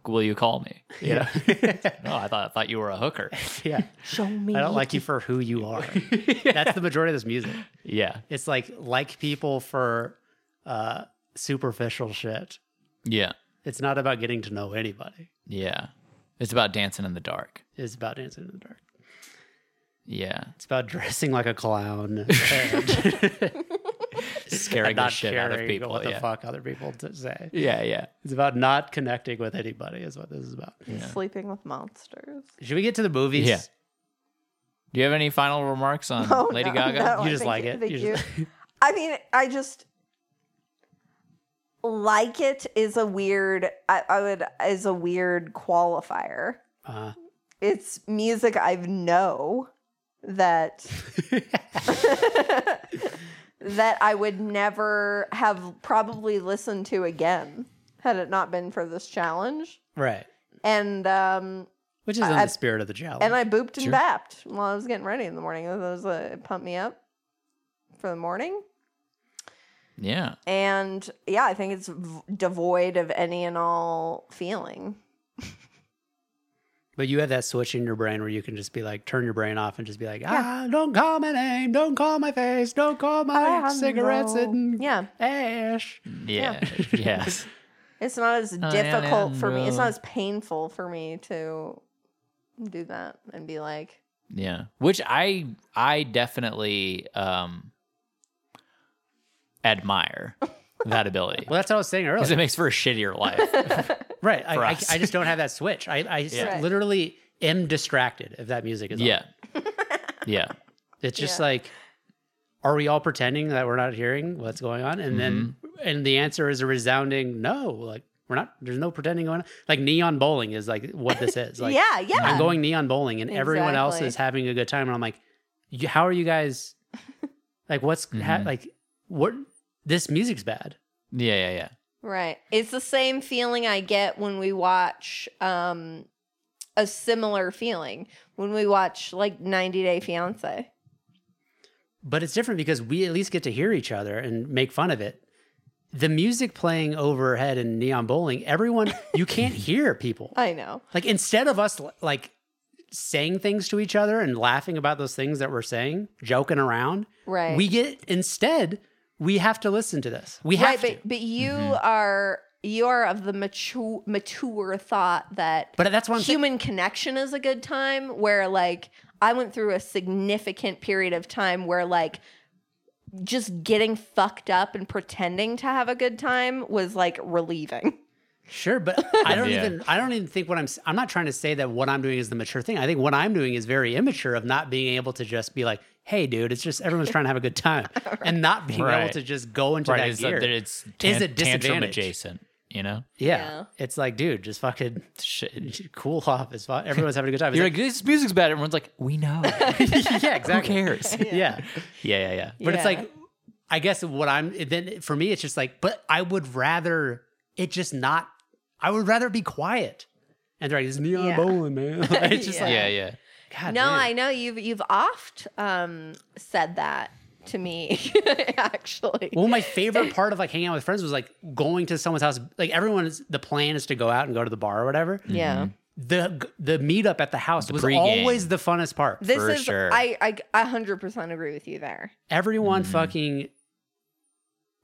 [SPEAKER 3] Will you call me?" You know?
[SPEAKER 2] Yeah.
[SPEAKER 3] no, I thought I thought you were a hooker.
[SPEAKER 2] yeah.
[SPEAKER 4] Show me.
[SPEAKER 2] I don't like you for who you are. That's the majority of this music.
[SPEAKER 3] Yeah,
[SPEAKER 2] It's like like people for uh, superficial shit.
[SPEAKER 3] yeah,
[SPEAKER 2] It's not about getting to know anybody.
[SPEAKER 3] yeah. It's about dancing in the dark.
[SPEAKER 2] It's about dancing in the dark.
[SPEAKER 3] Yeah,
[SPEAKER 2] It's about dressing like a clown and,
[SPEAKER 3] scaring the
[SPEAKER 2] not
[SPEAKER 3] shit
[SPEAKER 2] caring
[SPEAKER 3] out of people.
[SPEAKER 2] what the
[SPEAKER 3] yeah.
[SPEAKER 2] fuck other people to say.
[SPEAKER 3] yeah, yeah.
[SPEAKER 2] It's about not connecting with anybody. Is what this is about.
[SPEAKER 4] Sleeping with monsters.
[SPEAKER 2] Should we get to the movies?
[SPEAKER 3] Yeah. Do you have any final remarks on
[SPEAKER 4] Oh,
[SPEAKER 3] Lady
[SPEAKER 4] no,
[SPEAKER 3] Gaga?
[SPEAKER 4] no,
[SPEAKER 2] You
[SPEAKER 4] I
[SPEAKER 2] just
[SPEAKER 4] think-
[SPEAKER 2] like
[SPEAKER 4] I
[SPEAKER 2] it.
[SPEAKER 4] think
[SPEAKER 2] You
[SPEAKER 4] you-
[SPEAKER 2] just-
[SPEAKER 4] I mean, I just like it is a weird. I, I would is a weird qualifier.
[SPEAKER 2] Uh,
[SPEAKER 4] It's music I've know that
[SPEAKER 2] Uh,
[SPEAKER 4] that I would never have probably listened to again had it not been for this challenge.
[SPEAKER 2] right.
[SPEAKER 4] And um,
[SPEAKER 2] Which is in
[SPEAKER 4] I-
[SPEAKER 2] the spirit of the challenge.
[SPEAKER 4] and I booped and
[SPEAKER 3] Sure.
[SPEAKER 4] bapped while I was getting ready in the morning. It was uh, it pumped me up for the morning.
[SPEAKER 3] Yeah.
[SPEAKER 4] And yeah, I think it's v- devoid of any and all feeling.
[SPEAKER 2] But you have that switch in your brain where you can just be like, turn your brain off and just be like, ah, don't call my name, don't call my face, don't call my
[SPEAKER 4] Ah,
[SPEAKER 2] cigarettes
[SPEAKER 4] no.
[SPEAKER 2] and
[SPEAKER 4] Yeah.
[SPEAKER 2] ash.
[SPEAKER 3] Yeah. yes.
[SPEAKER 4] It's not as
[SPEAKER 3] yeah,
[SPEAKER 4] difficult for me. It's
[SPEAKER 3] bro.
[SPEAKER 4] not as painful for me to do that and be like,
[SPEAKER 3] Yeah. Which I I definitely um admire that ability.
[SPEAKER 2] Well, that's what I was saying
[SPEAKER 3] Because it
[SPEAKER 2] earlier.
[SPEAKER 3] makes for a shittier life.
[SPEAKER 2] Right. I,
[SPEAKER 3] for
[SPEAKER 2] I,
[SPEAKER 3] us.
[SPEAKER 2] I just don't have that switch. I, I s-
[SPEAKER 4] Yeah. Right.
[SPEAKER 2] literally am distracted if that music is on.
[SPEAKER 3] yeah. Yeah.
[SPEAKER 2] It's just
[SPEAKER 4] Yeah.
[SPEAKER 2] like, are we all pretending that we're not hearing what's going on? And then,
[SPEAKER 3] Mm-hmm.
[SPEAKER 2] and the answer is a resounding no. Like, we're not, there's no pretending going on. Like, neon bowling is like what this is. Like,
[SPEAKER 4] yeah, yeah.
[SPEAKER 2] I'm going neon bowling, and everyone else
[SPEAKER 4] Exactly.
[SPEAKER 2] is having a good time. And I'm like, you, how are you guys? Like, what's ha-
[SPEAKER 3] Mhm.
[SPEAKER 2] like? What this music's bad.
[SPEAKER 3] Yeah, yeah, yeah.
[SPEAKER 4] Right. It's the same feeling I get when we watch um a similar feeling when we watch like 90 Day Fiance.
[SPEAKER 2] But it's different because we at least get to hear each other and make fun of it. The music playing overhead in neon bowling, everyone you can't hear people.
[SPEAKER 4] I know.
[SPEAKER 2] Like instead of us like saying things to each other and laughing about those things that we're saying, joking around,
[SPEAKER 4] Right.
[SPEAKER 2] we get instead we have to listen to this. We
[SPEAKER 4] right,
[SPEAKER 2] have
[SPEAKER 4] but
[SPEAKER 2] to. Mm-hmm.
[SPEAKER 4] but you are you are of the mature mature thought that
[SPEAKER 2] But that's one thing.
[SPEAKER 4] human connection is a good time where like I went through a significant period of time where like just getting fucked up and pretending to have a good time was like relieving.
[SPEAKER 2] Sure, but I don't
[SPEAKER 3] Yeah.
[SPEAKER 2] even I don't even think what I'm s- I'm not trying to say that what I'm doing is the mature thing. I think what I'm doing is very immature of not being able to just be like, "Hey, dude, it's just everyone's trying to have a good time," and not being able
[SPEAKER 3] Right.
[SPEAKER 2] to just go into
[SPEAKER 3] Right.
[SPEAKER 2] that
[SPEAKER 3] It's,
[SPEAKER 2] gear.
[SPEAKER 3] a, it's
[SPEAKER 2] Is
[SPEAKER 3] tan-
[SPEAKER 2] a
[SPEAKER 3] tantrum
[SPEAKER 2] disadvantage.
[SPEAKER 3] adjacent, you know?
[SPEAKER 2] yeah.
[SPEAKER 4] Yeah.
[SPEAKER 2] it's like, dude, just fucking
[SPEAKER 3] Shit.
[SPEAKER 2] cool off. It's fine. Everyone's having a good time. It's
[SPEAKER 3] You're like, this music's bad. Everyone's like, we know.
[SPEAKER 2] like- yeah,
[SPEAKER 3] Who
[SPEAKER 2] exactly.
[SPEAKER 3] cares? Yeah,
[SPEAKER 2] Yeah.
[SPEAKER 3] yeah, yeah.
[SPEAKER 2] but it's
[SPEAKER 4] Yeah.
[SPEAKER 2] like, I guess what I'm then for me, it's just like, but I would rather it just not. I would rather be quiet. And they're like, "It's neon
[SPEAKER 4] Yeah.
[SPEAKER 2] bowling, man." it's just like,
[SPEAKER 3] Yeah, yeah.
[SPEAKER 2] God,
[SPEAKER 4] No,
[SPEAKER 2] man.
[SPEAKER 4] I know you've you've oft um, said that to me actually.
[SPEAKER 2] Well, my favorite part of like hanging out with friends was like going to someone's house. Like everyone is the plan is to go out and go to the bar or whatever.
[SPEAKER 4] yeah.
[SPEAKER 2] mm-hmm. The the meetup at the house was
[SPEAKER 3] pregame.
[SPEAKER 2] always the funnest part.
[SPEAKER 4] This
[SPEAKER 3] For
[SPEAKER 4] is
[SPEAKER 3] sure.
[SPEAKER 4] I I I 100% agree with you there.
[SPEAKER 2] Everyone fucking,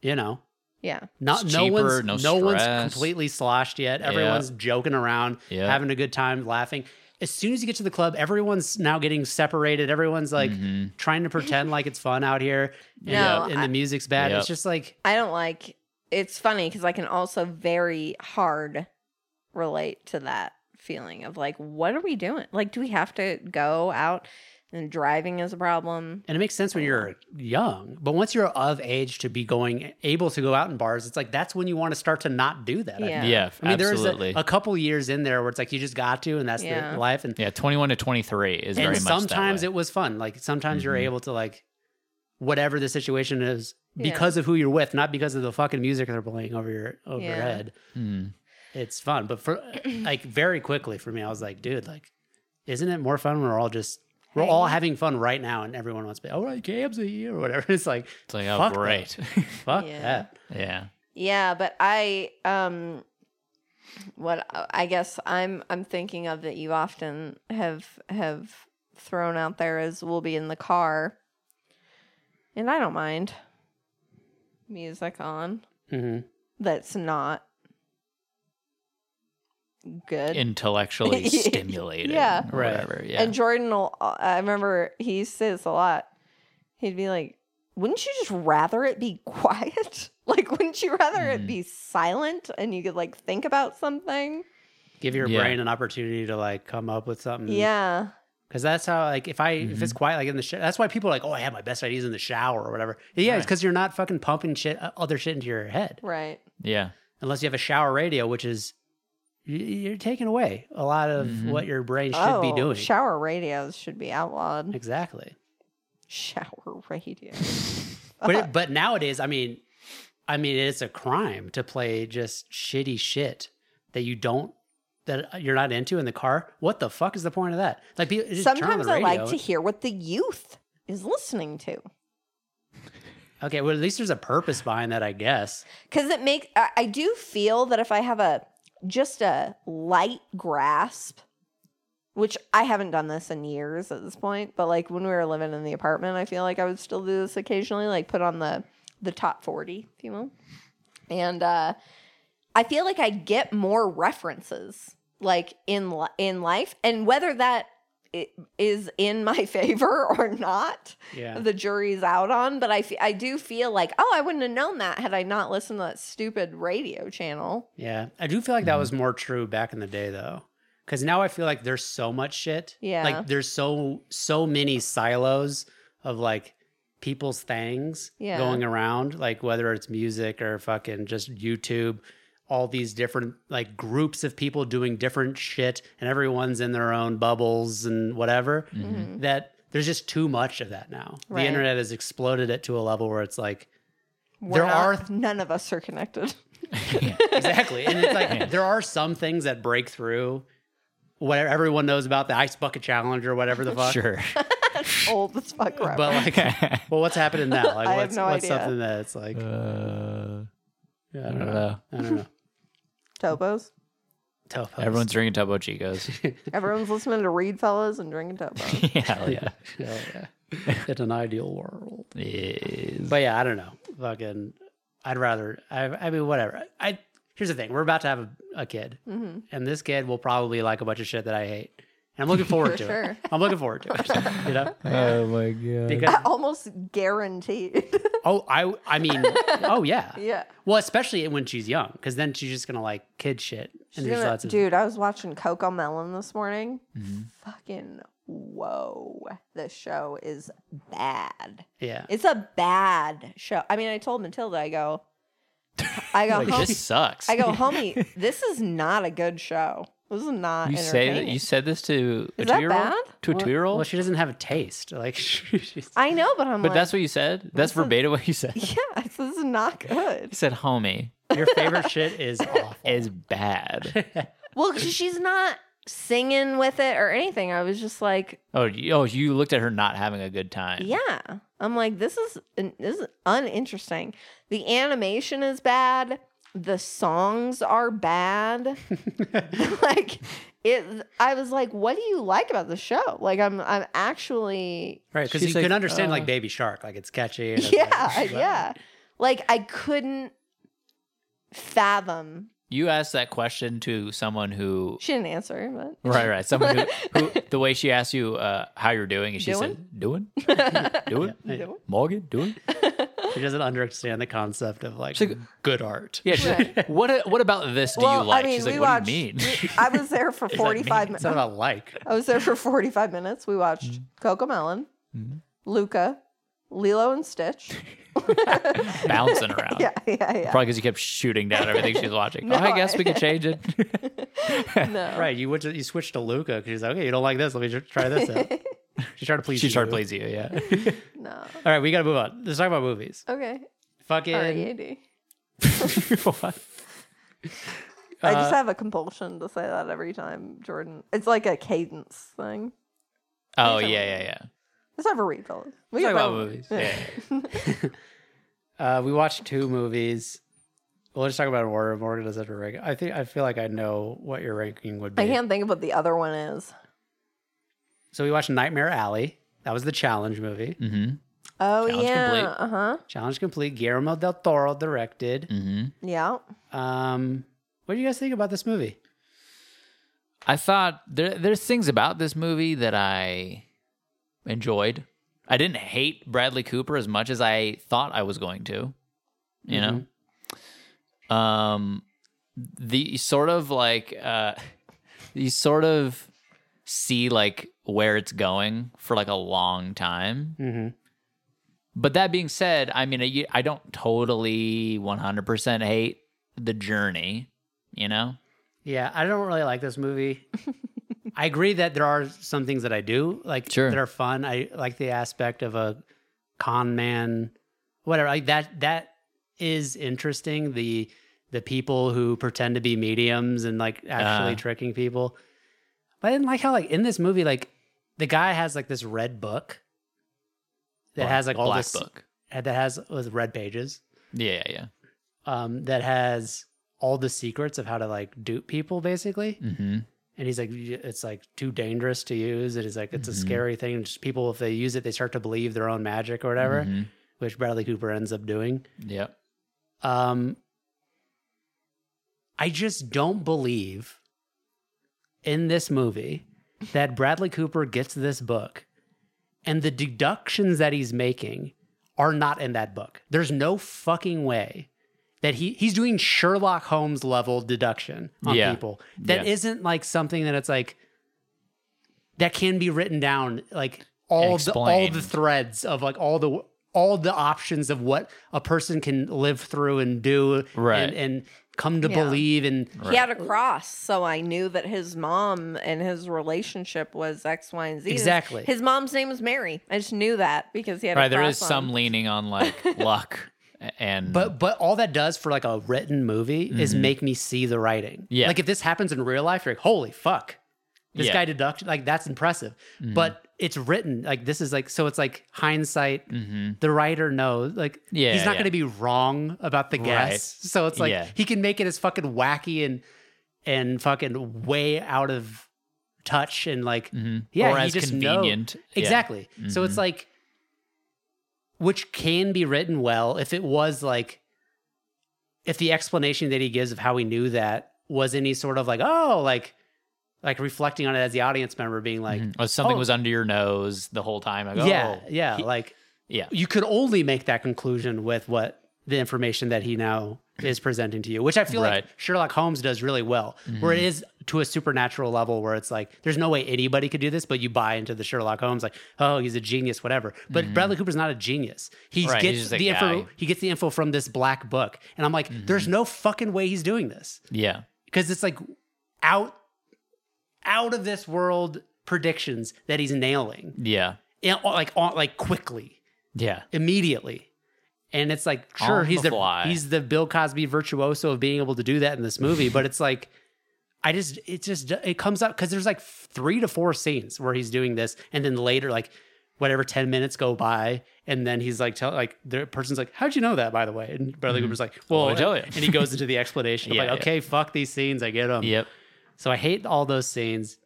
[SPEAKER 2] you know,
[SPEAKER 4] Yeah.
[SPEAKER 2] not
[SPEAKER 3] It's
[SPEAKER 2] no
[SPEAKER 3] cheaper,
[SPEAKER 2] one's
[SPEAKER 3] no
[SPEAKER 2] no, one's
[SPEAKER 3] stress.
[SPEAKER 2] completely sloshed yet. Everyone's joking around,
[SPEAKER 3] Yeah.
[SPEAKER 2] having a good time, laughing. As soon as you get to the club, everyone's now getting separated. Everyone's like
[SPEAKER 3] Mm. Mm-hmm.
[SPEAKER 2] trying to pretend like it's fun out here, and,
[SPEAKER 4] No,
[SPEAKER 2] and the music's bad.
[SPEAKER 3] Yep.
[SPEAKER 2] It's just like
[SPEAKER 4] I don't like it's funny cuz I can also very hard relate to that feeling of like what are we doing? Like do we have to go out and driving is a problem.
[SPEAKER 2] And it makes sense when you're young, but once you're of age to be going able to go out in bars, it's like that's when you want to start to not do that. I
[SPEAKER 4] Yeah.
[SPEAKER 2] think.
[SPEAKER 3] Yeah,
[SPEAKER 2] I mean, there's
[SPEAKER 3] absolutely.
[SPEAKER 2] a, a couple years in there where it's like you just got to, and that's
[SPEAKER 4] Yeah.
[SPEAKER 2] the life. And,
[SPEAKER 3] yeah, 21 to 23 is
[SPEAKER 2] and
[SPEAKER 3] very much
[SPEAKER 2] sometimes
[SPEAKER 3] that Mm-hmm.
[SPEAKER 2] it was fun. Like sometimes you're able to like whatever the situation is
[SPEAKER 4] Yeah.
[SPEAKER 2] because of who you're with, not because of the fucking music they're playing over your over your
[SPEAKER 4] Yeah.
[SPEAKER 2] head.
[SPEAKER 3] it. Mm.
[SPEAKER 2] It's fun, but for like very quickly for me, I was like, dude, like, isn't it more fun when we're all just we're all
[SPEAKER 4] Hey.
[SPEAKER 2] having fun right now, and everyone wants to be all right, Cam's here or whatever. It's like
[SPEAKER 3] It's like, oh,
[SPEAKER 2] Fuck that.
[SPEAKER 3] great.
[SPEAKER 2] fuck
[SPEAKER 4] Yeah.
[SPEAKER 2] that.
[SPEAKER 3] yeah.
[SPEAKER 4] Yeah, but I um what I guess I'm I'm thinking of that you often have have thrown out there is we'll be in the car. And I don't mind music on
[SPEAKER 2] hmm
[SPEAKER 4] that's not good.
[SPEAKER 3] Intellectually stimulated.
[SPEAKER 4] Yeah.
[SPEAKER 3] Or
[SPEAKER 2] Right.
[SPEAKER 3] Whatever. Yeah.
[SPEAKER 4] And Jordan will uh, I remember he used to say this a lot. He'd be like, wouldn't you just rather it be quiet? Like, wouldn't you rather it
[SPEAKER 2] Mm.
[SPEAKER 3] Mhm.
[SPEAKER 4] be silent and you could like think about something?
[SPEAKER 2] Give your
[SPEAKER 3] Yeah.
[SPEAKER 2] brain an opportunity to like come up with something.
[SPEAKER 4] Yeah.
[SPEAKER 2] Because that's how, like, if I if it's
[SPEAKER 3] Mm-hmm.
[SPEAKER 2] quiet, like in the shower, that's why people are like, oh, I have my best ideas in the shower or whatever. Yeah, it's
[SPEAKER 3] Right.
[SPEAKER 2] because you're not fucking pumping shit, uh, other shit into your head,
[SPEAKER 4] Right.
[SPEAKER 3] yeah.
[SPEAKER 2] unless you have a shower radio, which is y- you're taking away a lot of
[SPEAKER 3] Mhm.
[SPEAKER 2] what your brain should
[SPEAKER 4] oh,
[SPEAKER 2] be doing.
[SPEAKER 4] Shower radios should be outlawed.
[SPEAKER 2] exactly.
[SPEAKER 4] Shower radio.
[SPEAKER 2] But it, but nowadays, I mean, I mean, it's a crime to play just shitty shit that you don't that uh, you're not into in the car. What the fuck is the point of that? Like, people, just turn on
[SPEAKER 4] Sometimes
[SPEAKER 2] the
[SPEAKER 4] I
[SPEAKER 2] radio.
[SPEAKER 4] like to hear what the youth is listening to
[SPEAKER 2] Okay, well, at least there's a purpose behind that, I guess.
[SPEAKER 4] because it makes, I, I do feel that if I have a just a light grasp, which I haven't done this in years at this point, but like when we were living in the apartment, I feel like I would still do this occasionally, like put on the the top 40, if you will. And uh I feel like I get more references like in li- in life and whether that i- is in my favor or not,
[SPEAKER 2] Yeah.
[SPEAKER 4] the jury's out on, but I fe- I do feel like, oh, I wouldn't have known that had I not listened to that stupid radio channel.
[SPEAKER 2] Yeah, I do feel like that was more true back in the day though, because now I feel like there's so much shit.
[SPEAKER 4] Yeah.
[SPEAKER 2] like there's so so many silos of like people's things
[SPEAKER 4] Yeah.
[SPEAKER 2] going around, like whether it's music or fucking just YouTube, all these different like groups of people doing different shit, and everyone's in their own bubbles and whatever.
[SPEAKER 4] Mhm.
[SPEAKER 2] That there's just too much of that now.
[SPEAKER 4] Right.
[SPEAKER 2] The internet has exploded it to a level where it's like
[SPEAKER 4] We're
[SPEAKER 2] There
[SPEAKER 4] not-
[SPEAKER 2] are-
[SPEAKER 4] none of us are connected.
[SPEAKER 2] exactly. And it's like there are some things that break through. Whatever everyone knows about the ice bucket challenge or whatever the fuck.
[SPEAKER 3] Sure.
[SPEAKER 4] Old as fuck, forever.
[SPEAKER 2] But like, well, what's happening now? Like,
[SPEAKER 4] I have
[SPEAKER 2] what's,
[SPEAKER 4] no
[SPEAKER 2] what's
[SPEAKER 4] idea.
[SPEAKER 2] something that's like?
[SPEAKER 3] Uh,
[SPEAKER 2] I don't
[SPEAKER 3] I don't
[SPEAKER 2] know.
[SPEAKER 3] know.
[SPEAKER 2] I don't know.
[SPEAKER 4] Tobos.
[SPEAKER 2] Topos.
[SPEAKER 3] Everyone's drinking Topo Chicos.
[SPEAKER 4] Everyone's listening to Reed Fellas and drinking Tobos.
[SPEAKER 3] yeah, yeah.
[SPEAKER 2] yeah, yeah, yeah. In an ideal world,
[SPEAKER 3] Yes.
[SPEAKER 2] but yeah, I don't know. Fucking, I'd rather. I, I mean, whatever. I here's the thing: we're about to have a, a kid,
[SPEAKER 4] Mhm.
[SPEAKER 2] and this kid will probably like a bunch of shit that I hate, and I'm looking forward
[SPEAKER 4] For
[SPEAKER 2] to
[SPEAKER 4] sure.
[SPEAKER 2] it. I'm looking forward to it. You know,
[SPEAKER 3] Oh my god.
[SPEAKER 2] because
[SPEAKER 4] Almost guaranteed.
[SPEAKER 2] Oh, I I mean, oh yeah.
[SPEAKER 4] yeah.
[SPEAKER 2] Well, especially when she's young, because then she's just gonna like kid shit, and
[SPEAKER 4] She's
[SPEAKER 2] there's
[SPEAKER 4] gonna-
[SPEAKER 2] lots of Mm-hmm.
[SPEAKER 4] dude, I was watching Coco Melon this morning.
[SPEAKER 3] Mhm.
[SPEAKER 4] Fucking whoa. The show is bad.
[SPEAKER 2] yeah.
[SPEAKER 4] It's a bad show. I mean, I told Matilda, I go, I go,
[SPEAKER 3] Like,
[SPEAKER 4] home,
[SPEAKER 3] this sucks.
[SPEAKER 4] I go, homie, this is not a good show. This is not.
[SPEAKER 3] You say that
[SPEAKER 4] entertaining."
[SPEAKER 3] you said this to a
[SPEAKER 4] Is that
[SPEAKER 3] two year old?
[SPEAKER 4] bad?
[SPEAKER 3] To a
[SPEAKER 2] Well-
[SPEAKER 3] two year old?
[SPEAKER 2] Well, she doesn't have a taste. Like, she- she's,
[SPEAKER 4] I know, but I'm
[SPEAKER 3] but
[SPEAKER 4] like,
[SPEAKER 3] that's what you said. That's
[SPEAKER 4] Listen.
[SPEAKER 3] verbatim what you said.
[SPEAKER 4] yeah, I said, this is not good.
[SPEAKER 3] You said, "Homie,
[SPEAKER 2] your favorite shit is awful.
[SPEAKER 3] is bad."
[SPEAKER 4] Well, 'cause she's not singing with it or anything. I was just like,
[SPEAKER 3] oh, you, oh, you looked at her not having a good time.
[SPEAKER 4] yeah. I'm like, this is this is uninteresting. The animation is bad. The songs are bad. like it. I was like, what do you like about the show? Like, I'm I'm actually
[SPEAKER 2] right? Because
[SPEAKER 3] She's
[SPEAKER 2] you
[SPEAKER 3] like,
[SPEAKER 2] can understand
[SPEAKER 3] uh,
[SPEAKER 2] like Baby Shark, like it's catchy. and it's like-
[SPEAKER 4] yeah, yeah. Like I couldn't fathom.
[SPEAKER 3] You asked that question to someone who.
[SPEAKER 4] She didn't answer, but
[SPEAKER 3] Right, right. Someone who, who the way she asked you uh, how you're doing, and she
[SPEAKER 4] Doing?
[SPEAKER 3] said, "Doing, doing,
[SPEAKER 2] Yeah.
[SPEAKER 3] Morgan, doing."
[SPEAKER 2] She doesn't understand the concept of like
[SPEAKER 3] She's
[SPEAKER 2] good art.
[SPEAKER 3] Yeah. she's like, what What about this? Do you like? She's like, what do you mean?
[SPEAKER 4] we- I was there for
[SPEAKER 3] that
[SPEAKER 4] 45
[SPEAKER 2] It's
[SPEAKER 4] minutes.
[SPEAKER 2] not about like.
[SPEAKER 4] I was there for 45 minutes. We watched Coco Melon, Luca, Lilo and Stitch.
[SPEAKER 3] Bouncing around.
[SPEAKER 4] Yeah, yeah,
[SPEAKER 3] Probably because you kept shooting down everything she's watching.
[SPEAKER 4] No,
[SPEAKER 3] oh, I guess we could
[SPEAKER 4] I-
[SPEAKER 3] change it.
[SPEAKER 4] yeah. No.
[SPEAKER 2] Right. You went to, you switched to Luca because she's like, okay, you don't like this. Let me just try this out. She tried to please
[SPEAKER 3] She's trying to
[SPEAKER 2] you.
[SPEAKER 3] please you. Yeah.
[SPEAKER 4] No.
[SPEAKER 2] All right, we got to move on. Let's talk about movies.
[SPEAKER 4] Okay. E
[SPEAKER 2] Fucking.
[SPEAKER 4] R.E.A.D.
[SPEAKER 3] What?
[SPEAKER 4] I just have a compulsion to say that every time, Jordan. It's like a cadence thing.
[SPEAKER 3] Oh yeah, yeah, yeah.
[SPEAKER 4] Let's have a read, fellas. We
[SPEAKER 3] Talk
[SPEAKER 4] get
[SPEAKER 3] about
[SPEAKER 4] that one.
[SPEAKER 3] movies. Yeah. yeah.
[SPEAKER 2] Uh, we watched two movies. Well, let's talk about order. Morgan does have to rank. I think I feel like I know what your ranking would be.
[SPEAKER 4] I can't think of what the other one is.
[SPEAKER 2] So we watched Nightmare Alley. That was the challenge movie.
[SPEAKER 3] Mm-hmm.
[SPEAKER 4] Oh
[SPEAKER 3] Challenge
[SPEAKER 4] yeah.
[SPEAKER 3] complete.
[SPEAKER 4] Uh huh.
[SPEAKER 2] Challenge complete. Guillermo del Toro directed.
[SPEAKER 3] Mm-hmm.
[SPEAKER 4] Yeah.
[SPEAKER 2] Um, what do you guys think about this movie?
[SPEAKER 3] I thought there there's things about this movie that I enjoyed. I didn't hate Bradley Cooper as much as I thought I was going to. You
[SPEAKER 2] Mm-hmm.
[SPEAKER 3] know? Um the sort of like uh you sort of see like where it's going for like a long time.
[SPEAKER 2] Mm-hmm.
[SPEAKER 3] But that being said, I mean, I- I don't totally 100% hate the journey, you know?
[SPEAKER 2] Yeah, I don't really like this movie. I agree that there are some things that I do like
[SPEAKER 3] Sure.
[SPEAKER 2] that are fun. I like the aspect of a con man, whatever. Like that that is interesting. The the people who pretend to be mediums and like actually
[SPEAKER 3] Uh.
[SPEAKER 2] tricking people. But I didn't like how like in this movie, like the guy has like this red book that
[SPEAKER 3] Black-
[SPEAKER 2] has like all
[SPEAKER 3] Black
[SPEAKER 2] this
[SPEAKER 3] Book.
[SPEAKER 2] that has with red pages
[SPEAKER 3] Yeah, yeah.
[SPEAKER 2] um, that has all the secrets of how to like dupe people basically
[SPEAKER 3] Mm-hmm.
[SPEAKER 2] and he's like "Y- it's like too dangerous to use and he's like it's a
[SPEAKER 3] Mhm.
[SPEAKER 2] scary thing and just people if they use it they start to believe their own magic or whatever
[SPEAKER 3] Mhm.
[SPEAKER 2] which bradley cooper ends up doing
[SPEAKER 3] Yep.
[SPEAKER 2] um i just don't believe in this movie that bradley cooper gets this book and the deductions that he's making are not in that book there's no fucking way that he he's doing sherlock holmes level deduction on
[SPEAKER 3] Yeah.
[SPEAKER 2] people that
[SPEAKER 3] Yeah.
[SPEAKER 2] not like something that it's like that can be written down like all the all the
[SPEAKER 3] Explained.
[SPEAKER 2] threads of like all the all the options of what a person can live through and do
[SPEAKER 3] Right. Mm.
[SPEAKER 2] and, and come to
[SPEAKER 4] Yeah.
[SPEAKER 2] believe and
[SPEAKER 4] He had a cross, so I knew that his mom and his relationship was X, Y, and Z.
[SPEAKER 2] Exactly.
[SPEAKER 4] His mom's name was Mary. I just knew that because he had
[SPEAKER 3] Right.
[SPEAKER 4] a cross
[SPEAKER 3] There is
[SPEAKER 4] on.
[SPEAKER 3] some leaning on like luck and.
[SPEAKER 2] but but all that does for like a written movie is
[SPEAKER 3] Mhm.
[SPEAKER 2] make me see the writing
[SPEAKER 3] Yeah.
[SPEAKER 2] like if this happens in real life you're like holy fuck this
[SPEAKER 3] Yeah. Mm-hmm.
[SPEAKER 2] guy deduction like that's impressive but it's written like this is like so it's like hindsight
[SPEAKER 3] hmm
[SPEAKER 2] the writer knows like
[SPEAKER 3] Yeah,
[SPEAKER 2] he's not
[SPEAKER 3] yeah.
[SPEAKER 2] going to be wrong about the guess
[SPEAKER 3] Right.
[SPEAKER 2] so it's like
[SPEAKER 3] Yeah.
[SPEAKER 2] he can make it as fucking wacky and and fucking way out of touch and like
[SPEAKER 3] hmm
[SPEAKER 2] yeah
[SPEAKER 3] or
[SPEAKER 2] he
[SPEAKER 3] as
[SPEAKER 2] just know-
[SPEAKER 3] convenient. Yeah.
[SPEAKER 2] exactly so it's
[SPEAKER 3] Mhm.
[SPEAKER 2] like which can be written well if it was like if the explanation that he gives of how he knew that was any sort of like oh like like reflecting on it as the audience member being like
[SPEAKER 3] Mhm. Or something
[SPEAKER 2] oh.
[SPEAKER 3] was under your nose the whole time. Like,
[SPEAKER 2] yeah
[SPEAKER 3] oh.
[SPEAKER 2] yeah like
[SPEAKER 3] Yeah.
[SPEAKER 2] you could only make that conclusion with what the information that he now is presenting to you, which I feel
[SPEAKER 3] Right. Mm-hmm.
[SPEAKER 2] like Sherlock Holmes does really well, where it is to a supernatural level where it's like, there's no way anybody could do this, but you buy into the Sherlock Holmes, like, oh, he's a genius, whatever. But Bradley Cooper's not a genius. He
[SPEAKER 3] Mm-hmm. Right, he's
[SPEAKER 2] gets
[SPEAKER 3] just a
[SPEAKER 2] the info
[SPEAKER 3] guy. Mm-hmm.
[SPEAKER 2] he gets the info from this black book. And I'm like, there's no fucking way he's doing this.
[SPEAKER 3] Yeah.
[SPEAKER 2] Because it's like out out of this world predictions that he's nailing.
[SPEAKER 3] Yeah.
[SPEAKER 2] And, like on like quickly
[SPEAKER 3] Yeah.
[SPEAKER 2] immediately. And it's like, sure,
[SPEAKER 3] On
[SPEAKER 2] he's
[SPEAKER 3] the
[SPEAKER 2] the,
[SPEAKER 3] fly.
[SPEAKER 2] he's the Bill Cosby virtuoso of being able to do that in this movie, but it's like, I just it just it comes up because there's like three to four scenes where he's doing this, and then later like whatever ten minutes go by, and then he's like tell like the person's like, how'd you know that by the way? And Bradley
[SPEAKER 3] Mm-hmm.
[SPEAKER 2] Cooper's like, well,
[SPEAKER 3] I tell you.
[SPEAKER 2] and he goes into the explanation. of
[SPEAKER 3] Yeah,
[SPEAKER 2] like,
[SPEAKER 3] yeah.
[SPEAKER 2] okay, fuck these scenes, I get them.
[SPEAKER 3] Yep.
[SPEAKER 2] So I hate all those scenes.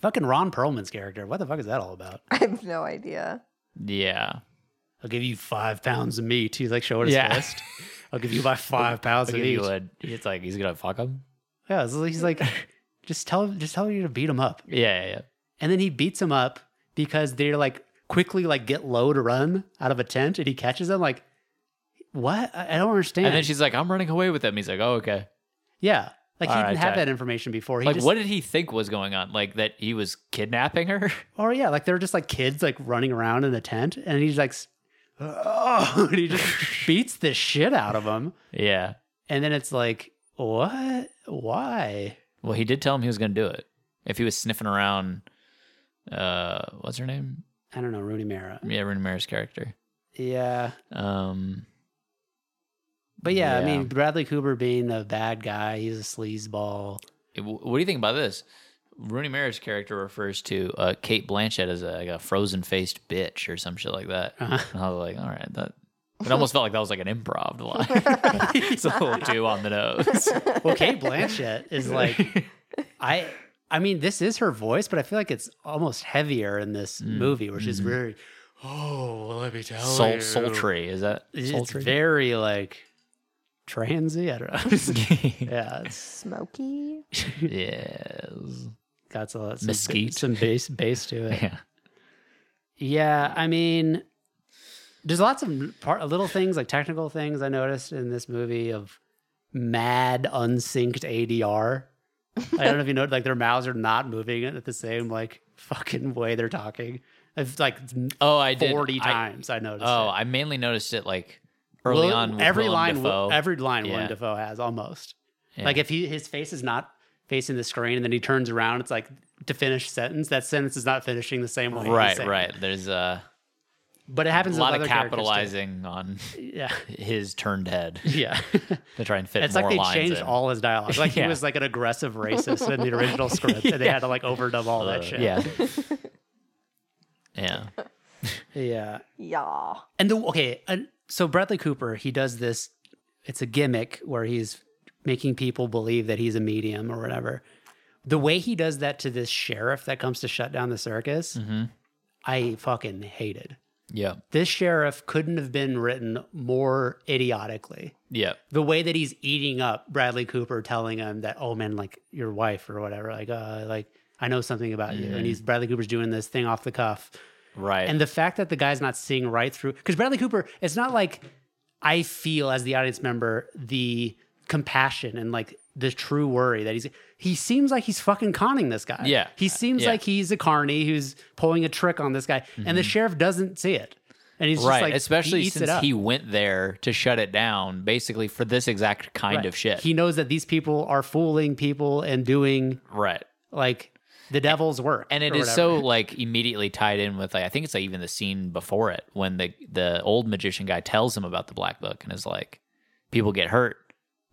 [SPEAKER 2] Fucking Ron Perlman's character, what the fuck is that all about?
[SPEAKER 4] I have no idea.
[SPEAKER 3] Yeah.
[SPEAKER 2] I'll give you five pounds of meat. He's like showing his
[SPEAKER 3] Yeah.
[SPEAKER 2] fist. I'll give you my five pounds
[SPEAKER 3] I'll
[SPEAKER 2] of
[SPEAKER 3] give
[SPEAKER 2] meat.
[SPEAKER 3] you a- it's like he's gonna fuck him.
[SPEAKER 2] Yeah, so he's like, just tell him, just tell you to beat him up,
[SPEAKER 3] Yeah. Yeah. yeah.
[SPEAKER 2] and then he beats him up because they're like quickly like get low to run out of a tent, and he catches them like, what? I I don't understand.
[SPEAKER 3] And then she's like, I'm running away with him. He's like, oh, okay.
[SPEAKER 2] yeah, like he
[SPEAKER 3] All
[SPEAKER 2] didn't
[SPEAKER 3] right,
[SPEAKER 2] have
[SPEAKER 3] Jack.
[SPEAKER 2] that information before. He
[SPEAKER 3] like,
[SPEAKER 2] just,
[SPEAKER 3] what did he think was going on? Like, that he was kidnapping her?
[SPEAKER 2] Or Oh, yeah, like they're just like kids like running around in the tent, and he's like, s- oh, and he just beats the shit out of them.
[SPEAKER 3] yeah.
[SPEAKER 2] And then it's like, what? Why?
[SPEAKER 3] Well, he did tell him he was going to do it. If he was sniffing around, uh, what's her name?
[SPEAKER 2] I don't know, Rooney Mara.
[SPEAKER 3] Yeah, Rooney Mara's character.
[SPEAKER 2] Yeah,
[SPEAKER 3] Um,
[SPEAKER 2] but yeah, I
[SPEAKER 3] Yeah.
[SPEAKER 2] mean Bradley Cooper being a bad guy, he's a sleazeball.
[SPEAKER 3] it- wh- what do you think about this? Rooney Mara's character refers to uh, Kate Blanchett as a, like a frozen faced bitch or some shit like that.
[SPEAKER 2] Uh-huh.
[SPEAKER 3] And I was like, all right, that. It almost felt like that was like an improv line. it's a little too on the nose.
[SPEAKER 2] Well, Kate Blanchett is like, I, I mean, this is her voice, but I feel like it's almost heavier in this
[SPEAKER 3] Mm,
[SPEAKER 2] movie, where she's very, oh, well, let me tell
[SPEAKER 3] Soul,
[SPEAKER 2] you,
[SPEAKER 3] mm-hmm. sultry is that?
[SPEAKER 2] It's
[SPEAKER 3] sultry?
[SPEAKER 2] very like transy. I don't know. yeah, it's
[SPEAKER 4] Smoky.
[SPEAKER 3] yes.
[SPEAKER 2] got some some,
[SPEAKER 3] Mesquite.
[SPEAKER 2] some bass bass to it.
[SPEAKER 3] Yeah.
[SPEAKER 2] Yeah, I mean, there's lots of part, little things like technical things I noticed in this movie of mad unsynced ADR. I don't know if you know, like their mouths are not moving at the same like fucking way they're talking. It's like
[SPEAKER 3] Oh, I did.
[SPEAKER 2] forty
[SPEAKER 3] I-
[SPEAKER 2] times I, noticed.
[SPEAKER 3] Oh,
[SPEAKER 2] it.
[SPEAKER 3] I mainly noticed it like early
[SPEAKER 2] Will-
[SPEAKER 3] on. With
[SPEAKER 2] every
[SPEAKER 3] Willem
[SPEAKER 2] line, Will-
[SPEAKER 3] Dafoe.
[SPEAKER 2] every line Willem
[SPEAKER 3] Yeah.
[SPEAKER 2] Dafoe has almost.
[SPEAKER 3] Yeah.
[SPEAKER 2] Like if he his face is not facing the screen and then he turns around, it's like to finish sentence. That sentence is not finishing the same way. he's
[SPEAKER 3] right,
[SPEAKER 2] saying it.
[SPEAKER 3] right. There's uh, a,
[SPEAKER 2] But it happens.
[SPEAKER 3] a
[SPEAKER 2] with
[SPEAKER 3] lot of
[SPEAKER 2] other characters, too.
[SPEAKER 3] capitalizing on
[SPEAKER 2] Yeah,
[SPEAKER 3] his turned head
[SPEAKER 2] yeah.
[SPEAKER 3] to try and fit
[SPEAKER 2] it's
[SPEAKER 3] more
[SPEAKER 2] like they
[SPEAKER 3] lines.
[SPEAKER 2] changed
[SPEAKER 3] in.
[SPEAKER 2] all his dialogue. Like he
[SPEAKER 3] Yeah.
[SPEAKER 2] was like an aggressive racist in the original script, and they had to like overdub all
[SPEAKER 3] Uh,
[SPEAKER 2] that shit.
[SPEAKER 3] Yeah. yeah.
[SPEAKER 2] yeah.
[SPEAKER 4] Yeah.
[SPEAKER 2] And the okay, and so Bradley Cooper, he does this. It's a gimmick where he's making people believe that he's a medium or whatever. The way he does that to this sheriff that comes to shut down the circus,
[SPEAKER 3] Mm-hmm.
[SPEAKER 2] I fucking hated.
[SPEAKER 3] Yeah.
[SPEAKER 2] This sheriff couldn't have been written more idiotically.
[SPEAKER 3] Yeah.
[SPEAKER 2] The way that he's eating up Bradley Cooper, telling him that, "Oh man, like your wife or whatever, like, uh, like I know something about you,"
[SPEAKER 3] Mm-hmm.
[SPEAKER 2] and he's Bradley Cooper's doing this thing off the cuff.
[SPEAKER 3] Right.
[SPEAKER 2] And the fact that the guy's not seeing right through, because Bradley Cooper, it's not like I feel as the audience member the compassion and like the true worry that he's, he seems like he's fucking conning this guy.
[SPEAKER 3] Yeah.
[SPEAKER 2] He seems
[SPEAKER 3] Yeah. Mm-hmm.
[SPEAKER 2] like he's a carny who's pulling a trick on this guy. And the sheriff doesn't see it. And he's
[SPEAKER 3] right.
[SPEAKER 2] just like,
[SPEAKER 3] Especially
[SPEAKER 2] he eats it
[SPEAKER 3] since
[SPEAKER 2] up.
[SPEAKER 3] he went there to shut it down, basically for this exact kind
[SPEAKER 2] Right.
[SPEAKER 3] of shit.
[SPEAKER 2] He knows that these people are fooling people and doing
[SPEAKER 3] right.
[SPEAKER 2] like the devil's work.
[SPEAKER 3] and it
[SPEAKER 2] or
[SPEAKER 3] is
[SPEAKER 2] whatever.
[SPEAKER 3] so like immediately tied in with like I think it's like even the scene before it when the the old magician guy tells him about the black book and is like, people get hurt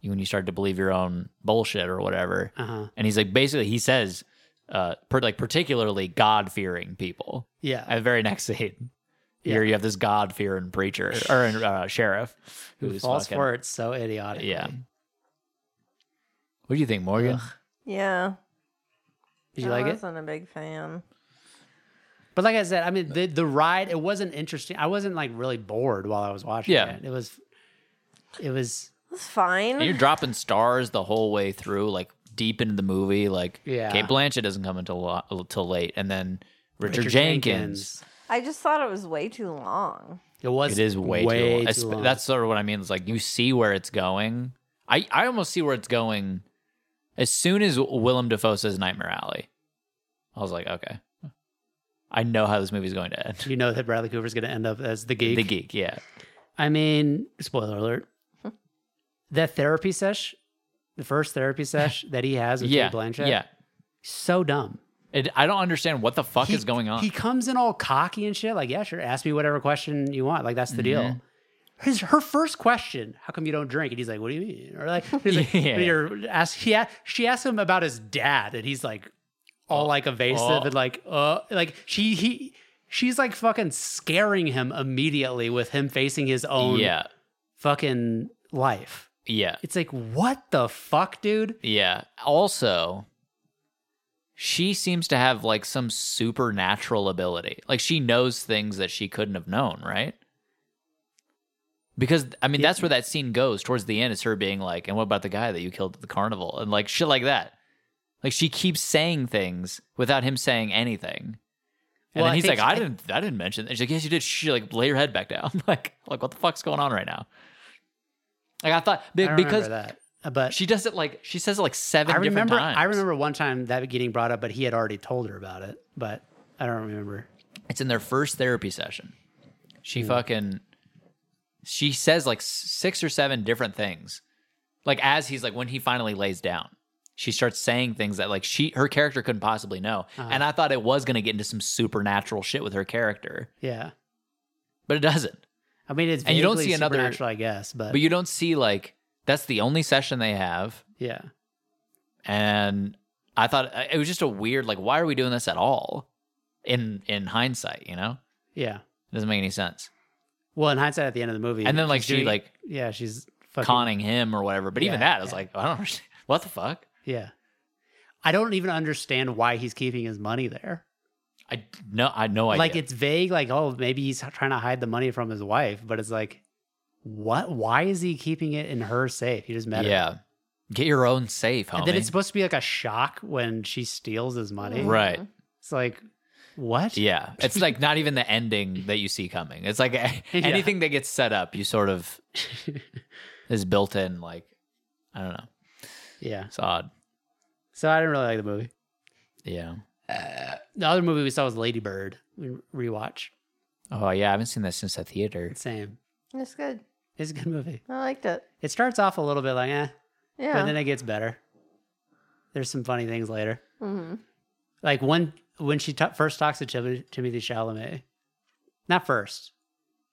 [SPEAKER 3] when you start to believe your own bullshit or whatever.
[SPEAKER 2] Uh-huh.
[SPEAKER 3] And he's like basically he says, uh, per, like particularly God fearing people.
[SPEAKER 2] Yeah.
[SPEAKER 3] At the very next scene,
[SPEAKER 2] Yeah.
[SPEAKER 3] here you have this God fearing preacher or uh, sheriff
[SPEAKER 2] Who
[SPEAKER 3] who's
[SPEAKER 2] falls
[SPEAKER 3] fucking-
[SPEAKER 2] for it so idiotic.
[SPEAKER 3] Yeah. What do you think, Morgan?
[SPEAKER 4] Yeah.
[SPEAKER 2] Did you like
[SPEAKER 4] I
[SPEAKER 2] it?
[SPEAKER 4] wasn't a big fan.
[SPEAKER 2] But like I said, I mean the the ride it wasn't interesting. I wasn't like really bored while I was watching
[SPEAKER 3] Yeah.
[SPEAKER 2] it. It was it was
[SPEAKER 4] It's
[SPEAKER 3] And
[SPEAKER 4] fine.
[SPEAKER 3] you're dropping stars the whole way through, like deep into the movie. Like
[SPEAKER 2] Yeah.
[SPEAKER 3] Kate Blanchett doesn't come until lo- till late, and then Richard, Jenkins.
[SPEAKER 4] I just thought it was way too long.
[SPEAKER 2] It was
[SPEAKER 3] It is way, too, long. Espe- That's sort of what I mean. It's like you see where it's going. I I almost see where it's going as soon as Willem Dafoe says Nightmare Alley. I was like, okay, I know how this movie's going to end.
[SPEAKER 2] you know that Bradley Cooper's gonna end up as the geek.
[SPEAKER 3] The geek, yeah,
[SPEAKER 2] I mean, spoiler alert. that therapy sesh, the first therapy sesh that he has with
[SPEAKER 3] yeah,
[SPEAKER 2] Kate Blanchett,
[SPEAKER 3] yeah.
[SPEAKER 2] so dumb.
[SPEAKER 3] It, I don't understand what the fuck
[SPEAKER 2] He-
[SPEAKER 3] is going on.
[SPEAKER 2] He comes in all cocky and shit, like, yeah, sure, ask me whatever question you want. Like, that's the
[SPEAKER 3] Mm-hmm.
[SPEAKER 2] deal. His her first question, how come you don't drink? And he's like, What do you mean? Or like, he's like
[SPEAKER 3] Yeah.
[SPEAKER 2] or ask he a- she asked him about his dad, and he's like all like evasive
[SPEAKER 3] oh.
[SPEAKER 2] and like uh like she he she's like fucking scaring him immediately with him facing his own
[SPEAKER 3] yeah,
[SPEAKER 2] fucking life.
[SPEAKER 3] yeah.
[SPEAKER 2] It's like, what the fuck, dude?
[SPEAKER 3] Yeah. Also, she seems to have like some supernatural ability. Like she knows things that she couldn't have known, right? Because I mean, that's where that scene goes towards the end. Is her being like, "And what about the guy that you killed at the carnival?" and like shit like that. Like she keeps saying things without him saying anything. And
[SPEAKER 2] Well,
[SPEAKER 3] then
[SPEAKER 2] I
[SPEAKER 3] he's
[SPEAKER 2] think-
[SPEAKER 3] like, "I didn't, I didn't mention." That. She's like, "Yes, you did." She like lay your head back down. like, like what the fuck's going on right now? Like I thought
[SPEAKER 2] I
[SPEAKER 3] be-
[SPEAKER 2] don't
[SPEAKER 3] because
[SPEAKER 2] remember that. Uh, But
[SPEAKER 3] she does it like she says it like seven
[SPEAKER 2] I
[SPEAKER 3] different
[SPEAKER 2] remember
[SPEAKER 3] times.
[SPEAKER 2] I remember one time that getting brought up, but he had already told her about it. But I don't remember.
[SPEAKER 3] It's in their first therapy session. She fucking she says like s- six or seven different things. Like as he's like when he finally lays down, she starts saying things that like she her character couldn't possibly know.
[SPEAKER 2] Uh,
[SPEAKER 3] And I thought it was going to get into some supernatural shit with her character,
[SPEAKER 2] Yeah.
[SPEAKER 3] but it doesn't.
[SPEAKER 2] I mean, it's
[SPEAKER 3] And you don't
[SPEAKER 2] vaguely
[SPEAKER 3] see another-
[SPEAKER 2] supernatural, I guess, but,
[SPEAKER 3] But you don't see like that's the only session they have
[SPEAKER 2] yeah,
[SPEAKER 3] and I thought uh, it was just a weird like why are we doing this at all? In in hindsight, you know?
[SPEAKER 2] yeah.
[SPEAKER 3] It doesn't make any sense.
[SPEAKER 2] Well, in hindsight, at the end of the movie,
[SPEAKER 3] And then like
[SPEAKER 2] she's
[SPEAKER 3] she
[SPEAKER 2] doing-
[SPEAKER 3] like
[SPEAKER 2] yeah, she's fucking,
[SPEAKER 3] conning him or whatever. But even
[SPEAKER 2] Yeah,
[SPEAKER 3] that, I was
[SPEAKER 2] yeah.
[SPEAKER 3] like, I don't understand. What the fuck?
[SPEAKER 2] Yeah, I don't even understand why he's keeping his money there.
[SPEAKER 3] I no, I no idea.
[SPEAKER 2] like it's vague, like oh, maybe he's trying to hide the money from his wife, but it's like, what? Why is he keeping it in her safe? He just met her.
[SPEAKER 3] yeah. oh, Get your own safe, homie.
[SPEAKER 2] And then it's supposed to be like a shock when she steals his money.
[SPEAKER 3] right.
[SPEAKER 2] It's like, what?
[SPEAKER 3] Yeah, it's like not even the ending that you see coming. It's like anything that gets set up, you sort of is built in. Like I don't know,
[SPEAKER 2] Yeah.
[SPEAKER 3] it's odd.
[SPEAKER 2] So I didn't really like the movie. Uh,
[SPEAKER 3] Yeah.
[SPEAKER 2] The other movie we saw was Lady Bird. We rewatch.
[SPEAKER 3] Oh yeah, I haven't seen that since the theater.
[SPEAKER 2] Same.
[SPEAKER 4] It's good.
[SPEAKER 2] It's a good movie.
[SPEAKER 4] I liked it.
[SPEAKER 2] It starts off a little bit like, eh,
[SPEAKER 4] Yeah.
[SPEAKER 2] but then it gets better. There's some funny things later.
[SPEAKER 4] Mhm.
[SPEAKER 2] Like when when she ta- first talks to Tim- Timothy Chalamet, not first,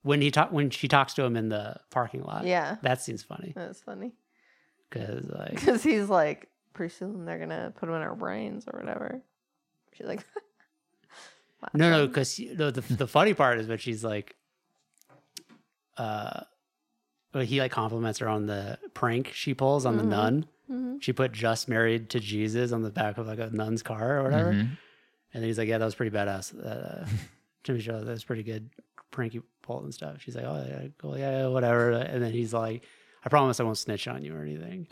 [SPEAKER 2] when he talk when she talks to him in the parking lot.
[SPEAKER 4] Yeah.
[SPEAKER 2] that scene's funny
[SPEAKER 4] That was funny.
[SPEAKER 2] because like
[SPEAKER 4] Because he's like, pretty soon they're going to put him in our brains or whatever. She's like,
[SPEAKER 2] No, no, because no, the the funny part is when she's like, uh, when he like compliments her on the prank she pulls on the
[SPEAKER 4] Mhm.
[SPEAKER 2] nun.
[SPEAKER 4] Mhm.
[SPEAKER 2] She put "just married to Jesus" on the back of like a nun's car or whatever,
[SPEAKER 3] Mhm.
[SPEAKER 2] and he's like, "Yeah, that was pretty badass." That uh, Jimmy Show, that was pretty good prank you pulled and stuff. She's like, "Oh yeah, cool, yeah, yeah, whatever." And then he's like, "I promise I won't snitch on you or anything."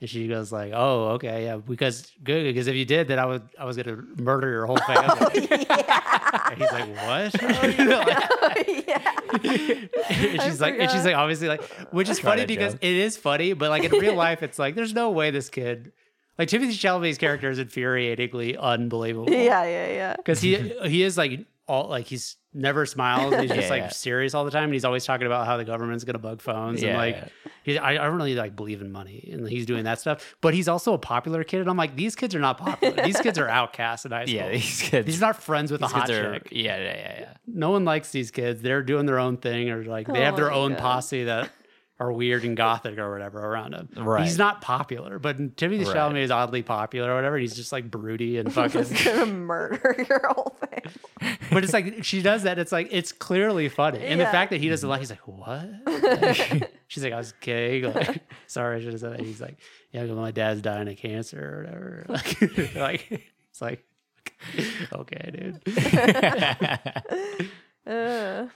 [SPEAKER 2] And she goes like, "Oh, okay, yeah, because good, because if you did, then I would, I was gonna murder your whole family."
[SPEAKER 4] Oh, yeah. Oh,
[SPEAKER 2] And he's like, "What?" You know, like-
[SPEAKER 4] yeah.
[SPEAKER 2] and
[SPEAKER 4] I
[SPEAKER 2] she's like, and she's
[SPEAKER 4] forgot.
[SPEAKER 2] like, obviously, like, which is
[SPEAKER 3] Try
[SPEAKER 2] funny
[SPEAKER 3] that
[SPEAKER 2] because
[SPEAKER 3] joke.
[SPEAKER 2] it is funny, but like in real life, it's like, there's no way this kid, like Timothy Chalamet's character is infuriatingly unbelievable.
[SPEAKER 4] Yeah, yeah, yeah.
[SPEAKER 2] because he he is like all like he's never smiles. and He's just
[SPEAKER 3] Yeah,
[SPEAKER 2] like
[SPEAKER 3] yeah.
[SPEAKER 2] serious all the time, and he's always talking about how the government's gonna bug phones and
[SPEAKER 3] Yeah,
[SPEAKER 2] like.
[SPEAKER 3] yeah.
[SPEAKER 2] He, I, I don't really like believe in money, and he's doing that stuff. But he's also a popular kid, and I'm like, these kids are not popular. these kids are outcasts in high school.
[SPEAKER 3] Yeah, these kids.
[SPEAKER 2] these are not friends with a
[SPEAKER 3] these
[SPEAKER 2] hot
[SPEAKER 3] kids are-
[SPEAKER 2] chick
[SPEAKER 3] Yeah, yeah, yeah, yeah.
[SPEAKER 2] no one likes these kids. They're doing their own thing, or like they have
[SPEAKER 4] Oh
[SPEAKER 2] their
[SPEAKER 4] my
[SPEAKER 2] own
[SPEAKER 4] God.
[SPEAKER 2] posse that are weird and gothic or whatever around him.
[SPEAKER 3] Right.
[SPEAKER 2] He's not popular, but Timothy
[SPEAKER 3] Right.
[SPEAKER 2] Chalamet is oddly popular or whatever. He's just like broody and fucking.
[SPEAKER 4] Just gonna murder your whole family.
[SPEAKER 2] but it's like she does that. It's like it's clearly funny, and the
[SPEAKER 4] Yeah.
[SPEAKER 2] fact that he doesn't like, he's like, what? She's like, I was kidding. Like, sorry, I should have said that. He's like, yeah, 'cause my dad's dying of cancer or whatever. Like, like it's like, okay, dude.
[SPEAKER 4] Uh,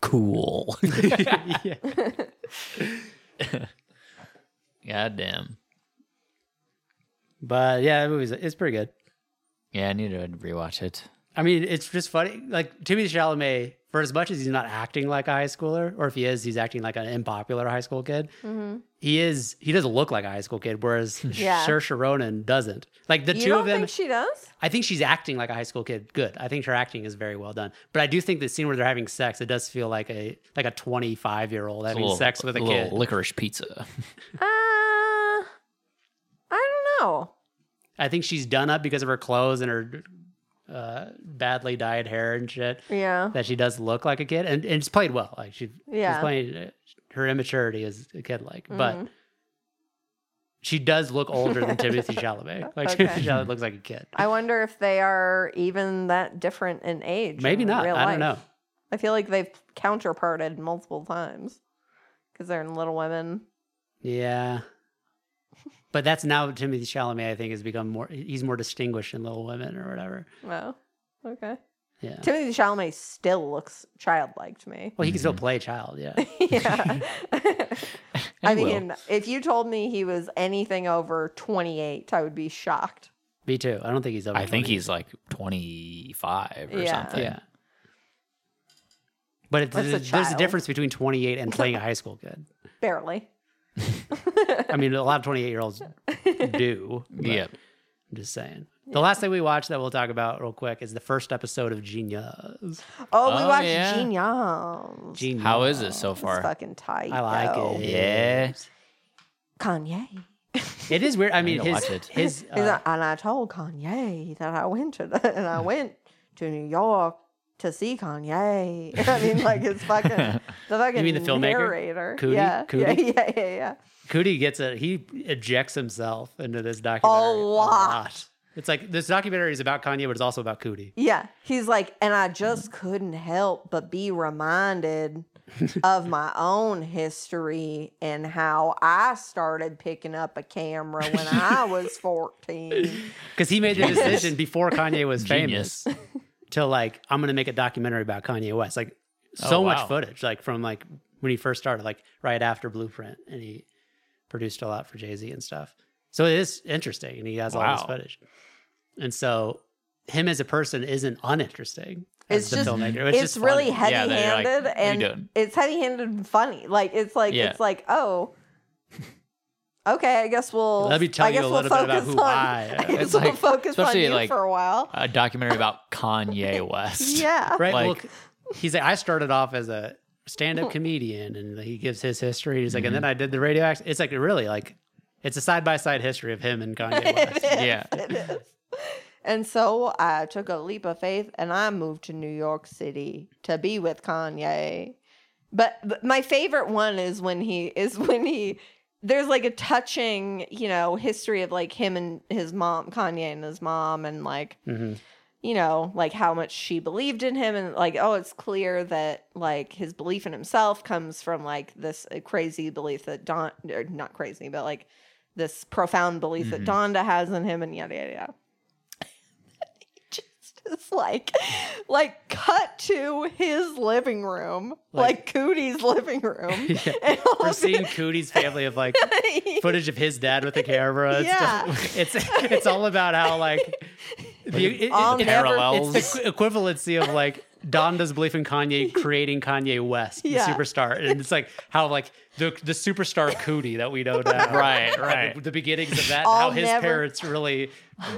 [SPEAKER 3] Cool.
[SPEAKER 2] yeah.
[SPEAKER 3] God damn.
[SPEAKER 2] But yeah, it was it's pretty good.
[SPEAKER 3] Yeah, I need to rewatch it.
[SPEAKER 2] I mean, it's just funny. Like Timothy Chalamet, for as much as he's not acting like a high schooler, or if he is, he's acting like an unpopular high school kid. He is. He doesn't look like a high school kid, whereas
[SPEAKER 4] Mm-hmm. Yeah.
[SPEAKER 2] Saoirse Ronan doesn't. Like the
[SPEAKER 4] you
[SPEAKER 2] 2
[SPEAKER 4] don't
[SPEAKER 2] of them.
[SPEAKER 4] think she does?
[SPEAKER 2] I think she's acting like a high school kid. Good. I think her acting is very well done. But I do think the scene where they're having sex, it does feel like a like a twenty five year old having
[SPEAKER 3] little-
[SPEAKER 2] sex with a
[SPEAKER 3] little
[SPEAKER 2] kid.
[SPEAKER 3] licorice pizza.
[SPEAKER 4] Uh, I don't know.
[SPEAKER 2] I think she's done up because of her clothes and her uh, badly dyed hair and shit.
[SPEAKER 4] Yeah.
[SPEAKER 2] that she does look like a kid and, and it's played well like she, she's
[SPEAKER 4] Yeah. Mm-hmm.
[SPEAKER 2] playing uh, her immaturity is a kid like but she does look older than timothy chalamet like
[SPEAKER 4] Okay.
[SPEAKER 2] timothy chalamet looks like a kid
[SPEAKER 4] I wonder if they are even that different in age.
[SPEAKER 2] maybe
[SPEAKER 4] in
[SPEAKER 2] not
[SPEAKER 4] real
[SPEAKER 2] i don't know
[SPEAKER 4] life. I feel like they've counterparted multiple times because they're in Little Women.
[SPEAKER 2] yeah but that's now timothy chalamet i think has become more he's more distinguished in little women or whatever
[SPEAKER 4] Wow. Okay.
[SPEAKER 2] yeah
[SPEAKER 4] Timothy Chalamet still looks childlike to me.
[SPEAKER 2] well he can
[SPEAKER 3] Mm-hmm.
[SPEAKER 2] still play child yeah
[SPEAKER 4] yeah. I
[SPEAKER 3] will.
[SPEAKER 4] mean, if you told me he was anything over 28, I would be shocked.
[SPEAKER 2] me too i don't think he's over
[SPEAKER 3] I think
[SPEAKER 2] 20.
[SPEAKER 3] he's like 25 or
[SPEAKER 4] Yeah.
[SPEAKER 3] something.
[SPEAKER 2] yeah but it's,
[SPEAKER 4] That's a
[SPEAKER 2] there's, there's a
[SPEAKER 4] child.
[SPEAKER 2] difference between 28 and playing a high school kid
[SPEAKER 4] Barely.
[SPEAKER 2] I mean, a lot of 28 year olds do. but
[SPEAKER 3] Yeah.
[SPEAKER 2] I'm just saying. The last thing we watched that we'll talk about real quick is the first episode of Genius.
[SPEAKER 4] Oh, we
[SPEAKER 3] Oh,
[SPEAKER 4] watched
[SPEAKER 3] yeah.
[SPEAKER 4] Genius.
[SPEAKER 2] Genius.
[SPEAKER 3] How is it so
[SPEAKER 4] It's
[SPEAKER 3] far?
[SPEAKER 4] fucking tight.
[SPEAKER 2] I like
[SPEAKER 4] though.
[SPEAKER 2] it. Uh,
[SPEAKER 3] Yeah.
[SPEAKER 4] Kanye.
[SPEAKER 2] It is weird. I mean,
[SPEAKER 3] need to
[SPEAKER 2] his,
[SPEAKER 3] watch it.
[SPEAKER 2] his
[SPEAKER 4] He's
[SPEAKER 2] uh,
[SPEAKER 4] like, and I told Kanye that I went to the, and I went to New York to see Kanye. I mean, like it's fucking the fucking
[SPEAKER 2] mean the filmmaker?
[SPEAKER 4] narrator.
[SPEAKER 2] Cootie?
[SPEAKER 4] Yeah,
[SPEAKER 2] Cootie?
[SPEAKER 4] yeah, yeah, yeah, yeah.
[SPEAKER 2] Cootie gets a he ejects himself into this documentary
[SPEAKER 4] lot.
[SPEAKER 2] It's like this documentary is about Kanye, but it's also about Cootie.
[SPEAKER 4] Yeah, he's like, and I just couldn't help but be reminded of my own history and how I started picking up a camera when I was 14.
[SPEAKER 2] Because he made the decision before Kanye was
[SPEAKER 3] Genius.
[SPEAKER 2] famous to like, I'm gonna make a documentary about Kanye West. Like so
[SPEAKER 3] Oh, wow.
[SPEAKER 2] much footage, like from like when he first started, like right after Blueprint, and he produced a lot for Jay Z and stuff. So it is interesting, and he has all this
[SPEAKER 3] Wow.
[SPEAKER 2] footage. And so him as a person isn't uninteresting.
[SPEAKER 4] It's
[SPEAKER 2] As the
[SPEAKER 4] just-
[SPEAKER 2] filmmaker.
[SPEAKER 4] It's,
[SPEAKER 2] just
[SPEAKER 4] really
[SPEAKER 2] funny.
[SPEAKER 3] Yeah,
[SPEAKER 4] heavy
[SPEAKER 3] they're like,
[SPEAKER 4] handed
[SPEAKER 3] "What are you
[SPEAKER 4] and
[SPEAKER 3] doing?"
[SPEAKER 4] it's heavy handed and funny. Like it's like
[SPEAKER 3] Yeah.
[SPEAKER 4] it's like, oh okay, I guess we'll
[SPEAKER 2] Let me tell
[SPEAKER 4] I
[SPEAKER 2] you a
[SPEAKER 4] guess we'll
[SPEAKER 2] little bit about
[SPEAKER 4] focus
[SPEAKER 2] who
[SPEAKER 4] on,
[SPEAKER 2] I
[SPEAKER 4] I
[SPEAKER 2] am.
[SPEAKER 4] guess
[SPEAKER 3] It's
[SPEAKER 4] we'll
[SPEAKER 3] like-
[SPEAKER 4] focus on
[SPEAKER 3] especially
[SPEAKER 4] you
[SPEAKER 3] like-
[SPEAKER 4] for a while.
[SPEAKER 3] A documentary about Kanye West.
[SPEAKER 4] Yeah.
[SPEAKER 2] right?
[SPEAKER 3] Like-
[SPEAKER 2] well, c- he's like, I started off as a stand-up comedian, and he gives his history. He's like, and then I did the radio act. It's like really like, it's a side-by-side history of him and Kanye West.
[SPEAKER 3] Yeah.
[SPEAKER 4] It is. And so I took a leap of faith and I moved to New York City to be with Kanye. But, but my favorite one is when he is when he there's like a touching, you know, history of like him and his mom, Kanye and his mom and like
[SPEAKER 2] hmm
[SPEAKER 4] you know, like how much she believed in him and like oh, it's clear that like his belief in himself comes from like this uh, crazy belief that Don or not crazy, but like this profound belief that
[SPEAKER 3] Mhm.
[SPEAKER 2] Mm-hmm.
[SPEAKER 4] Donda has in him and yada yada yada. Just is like like cut to his living room, like,
[SPEAKER 2] Like-
[SPEAKER 4] Cootie's living room.
[SPEAKER 2] Yeah.
[SPEAKER 4] And all
[SPEAKER 2] We're
[SPEAKER 4] of
[SPEAKER 2] seeing
[SPEAKER 4] it-
[SPEAKER 2] Cootie's family of like footage of his dad with the camera. and
[SPEAKER 4] Yeah.
[SPEAKER 2] stuff. it's it's all about how like the it- it-
[SPEAKER 4] I'll
[SPEAKER 2] it's-
[SPEAKER 4] never-
[SPEAKER 3] parallels.
[SPEAKER 2] it's the equ- equivalency of like Donda's belief in Kanye creating Kanye West,
[SPEAKER 4] Yeah.
[SPEAKER 2] the superstar, and it's like how like the the superstar Cootie that we know now,
[SPEAKER 3] Right, right.
[SPEAKER 2] The, the beginnings of that, how
[SPEAKER 4] I'll
[SPEAKER 2] his
[SPEAKER 4] never-
[SPEAKER 2] parents really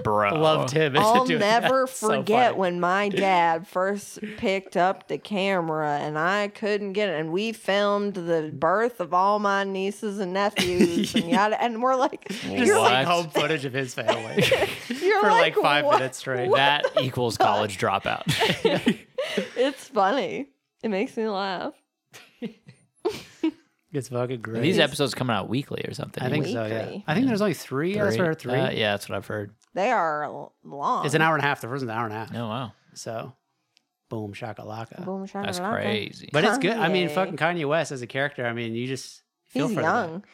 [SPEAKER 3] Bro.
[SPEAKER 2] loved him. into
[SPEAKER 4] I'll
[SPEAKER 2] doing
[SPEAKER 4] never
[SPEAKER 2] that. So
[SPEAKER 4] forget
[SPEAKER 2] funny.
[SPEAKER 4] when my dad first picked up the camera and I couldn't get it. And we filmed the birth of all my nieces and nephews and yada. And we're like,
[SPEAKER 2] just
[SPEAKER 4] you're like,
[SPEAKER 2] like
[SPEAKER 3] What?
[SPEAKER 2] home footage of his family
[SPEAKER 4] you're
[SPEAKER 2] for like, five
[SPEAKER 4] "What?"
[SPEAKER 2] minutes straight.
[SPEAKER 3] That equals college dropout.
[SPEAKER 4] It's funny. It makes me laugh.
[SPEAKER 2] It's fucking great.
[SPEAKER 3] These episodes coming out weekly or something.
[SPEAKER 2] I think so. Yeah,
[SPEAKER 4] Weekly.
[SPEAKER 2] I think there's only three. I heard three.
[SPEAKER 3] Uh, yeah, that's what I've heard.
[SPEAKER 4] They are l- long.
[SPEAKER 2] It's an hour and a half. The first one's an hour and a half.
[SPEAKER 3] Oh wow,
[SPEAKER 2] So, boom shakalaka.
[SPEAKER 4] Boom, shakalaka.
[SPEAKER 3] that's crazy.
[SPEAKER 2] But it's good. I mean,
[SPEAKER 4] Kanye.
[SPEAKER 2] fucking Kanye West as a character. I mean, you just feel
[SPEAKER 4] He's
[SPEAKER 2] for the guy.
[SPEAKER 4] young.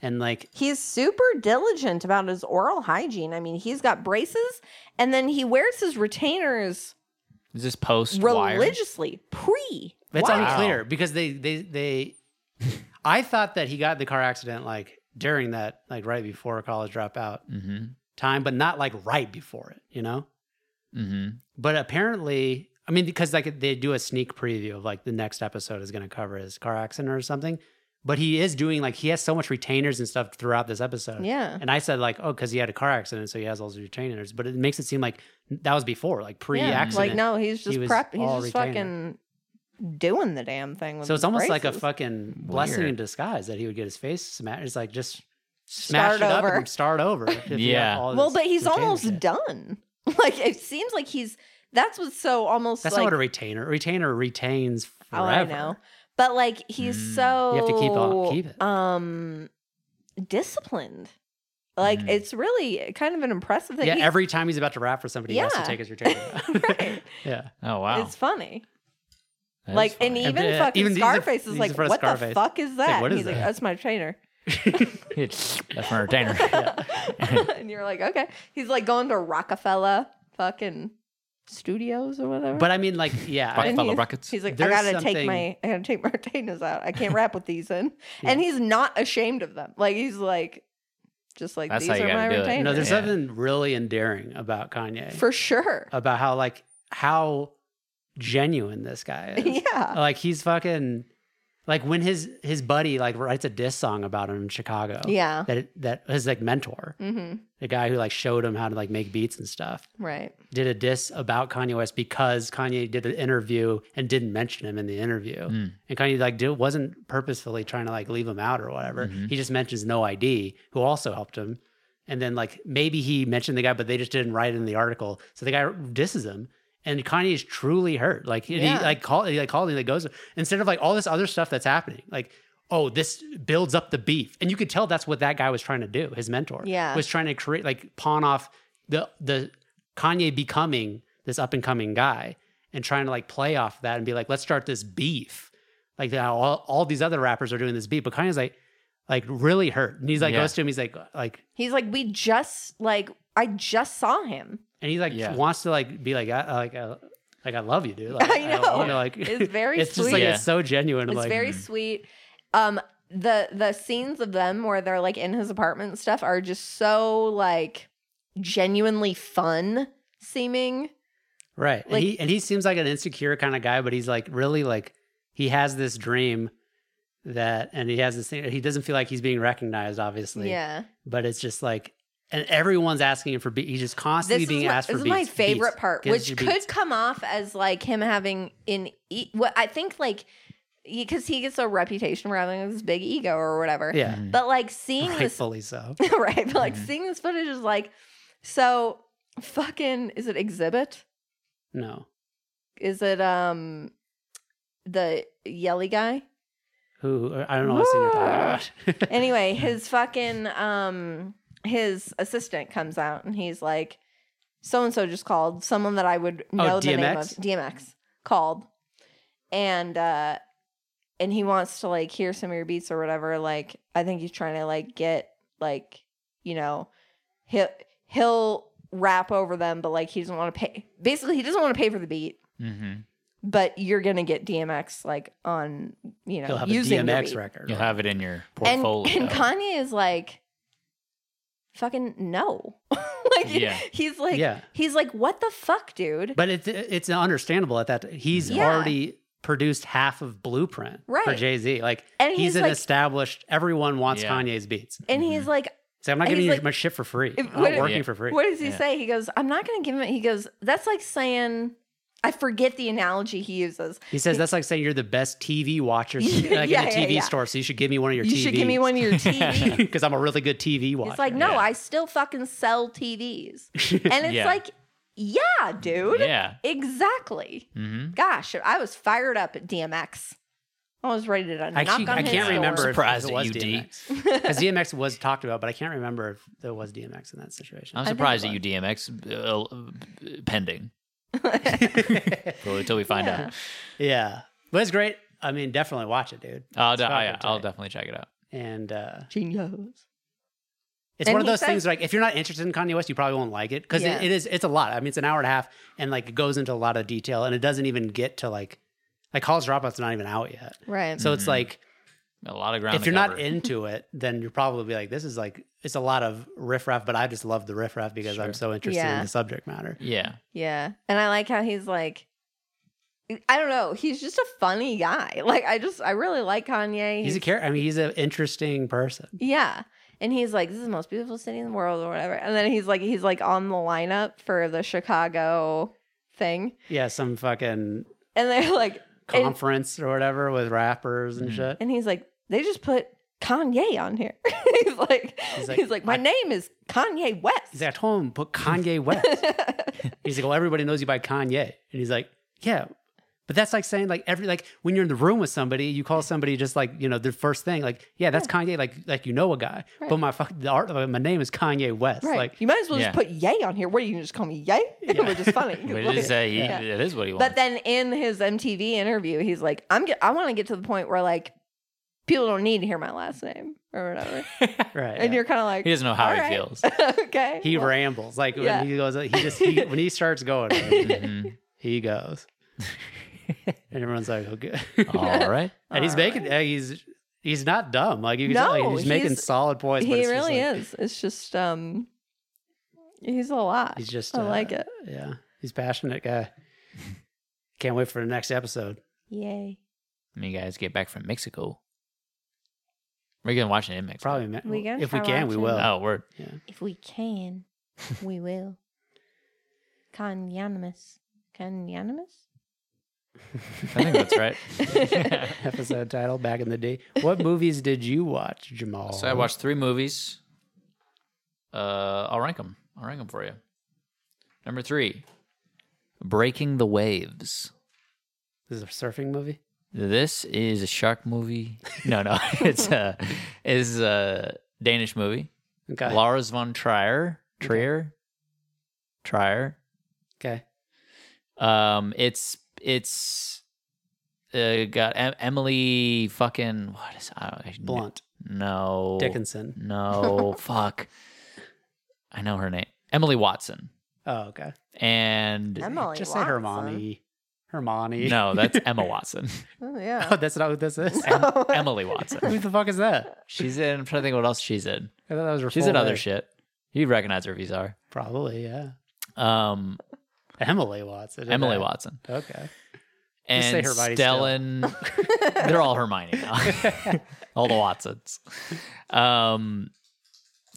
[SPEAKER 2] and like
[SPEAKER 4] He's super diligent about his oral hygiene. I mean, he's got braces and then he wears his retainers
[SPEAKER 3] Is this post wire?
[SPEAKER 4] religiously pre.
[SPEAKER 2] it's
[SPEAKER 3] Wow.
[SPEAKER 2] unclear because they they they. I thought that he got in the car accident like during that like right before college dropout
[SPEAKER 3] Mm-hmm.
[SPEAKER 2] time, but not like right before it. You know.
[SPEAKER 3] Mm-hmm.
[SPEAKER 2] But apparently, I mean, because like they do a sneak preview of like the next episode is going to cover his car accident or something. But he is doing like he has so much retainers and stuff throughout this episode.
[SPEAKER 4] Yeah.
[SPEAKER 2] And I said like, oh, because he had a car accident, so he has all those retainers. But it makes it seem like that was before, like pre-accident.
[SPEAKER 4] Like no, he's just
[SPEAKER 2] He was
[SPEAKER 4] prep. He's
[SPEAKER 2] all
[SPEAKER 4] just
[SPEAKER 2] retainer.
[SPEAKER 4] fucking doing the damn thing. With
[SPEAKER 2] so it's
[SPEAKER 4] his
[SPEAKER 2] almost like a
[SPEAKER 4] braces.
[SPEAKER 2] fucking blessing
[SPEAKER 3] Weird.
[SPEAKER 2] in disguise that he would get his face smashed. It's like just smash
[SPEAKER 4] Start
[SPEAKER 2] it up
[SPEAKER 4] over.
[SPEAKER 2] and start over. if you
[SPEAKER 3] Yeah.
[SPEAKER 2] have all
[SPEAKER 4] Well,
[SPEAKER 2] this
[SPEAKER 4] but he's
[SPEAKER 2] retainer
[SPEAKER 4] almost
[SPEAKER 2] shit.
[SPEAKER 4] done. Like it seems like he's. That's what's so almost.
[SPEAKER 2] That's
[SPEAKER 4] like,
[SPEAKER 2] not what a retainer. A retainer retains
[SPEAKER 4] Oh,
[SPEAKER 2] forever.
[SPEAKER 4] I know. But like he's
[SPEAKER 3] Mm.
[SPEAKER 4] so
[SPEAKER 2] You have to keep on- keep it.
[SPEAKER 4] Um, disciplined. Like
[SPEAKER 3] Mm.
[SPEAKER 4] it's really kind of an impressive thing.
[SPEAKER 2] Yeah,
[SPEAKER 4] He's-
[SPEAKER 2] every time he's about to rap for somebody, he has
[SPEAKER 4] Yeah.
[SPEAKER 2] to take his retainer. out.
[SPEAKER 4] Right.
[SPEAKER 2] yeah.
[SPEAKER 3] Oh wow,
[SPEAKER 4] It's funny.
[SPEAKER 3] That is
[SPEAKER 4] like and
[SPEAKER 3] funny.
[SPEAKER 2] And
[SPEAKER 4] even
[SPEAKER 2] the-
[SPEAKER 4] fucking
[SPEAKER 2] even these are-
[SPEAKER 4] Scarface is
[SPEAKER 2] these
[SPEAKER 4] like,
[SPEAKER 2] are
[SPEAKER 4] what the
[SPEAKER 2] Scarface.
[SPEAKER 4] fuck is that?
[SPEAKER 2] what is
[SPEAKER 4] And he's like,
[SPEAKER 2] that?
[SPEAKER 4] that's my trainer.
[SPEAKER 3] that's my retainer.
[SPEAKER 4] and you're like, okay. He's like going to Rockefeller fucking studios or whatever.
[SPEAKER 2] But I mean, like, yeah, I-
[SPEAKER 4] And
[SPEAKER 3] Rockefeller
[SPEAKER 4] he's-
[SPEAKER 3] Rockets.
[SPEAKER 4] He's like, I
[SPEAKER 2] There's
[SPEAKER 4] gotta take
[SPEAKER 2] something-
[SPEAKER 4] my I gotta take my retainers out. I can't wrap with these in. And he's not ashamed of them. Like he's like just like
[SPEAKER 3] That's
[SPEAKER 4] these
[SPEAKER 3] how you
[SPEAKER 4] are my
[SPEAKER 3] gotta do it.
[SPEAKER 4] retainers.
[SPEAKER 2] no, there's
[SPEAKER 3] Yeah.
[SPEAKER 2] something really endearing about Kanye,
[SPEAKER 4] For sure.
[SPEAKER 2] about how like how genuine this guy is.
[SPEAKER 4] yeah.
[SPEAKER 2] Like he's fucking Like when his his buddy like writes a diss song about him in Chicago.
[SPEAKER 4] Yeah.
[SPEAKER 2] That that his like mentor,
[SPEAKER 4] hmm
[SPEAKER 2] the guy who like showed him how to like make beats and stuff,
[SPEAKER 4] Right.
[SPEAKER 2] did a diss about Kanye West because Kanye did an interview and didn't mention him in the interview.
[SPEAKER 3] Mm.
[SPEAKER 2] And Kanye like did, wasn't purposefully trying to like leave him out or whatever.
[SPEAKER 3] Mhm.
[SPEAKER 2] He just mentions No ID, who also helped him. And then like maybe he mentioned the guy, but they just didn't write it in the article. So the guy disses him. And Kanye is truly hurt. Like he
[SPEAKER 4] Yeah.
[SPEAKER 2] he like call he like called and like goes instead of like all this other stuff that's happening. Like oh this builds up the beef, and you could tell that's what that guy was trying to do. His mentor
[SPEAKER 4] Yeah.
[SPEAKER 2] was trying to create like pawn off the the Kanye becoming this up and coming guy and trying to like play off that and be like, let's start this beef. Like how all, all these other rappers are doing this beef, but Kanye's like, like really hurt. And he's like
[SPEAKER 3] Yeah.
[SPEAKER 2] goes to him, he's like, like,
[SPEAKER 4] He's like, we just like I just saw him.
[SPEAKER 2] and he like
[SPEAKER 3] Yeah.
[SPEAKER 2] wants to like be like, I, like, uh, like I love you, dude. Like,
[SPEAKER 4] I know.
[SPEAKER 2] wanna, like,
[SPEAKER 4] It's very
[SPEAKER 2] it's just
[SPEAKER 4] sweet.
[SPEAKER 2] like
[SPEAKER 3] Yeah.
[SPEAKER 2] it's so genuine.
[SPEAKER 4] It's
[SPEAKER 2] like, Hmm.
[SPEAKER 4] very
[SPEAKER 3] mm.
[SPEAKER 4] sweet. Um, the the scenes of them where they're like in his apartment and stuff are just so like genuinely fun seeming.
[SPEAKER 2] Right. and,
[SPEAKER 4] Like-
[SPEAKER 2] he, and he seems like an insecure kind of guy, but he's like really like he has this dream that and he has this thing he doesn't feel like he's being recognized, obviously.
[SPEAKER 4] yeah,
[SPEAKER 2] But it's just like and everyone's asking him for beats. He's just
[SPEAKER 4] this
[SPEAKER 2] constantly
[SPEAKER 4] is,
[SPEAKER 2] being
[SPEAKER 4] my,
[SPEAKER 2] asked
[SPEAKER 4] this
[SPEAKER 2] for
[SPEAKER 4] is my
[SPEAKER 2] beats,
[SPEAKER 4] favorite
[SPEAKER 2] beats,
[SPEAKER 4] part,
[SPEAKER 2] give us
[SPEAKER 4] which
[SPEAKER 2] your
[SPEAKER 4] could
[SPEAKER 2] beats.
[SPEAKER 4] come off as like him having an e- what I think like because he gets a reputation for having this big ego or whatever.
[SPEAKER 2] Yeah. Mm-hmm.
[SPEAKER 3] Mhm.
[SPEAKER 4] But like seeing this
[SPEAKER 2] Rightfully so.
[SPEAKER 4] right? But like
[SPEAKER 3] Mhm.
[SPEAKER 4] seeing this footage is like, so fucking is it exhibit?
[SPEAKER 2] No.
[SPEAKER 4] Is it um the yelly guy?
[SPEAKER 2] Who I don't know what scene you're talking about.
[SPEAKER 4] Ah. Anyway, his fucking um his assistant comes out and he's like, so and so just called someone that I would know the name of
[SPEAKER 2] DMX?
[SPEAKER 4] DMX called, and uh and he wants to like hear some of your beats or whatever. Like I think he's trying to like get like you know he'll he'll rap over them, but like he doesn't want to pay. Basically, he doesn't want to pay for the beat.
[SPEAKER 3] Mhm.
[SPEAKER 4] but you're gonna get DMX like on you
[SPEAKER 2] He'll
[SPEAKER 4] know
[SPEAKER 2] have a
[SPEAKER 4] using your
[SPEAKER 2] DMX
[SPEAKER 4] beat.
[SPEAKER 2] record.
[SPEAKER 3] You'll have it in your
[SPEAKER 4] And,
[SPEAKER 3] portfolio.
[SPEAKER 4] and Kanye is like, fucking no, like
[SPEAKER 3] Yeah.
[SPEAKER 4] he's like
[SPEAKER 2] Yeah.
[SPEAKER 4] he's like what the fuck, dude?
[SPEAKER 2] But it's it's understandable at that he's
[SPEAKER 4] Yeah.
[SPEAKER 2] already produced half of Blueprint for
[SPEAKER 4] Right.
[SPEAKER 2] Jay Z. Like
[SPEAKER 4] and
[SPEAKER 2] he's,
[SPEAKER 4] he's,
[SPEAKER 2] an
[SPEAKER 4] like,
[SPEAKER 2] established everyone wants
[SPEAKER 3] Yeah.
[SPEAKER 2] Kanye's beats.
[SPEAKER 4] and he's like,
[SPEAKER 2] So I'm not
[SPEAKER 4] He's
[SPEAKER 2] giving
[SPEAKER 4] like-
[SPEAKER 2] you my shit for free.
[SPEAKER 4] If-
[SPEAKER 2] I'm
[SPEAKER 4] what-
[SPEAKER 2] not working
[SPEAKER 3] Yeah.
[SPEAKER 2] for free.
[SPEAKER 4] what does he
[SPEAKER 3] Yeah.
[SPEAKER 4] say? He goes, I'm not gonna give him. He goes, that's like saying, I forget the analogy he uses.
[SPEAKER 2] he says that's like saying you're the best TV watcher since- like
[SPEAKER 4] Yeah,
[SPEAKER 2] in
[SPEAKER 4] yeah,
[SPEAKER 2] a TV
[SPEAKER 4] yeah.
[SPEAKER 2] store, so you should give me one of your
[SPEAKER 4] You
[SPEAKER 2] TVs.
[SPEAKER 4] should give me one of your TVs.
[SPEAKER 2] because I'm a really good TV watcher.
[SPEAKER 4] it's like no,
[SPEAKER 3] yeah.
[SPEAKER 4] I still fucking sell TVs, and it's
[SPEAKER 3] Yeah.
[SPEAKER 4] like, yeah, dude,
[SPEAKER 3] yeah.
[SPEAKER 4] exactly.
[SPEAKER 3] Mm-hmm.
[SPEAKER 4] gosh, I was fired up at DMX. I was ready to
[SPEAKER 2] I,
[SPEAKER 4] knock on
[SPEAKER 2] actually- I
[SPEAKER 4] his
[SPEAKER 2] can't
[SPEAKER 4] door.
[SPEAKER 2] remember if-
[SPEAKER 3] Surprised
[SPEAKER 2] if
[SPEAKER 3] at
[SPEAKER 2] it was
[SPEAKER 3] you, D.
[SPEAKER 2] DMX because DMX was talked about, but I can't remember if there was DMX in that situation.
[SPEAKER 3] I'm
[SPEAKER 4] think
[SPEAKER 3] surprised
[SPEAKER 4] it
[SPEAKER 3] at you, DMX. Uh, uh, pending until, until we find
[SPEAKER 4] Yeah.
[SPEAKER 3] out.
[SPEAKER 2] yeah, but it's great. I mean, definitely watch it, dude.
[SPEAKER 3] I'll,
[SPEAKER 2] It's
[SPEAKER 3] de- oh,
[SPEAKER 2] not
[SPEAKER 3] yeah,
[SPEAKER 2] good
[SPEAKER 3] I'll
[SPEAKER 2] today.
[SPEAKER 3] definitely check it out.
[SPEAKER 2] And uh,
[SPEAKER 4] Genius.
[SPEAKER 2] It's
[SPEAKER 4] And
[SPEAKER 2] one of
[SPEAKER 4] he
[SPEAKER 2] those things
[SPEAKER 4] says-
[SPEAKER 2] like if you're not interested in Kanye West, you probably won't like it because
[SPEAKER 4] Yeah.
[SPEAKER 2] it, it is it's a lot. I mean, it's an hour and a half, and like it goes into a lot of detail, and it doesn't even get to like like College Dropout's not even out yet.
[SPEAKER 4] Right.
[SPEAKER 2] So it's
[SPEAKER 3] Mhm.
[SPEAKER 2] like
[SPEAKER 3] A lot of ground.
[SPEAKER 2] if
[SPEAKER 3] to
[SPEAKER 2] you're not
[SPEAKER 3] cover.
[SPEAKER 2] into it, then you're probably be like, this is like it's a lot of riffraff, but I just love the riffraff because I'm
[SPEAKER 3] Sure.
[SPEAKER 2] so interested
[SPEAKER 4] Yeah.
[SPEAKER 2] in the subject matter.
[SPEAKER 3] yeah,
[SPEAKER 4] yeah. And I like how he's like, I don't know. He's just a funny guy. Like, I just, I really like Kanye.
[SPEAKER 2] He's a care. I mean, he's an interesting person.
[SPEAKER 4] Yeah. And he's like, this is the most beautiful city in the world or whatever. And then he's like, he's like on the lineup for the Chicago thing.
[SPEAKER 2] Yeah, some fucking
[SPEAKER 4] And they're like, And-
[SPEAKER 2] conference or whatever with rappers and
[SPEAKER 3] Mhm.
[SPEAKER 2] shit.
[SPEAKER 4] and he's like, they just put Kanye on here. he's like, he's
[SPEAKER 2] He's like,
[SPEAKER 4] like, my
[SPEAKER 2] I-
[SPEAKER 4] name is Kanye
[SPEAKER 2] He's
[SPEAKER 4] West.
[SPEAKER 2] like, I told him, put Kanye West. He's like, well, everybody knows you by Kanye. And he's like, yeah. But that's like saying like every like when you're in the room with somebody, you call somebody just like, you know, the first thing, like, yeah, that's Kanye, like like you know a guy.
[SPEAKER 4] Right.
[SPEAKER 2] But my fuck the art of my name is Kanye West.
[SPEAKER 4] Right.
[SPEAKER 2] Like
[SPEAKER 4] you might as well
[SPEAKER 3] Yeah.
[SPEAKER 4] just put yay on here. What are you gonna just call me yay? Which is funny.
[SPEAKER 3] but it is, uh, he,
[SPEAKER 4] Yeah.
[SPEAKER 3] it is what he wants.
[SPEAKER 4] But then in his MTV interview, he's like, I'm get, I want to get to the point where like people don't need to hear my last name or whatever.
[SPEAKER 2] right. yeah.
[SPEAKER 4] And you're kind of like
[SPEAKER 3] he doesn't know how
[SPEAKER 4] all
[SPEAKER 3] he
[SPEAKER 4] right.
[SPEAKER 3] feels.
[SPEAKER 4] okay.
[SPEAKER 2] he
[SPEAKER 4] well,
[SPEAKER 2] rambles. Like
[SPEAKER 4] Yeah.
[SPEAKER 2] when he goes he just he, when he starts going, like,
[SPEAKER 3] Mhm.
[SPEAKER 2] he goes. and everyone's like, okay.
[SPEAKER 3] All right.
[SPEAKER 2] and he's
[SPEAKER 4] all
[SPEAKER 2] making uh, he's he's not dumb. Like you can tell like,
[SPEAKER 4] No,
[SPEAKER 2] he's, making
[SPEAKER 4] he's-
[SPEAKER 2] solid points. but
[SPEAKER 4] He
[SPEAKER 2] it's just,
[SPEAKER 4] really
[SPEAKER 2] like,
[SPEAKER 4] is. It's just um he's a lot.
[SPEAKER 2] He's just
[SPEAKER 4] I
[SPEAKER 2] uh,
[SPEAKER 4] like it.
[SPEAKER 2] Yeah. He's passionate guy. Can't wait for the next episode.
[SPEAKER 4] Yay.
[SPEAKER 3] when you guys get back from Mexico. We're gonna watch it in Mexico.
[SPEAKER 2] Probably me-
[SPEAKER 6] We gonna
[SPEAKER 2] if we
[SPEAKER 6] try
[SPEAKER 2] can, we
[SPEAKER 6] watching.
[SPEAKER 2] will.
[SPEAKER 3] Oh, word.
[SPEAKER 6] If we can, we will. Kanyanimous. Kanyanimous?
[SPEAKER 3] I think that's right.
[SPEAKER 2] Episode title back in the day. What movies did you watch, Jamal?
[SPEAKER 3] So I watched three movies. Uh, I'll rank them. I'll rank them for you. Number three, Breaking the Waves.
[SPEAKER 2] This is a surfing movie.
[SPEAKER 3] This is a shark movie. No, no, it's a is a Danish movie.
[SPEAKER 2] Okay.
[SPEAKER 3] Lars von Trier, Trier, Trier.
[SPEAKER 2] Okay.
[SPEAKER 3] Um, it's it's uh, got em- Emily fucking what is I,
[SPEAKER 2] Blunt.
[SPEAKER 3] No,
[SPEAKER 2] Dickinson.
[SPEAKER 3] No, fuck. I know her name. Emily Watson.
[SPEAKER 2] Oh, okay.
[SPEAKER 3] And
[SPEAKER 4] Emily
[SPEAKER 2] Just say
[SPEAKER 4] Watson.
[SPEAKER 2] Hermione. Hermione.
[SPEAKER 3] no, that's Emma Watson.
[SPEAKER 4] Oh, yeah.
[SPEAKER 2] Oh, that's not what this is.
[SPEAKER 3] Em- Emily Watson.
[SPEAKER 2] Who the fuck is that?
[SPEAKER 3] She's in. I'm trying to think what else she's in.
[SPEAKER 2] I thought that was her
[SPEAKER 3] She's
[SPEAKER 2] full
[SPEAKER 3] in other
[SPEAKER 2] name.
[SPEAKER 3] shit. You recognize her if you saw
[SPEAKER 2] Probably, yeah.
[SPEAKER 3] her. Um,
[SPEAKER 2] Emily Watson. isn't
[SPEAKER 3] Emily
[SPEAKER 2] it?
[SPEAKER 3] Watson
[SPEAKER 2] Okay. Just say
[SPEAKER 3] and
[SPEAKER 2] Hermione
[SPEAKER 3] Stellan. they're all Hermione now. all the Watsons. Um,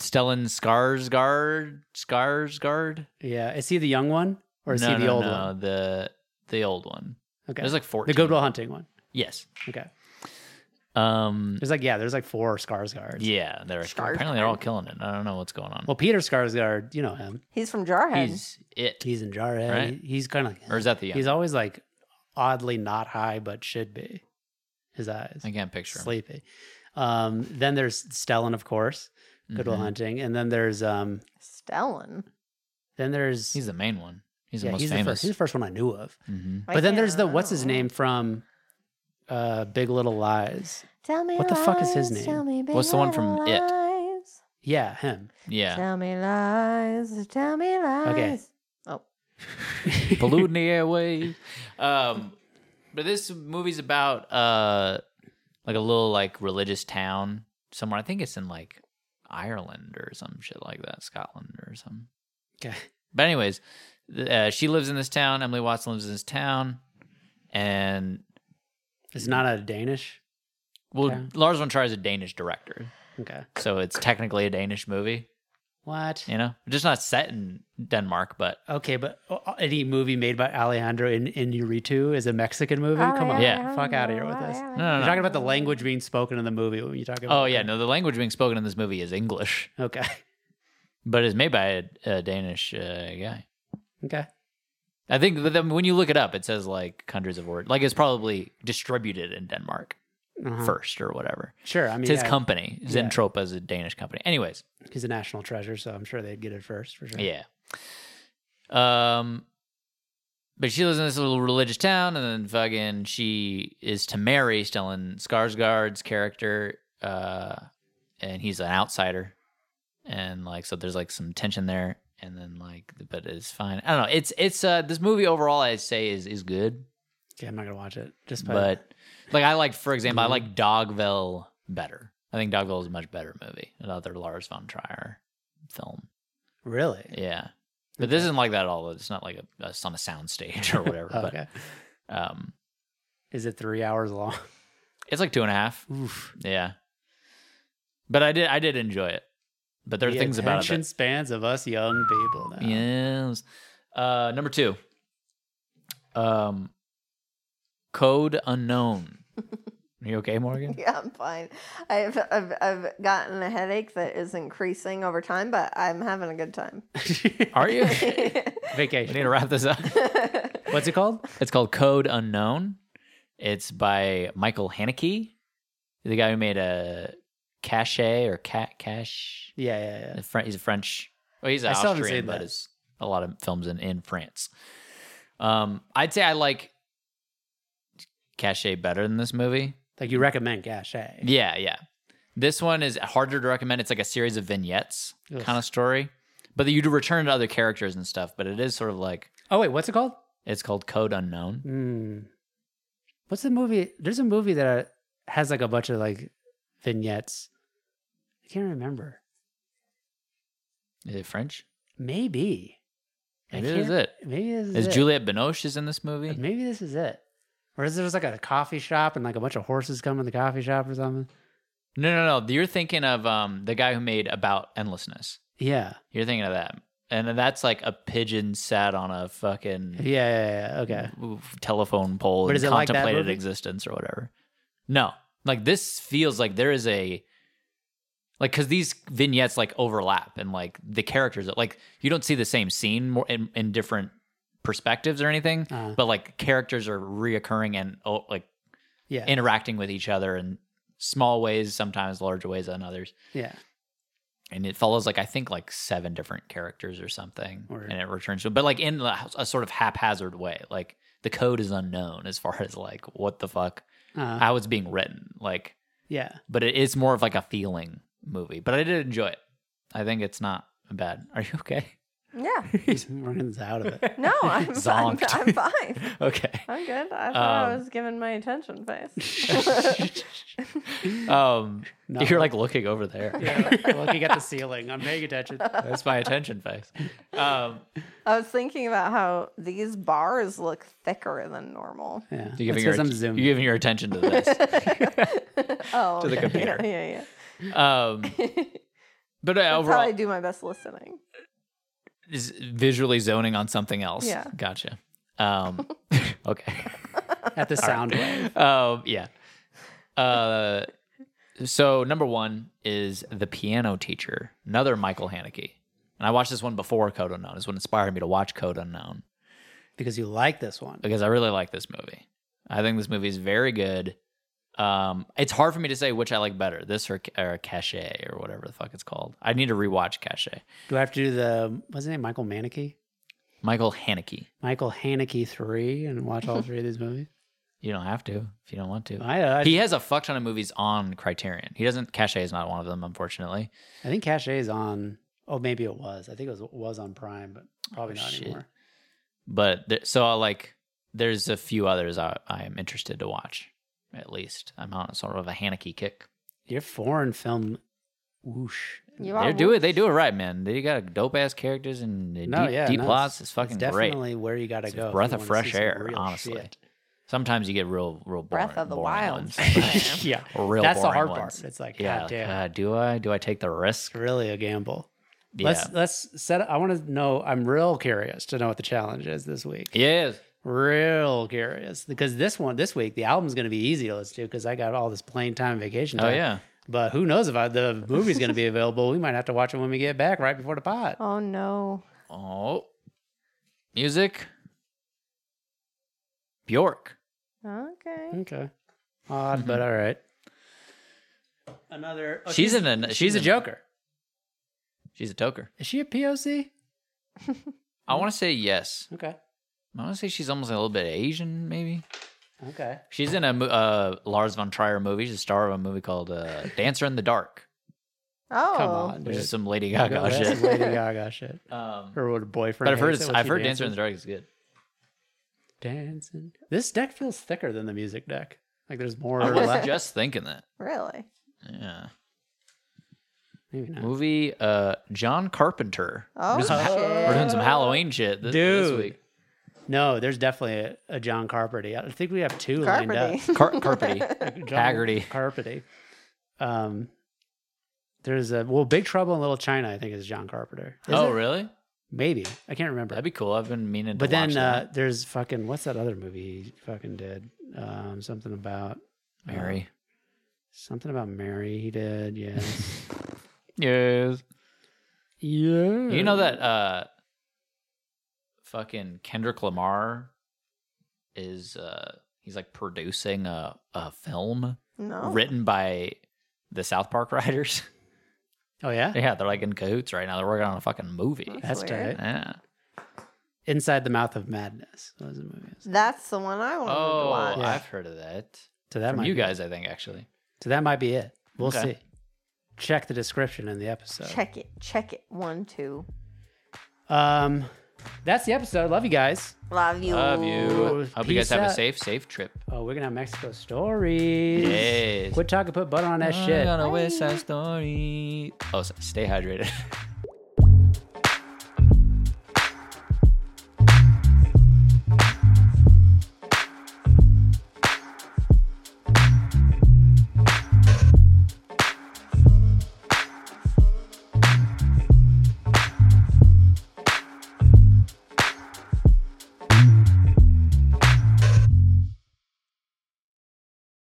[SPEAKER 3] Stellan Skarsgård. Skarsgård.
[SPEAKER 2] Yeah. Is he the young one or is
[SPEAKER 3] no,
[SPEAKER 2] he the
[SPEAKER 3] no,
[SPEAKER 2] old
[SPEAKER 3] no,
[SPEAKER 2] one?
[SPEAKER 3] The the old one.
[SPEAKER 2] Okay.
[SPEAKER 3] There's like fourteen.
[SPEAKER 2] the Goodwill Hunting one.
[SPEAKER 3] Yes.
[SPEAKER 2] Okay.
[SPEAKER 3] Um.
[SPEAKER 2] There's like yeah. There's like four Skarsgårds.
[SPEAKER 3] Yeah. They're apparently they're all killing it. I don't know what's going on.
[SPEAKER 2] Well, Peter Skarsgård, you know him.
[SPEAKER 4] He's from Jarhead.
[SPEAKER 3] he's it,
[SPEAKER 2] He's in Jarhead.
[SPEAKER 3] Right.
[SPEAKER 2] He- he's kind of
[SPEAKER 3] or is that the young?
[SPEAKER 2] he's always like oddly not high, but should be. His eyes
[SPEAKER 3] I can't picture him.
[SPEAKER 2] sleepy. Um, then there's Stellan, of course, Goodwill
[SPEAKER 3] Mhm.
[SPEAKER 2] Hunting, and then there's um,
[SPEAKER 4] Stellan.
[SPEAKER 2] then there's
[SPEAKER 3] He's the main one. He's the
[SPEAKER 2] yeah,
[SPEAKER 3] most
[SPEAKER 2] he's the
[SPEAKER 3] famous.
[SPEAKER 2] first, he's the first one I knew of.
[SPEAKER 3] hmm
[SPEAKER 4] I
[SPEAKER 2] but then there's the
[SPEAKER 4] can't- I
[SPEAKER 2] what's his
[SPEAKER 4] don't know.
[SPEAKER 2] name from uh, Big Little Lies.
[SPEAKER 6] Tell me
[SPEAKER 2] What the fuck is
[SPEAKER 6] lies,
[SPEAKER 2] his name?
[SPEAKER 6] tell me big
[SPEAKER 3] What's the one from It?
[SPEAKER 6] lies.
[SPEAKER 2] Yeah, him.
[SPEAKER 3] Yeah.
[SPEAKER 6] Tell me lies. Tell me lies.
[SPEAKER 2] Okay.
[SPEAKER 3] Polluting the airway. Um, but this movie's about uh, like a little like religious town somewhere. I think it's in like Ireland or some shit like that, Scotland or something.
[SPEAKER 2] Okay.
[SPEAKER 3] But anyways, th- uh, she lives in this town. Emily Watson lives in this town, and
[SPEAKER 2] It's not a Danish.
[SPEAKER 3] well,
[SPEAKER 2] Okay.
[SPEAKER 3] Lars von Trier is a Danish director,
[SPEAKER 2] Okay.
[SPEAKER 3] so it's technically a Danish movie.
[SPEAKER 2] What?
[SPEAKER 3] You know, just not set in Denmark, but
[SPEAKER 2] Okay, but uh, any movie made by Alejandro in Inarritu is a Mexican movie. Come on,
[SPEAKER 3] Oh, Yeah.
[SPEAKER 2] fuck out of here with this.
[SPEAKER 3] no, no,
[SPEAKER 2] You're
[SPEAKER 3] no.
[SPEAKER 2] talking about the language being spoken in the movie when you talk about.
[SPEAKER 3] Uh-huh. Oh yeah, no. The language being spoken in this movie is English,
[SPEAKER 2] Okay.
[SPEAKER 3] but it's made by a, a Danish uh, guy.
[SPEAKER 2] Okay.
[SPEAKER 3] I think that when you look it up, it says like hundreds of words. Like it's probably distributed in Denmark
[SPEAKER 2] Uh-huh.
[SPEAKER 3] first or whatever.
[SPEAKER 2] Sure. I mean,
[SPEAKER 3] It's his
[SPEAKER 2] yeah,
[SPEAKER 3] company.
[SPEAKER 2] Yeah.
[SPEAKER 3] Zentropa is a Danish company. Anyways,
[SPEAKER 2] he's a national treasure, so I'm sure they'd get it first for sure.
[SPEAKER 3] yeah. Um, but she lives in this little religious town, and then fucking she is to marry Stellan Skarsgård's character, uh, and he's an outsider, and like so there's like some tension there, and then like but it's fine. I don't know. It's it's uh this movie overall I'd say is is good.
[SPEAKER 2] Okay, I'm not gonna watch it. Just by,
[SPEAKER 3] but like I like, for example, I like Dogville better. I think Dogville is a much better movie, another Lars von Trier film.
[SPEAKER 2] really.
[SPEAKER 3] Yeah, but this isn't like that at all. It's not like a, it's on a soundstage or whatever.
[SPEAKER 2] Oh, Okay.
[SPEAKER 3] But um,
[SPEAKER 2] Is it three hours long?
[SPEAKER 3] it's like two and a half.
[SPEAKER 2] Oof.
[SPEAKER 3] Yeah, but I did I did enjoy it. But there are
[SPEAKER 2] the
[SPEAKER 3] things about it.
[SPEAKER 2] attention
[SPEAKER 3] that-
[SPEAKER 2] spans of us young people now.
[SPEAKER 3] Yes. Uh, number two. Um, Code Unknown. Are you okay, Morgan?
[SPEAKER 4] Yeah, I'm fine. I've, I've I've gotten a headache that is increasing over time, but I'm having a good time.
[SPEAKER 3] Are you? We
[SPEAKER 2] Vacation.
[SPEAKER 3] need to wrap this up.
[SPEAKER 2] What's it called?
[SPEAKER 3] It's called Code Unknown. It's by Michael Haneke, the guy who made a cachet or cat cash.
[SPEAKER 2] Yeah, yeah, yeah.
[SPEAKER 3] a Fren- He's a French. Well, he's
[SPEAKER 2] I
[SPEAKER 3] an
[SPEAKER 2] still haven't
[SPEAKER 3] Austrian,
[SPEAKER 2] seen
[SPEAKER 3] but
[SPEAKER 2] that.
[SPEAKER 3] it's a lot of films in, in France. Um, I'd say I like cachet better than this movie.
[SPEAKER 2] Like you recommend cachet.
[SPEAKER 3] Yeah, yeah. This one is harder to recommend. It's like a series of vignettes
[SPEAKER 2] Ugh.
[SPEAKER 3] kind of story, but you do return to other characters and stuff. But it is sort of like
[SPEAKER 2] Oh wait, what's it called?
[SPEAKER 3] it's called Code Unknown.
[SPEAKER 2] Hmm. What's the movie? There's a movie that has like a bunch of like vignettes. I can't remember.
[SPEAKER 3] Is it French?
[SPEAKER 2] Maybe. I
[SPEAKER 3] Maybe it is
[SPEAKER 2] can't-
[SPEAKER 3] it.
[SPEAKER 2] Maybe this is,
[SPEAKER 3] Is
[SPEAKER 2] it.
[SPEAKER 3] Juliette Binoche is in this movie?
[SPEAKER 2] Maybe this is it. Or is there just like a coffee shop and like a bunch of horses come in the coffee shop or something?
[SPEAKER 3] No, no, no. You're thinking of um the guy who made About Endlessness.
[SPEAKER 2] Yeah.
[SPEAKER 3] You're thinking of that. And then that's like a pigeon sat on a
[SPEAKER 2] Yeah.
[SPEAKER 3] fucking
[SPEAKER 2] yeah, yeah. Okay.
[SPEAKER 3] telephone pole
[SPEAKER 2] But
[SPEAKER 3] and
[SPEAKER 2] is it like that
[SPEAKER 3] contemplated
[SPEAKER 2] movie?
[SPEAKER 3] existence or whatever. No. Like this feels like there is a like cuz these vignettes like overlap and like the characters like you don't see the same scene more in, in different perspectives or anything,
[SPEAKER 2] Uh,
[SPEAKER 3] but like characters are reoccurring and oh, like
[SPEAKER 2] yeah.
[SPEAKER 3] interacting with each other in small ways, sometimes larger ways than others.
[SPEAKER 2] yeah.
[SPEAKER 3] And it follows like I think like seven different characters or something,
[SPEAKER 2] Word.
[SPEAKER 3] and it returns to, but like in a, a sort of haphazard way. Like the code is unknown as far as like what the fuck
[SPEAKER 2] Uh,
[SPEAKER 3] how it's being written. Like,
[SPEAKER 2] yeah.
[SPEAKER 3] but it is more of like a feeling movie. But I did enjoy it. I think it's not bad. Are you okay?
[SPEAKER 4] Yeah.
[SPEAKER 2] He's runs out of it.
[SPEAKER 4] No, I'm, I'm,
[SPEAKER 3] Zonked.
[SPEAKER 4] I'm fine.
[SPEAKER 3] okay.
[SPEAKER 4] I'm good. I thought I
[SPEAKER 3] Um,
[SPEAKER 4] was giving my attention face.
[SPEAKER 3] Um,
[SPEAKER 2] No.
[SPEAKER 3] you're like looking over there.
[SPEAKER 2] Yeah, looking at the ceiling. I'm paying attention.
[SPEAKER 3] That's my attention face. Um,
[SPEAKER 4] I was thinking about how these bars look thicker than normal.
[SPEAKER 2] Yeah.
[SPEAKER 3] You're
[SPEAKER 2] That's
[SPEAKER 3] giving, your,
[SPEAKER 2] 'cause I'm
[SPEAKER 3] you're
[SPEAKER 2] zoomed.
[SPEAKER 3] giving your attention to this.
[SPEAKER 4] Oh,
[SPEAKER 3] To the
[SPEAKER 4] okay.
[SPEAKER 3] computer.
[SPEAKER 4] Yeah, yeah, yeah.
[SPEAKER 3] um, but uh,
[SPEAKER 4] That's how I
[SPEAKER 3] overall,
[SPEAKER 4] do my best listening.
[SPEAKER 3] is visually zoning on something else.
[SPEAKER 4] Yeah.
[SPEAKER 3] Gotcha. Um, okay.
[SPEAKER 2] at the sound wave.
[SPEAKER 3] Um, yeah. Uh, so number one is the piano teacher, another Michael Haneke. And I watched this one before Code Unknown. It's what inspired me to watch Code Unknown
[SPEAKER 2] Because you like this one.
[SPEAKER 3] because I really like this movie. I think this movie is very good. Um, it's hard for me to say which I like better, this or, or Cachet or whatever the fuck it's called. I need to rewatch Cachet.
[SPEAKER 2] Do I have to do the what's his name? Michael Manicki?
[SPEAKER 3] Michael Haneke.
[SPEAKER 2] Michael Haneke three and watch all three of these movies.
[SPEAKER 3] You don't have to if you don't want to.
[SPEAKER 2] I, I,
[SPEAKER 3] he has a fuck ton of movies on Criterion. He doesn't. Cachet is not one of them, unfortunately.
[SPEAKER 2] I think Cachet is on. Oh, maybe it was. I think it was was on Prime, but probably
[SPEAKER 3] Oh,
[SPEAKER 2] not
[SPEAKER 3] shit.
[SPEAKER 2] anymore.
[SPEAKER 3] But there, so I like. There's a few others I, I am interested to watch. At least I'm on sort of a Haneke kick.
[SPEAKER 2] Your foreign film, whoosh.
[SPEAKER 4] You
[SPEAKER 3] They
[SPEAKER 4] are
[SPEAKER 3] do it. They do it right, man. They got dope ass characters and the
[SPEAKER 2] No,
[SPEAKER 3] deep,
[SPEAKER 2] yeah,
[SPEAKER 3] deep
[SPEAKER 2] no,
[SPEAKER 3] plots.
[SPEAKER 2] it's-
[SPEAKER 3] It's fucking
[SPEAKER 2] it's
[SPEAKER 3] great.
[SPEAKER 2] definitely where you got to
[SPEAKER 3] It's a
[SPEAKER 2] go. if
[SPEAKER 3] breath
[SPEAKER 2] you
[SPEAKER 3] of
[SPEAKER 2] wanna see
[SPEAKER 3] fresh
[SPEAKER 2] some
[SPEAKER 3] air,
[SPEAKER 2] real
[SPEAKER 3] honestly.
[SPEAKER 2] shit.
[SPEAKER 3] Sometimes you get real, real boring.
[SPEAKER 4] Breath of the
[SPEAKER 3] boring
[SPEAKER 4] Wild.
[SPEAKER 3] ones.
[SPEAKER 2] yeah,
[SPEAKER 3] real.
[SPEAKER 2] that's the
[SPEAKER 3] boring
[SPEAKER 2] hard
[SPEAKER 3] ones.
[SPEAKER 2] part. It's like,
[SPEAKER 3] yeah.
[SPEAKER 2] god damn,
[SPEAKER 3] God, do I? Do I take the risk?
[SPEAKER 2] it's really a gamble.
[SPEAKER 3] Yeah.
[SPEAKER 2] Let's let's set. I want to know. I'm real curious to know what the challenge is this week.
[SPEAKER 3] yes.
[SPEAKER 2] Real curious because this one this week the album's going to be easy to listen to because I got all this plane time vacation.
[SPEAKER 3] Oh
[SPEAKER 2] Time.
[SPEAKER 3] yeah.
[SPEAKER 2] But who knows if I, the movie's going to be available? We might have to watch it when we get back, right before the pod.
[SPEAKER 6] Oh no.
[SPEAKER 3] Oh. Music. Bjork.
[SPEAKER 4] Mm,
[SPEAKER 6] Okay.
[SPEAKER 2] Okay. Odd, but all right. Another. oh,
[SPEAKER 3] she's, in a she's,
[SPEAKER 2] she's a
[SPEAKER 3] in-
[SPEAKER 2] Joker.
[SPEAKER 3] She's a toker.
[SPEAKER 2] Is she a POC?
[SPEAKER 3] I want to say yes.
[SPEAKER 2] Okay.
[SPEAKER 3] I want to say she's almost a little bit Asian, maybe.
[SPEAKER 2] Okay.
[SPEAKER 3] She's in a mo- uh, Lars von Trier movie. She's a star of a movie called uh, Dancer in the Dark,
[SPEAKER 4] Oh,
[SPEAKER 2] Come on,
[SPEAKER 3] which
[SPEAKER 2] dude.
[SPEAKER 3] is some Lady
[SPEAKER 2] Go
[SPEAKER 3] Gaga
[SPEAKER 2] ask
[SPEAKER 3] shit.
[SPEAKER 2] Lady Gaga shit.
[SPEAKER 3] Um,
[SPEAKER 2] Her old boyfriend.
[SPEAKER 3] but I've heard
[SPEAKER 2] hates
[SPEAKER 3] it's,
[SPEAKER 2] it when
[SPEAKER 3] I've
[SPEAKER 2] she
[SPEAKER 3] heard
[SPEAKER 2] dances.
[SPEAKER 3] Dancer in the Dark is good.
[SPEAKER 2] Dancing. This deck feels thicker than the music deck. Like there's more.
[SPEAKER 3] I
[SPEAKER 2] or
[SPEAKER 3] was
[SPEAKER 2] less.
[SPEAKER 3] just thinking that.
[SPEAKER 4] really?
[SPEAKER 3] Yeah.
[SPEAKER 2] Maybe not.
[SPEAKER 3] Movie uh, John Carpenter.
[SPEAKER 4] Oh,
[SPEAKER 3] We're doing some, we're doing some Halloween shit this, this
[SPEAKER 2] Dude.
[SPEAKER 3] week.
[SPEAKER 2] No, there's definitely a, a John Carpenter. I think we have two lined up.
[SPEAKER 4] Carpety.
[SPEAKER 3] Car- Carpety.
[SPEAKER 2] John
[SPEAKER 3] Haggerty.
[SPEAKER 2] Carpety. Um, there's a well, Big Trouble in Little China. I think is John Carpenter. Is
[SPEAKER 3] oh,
[SPEAKER 2] it?
[SPEAKER 3] really?
[SPEAKER 2] maybe I can't remember.
[SPEAKER 3] That'd be cool. I've been meaning to
[SPEAKER 2] but
[SPEAKER 3] watch
[SPEAKER 2] then
[SPEAKER 3] that.
[SPEAKER 2] uh, there's fucking what's that other movie he fucking did? Um, something about uh,
[SPEAKER 3] Mary.
[SPEAKER 2] something about Mary. He did. Yeah.
[SPEAKER 3] Yes.
[SPEAKER 2] yeah.
[SPEAKER 3] You know that uh fucking Kendrick Lamar is uh he's like producing a a film
[SPEAKER 4] No.
[SPEAKER 3] written by the South Park writers.
[SPEAKER 2] Oh yeah.
[SPEAKER 3] yeah, they're like in cahoots right now. They're working on a fucking movie.
[SPEAKER 2] That's tight.
[SPEAKER 4] weird.
[SPEAKER 3] Yeah.
[SPEAKER 2] Inside the Mouth of Madness. That was the movie.
[SPEAKER 4] That's the one I wanted to
[SPEAKER 3] Oh,
[SPEAKER 4] watch.
[SPEAKER 2] Yeah.
[SPEAKER 3] I've heard of that.
[SPEAKER 2] So that
[SPEAKER 3] From
[SPEAKER 2] might
[SPEAKER 3] you
[SPEAKER 2] be-
[SPEAKER 3] guys, I think actually.
[SPEAKER 2] So that might be it. We'll
[SPEAKER 3] Okay.
[SPEAKER 2] see. Check the description in the episode.
[SPEAKER 4] Check it. Check it. One, two.
[SPEAKER 2] Um, that's the episode. Love you guys.
[SPEAKER 4] Love you.
[SPEAKER 3] Love you. Hope you guys
[SPEAKER 2] Peace
[SPEAKER 3] have a
[SPEAKER 2] out.
[SPEAKER 3] safe, safe trip.
[SPEAKER 2] Oh, we're gonna have Mexico stories.
[SPEAKER 3] Yes.
[SPEAKER 2] Quit talking. Put butter on that
[SPEAKER 3] I'm
[SPEAKER 2] shit.
[SPEAKER 3] gonna West Side Story. Oh, s- stay hydrated.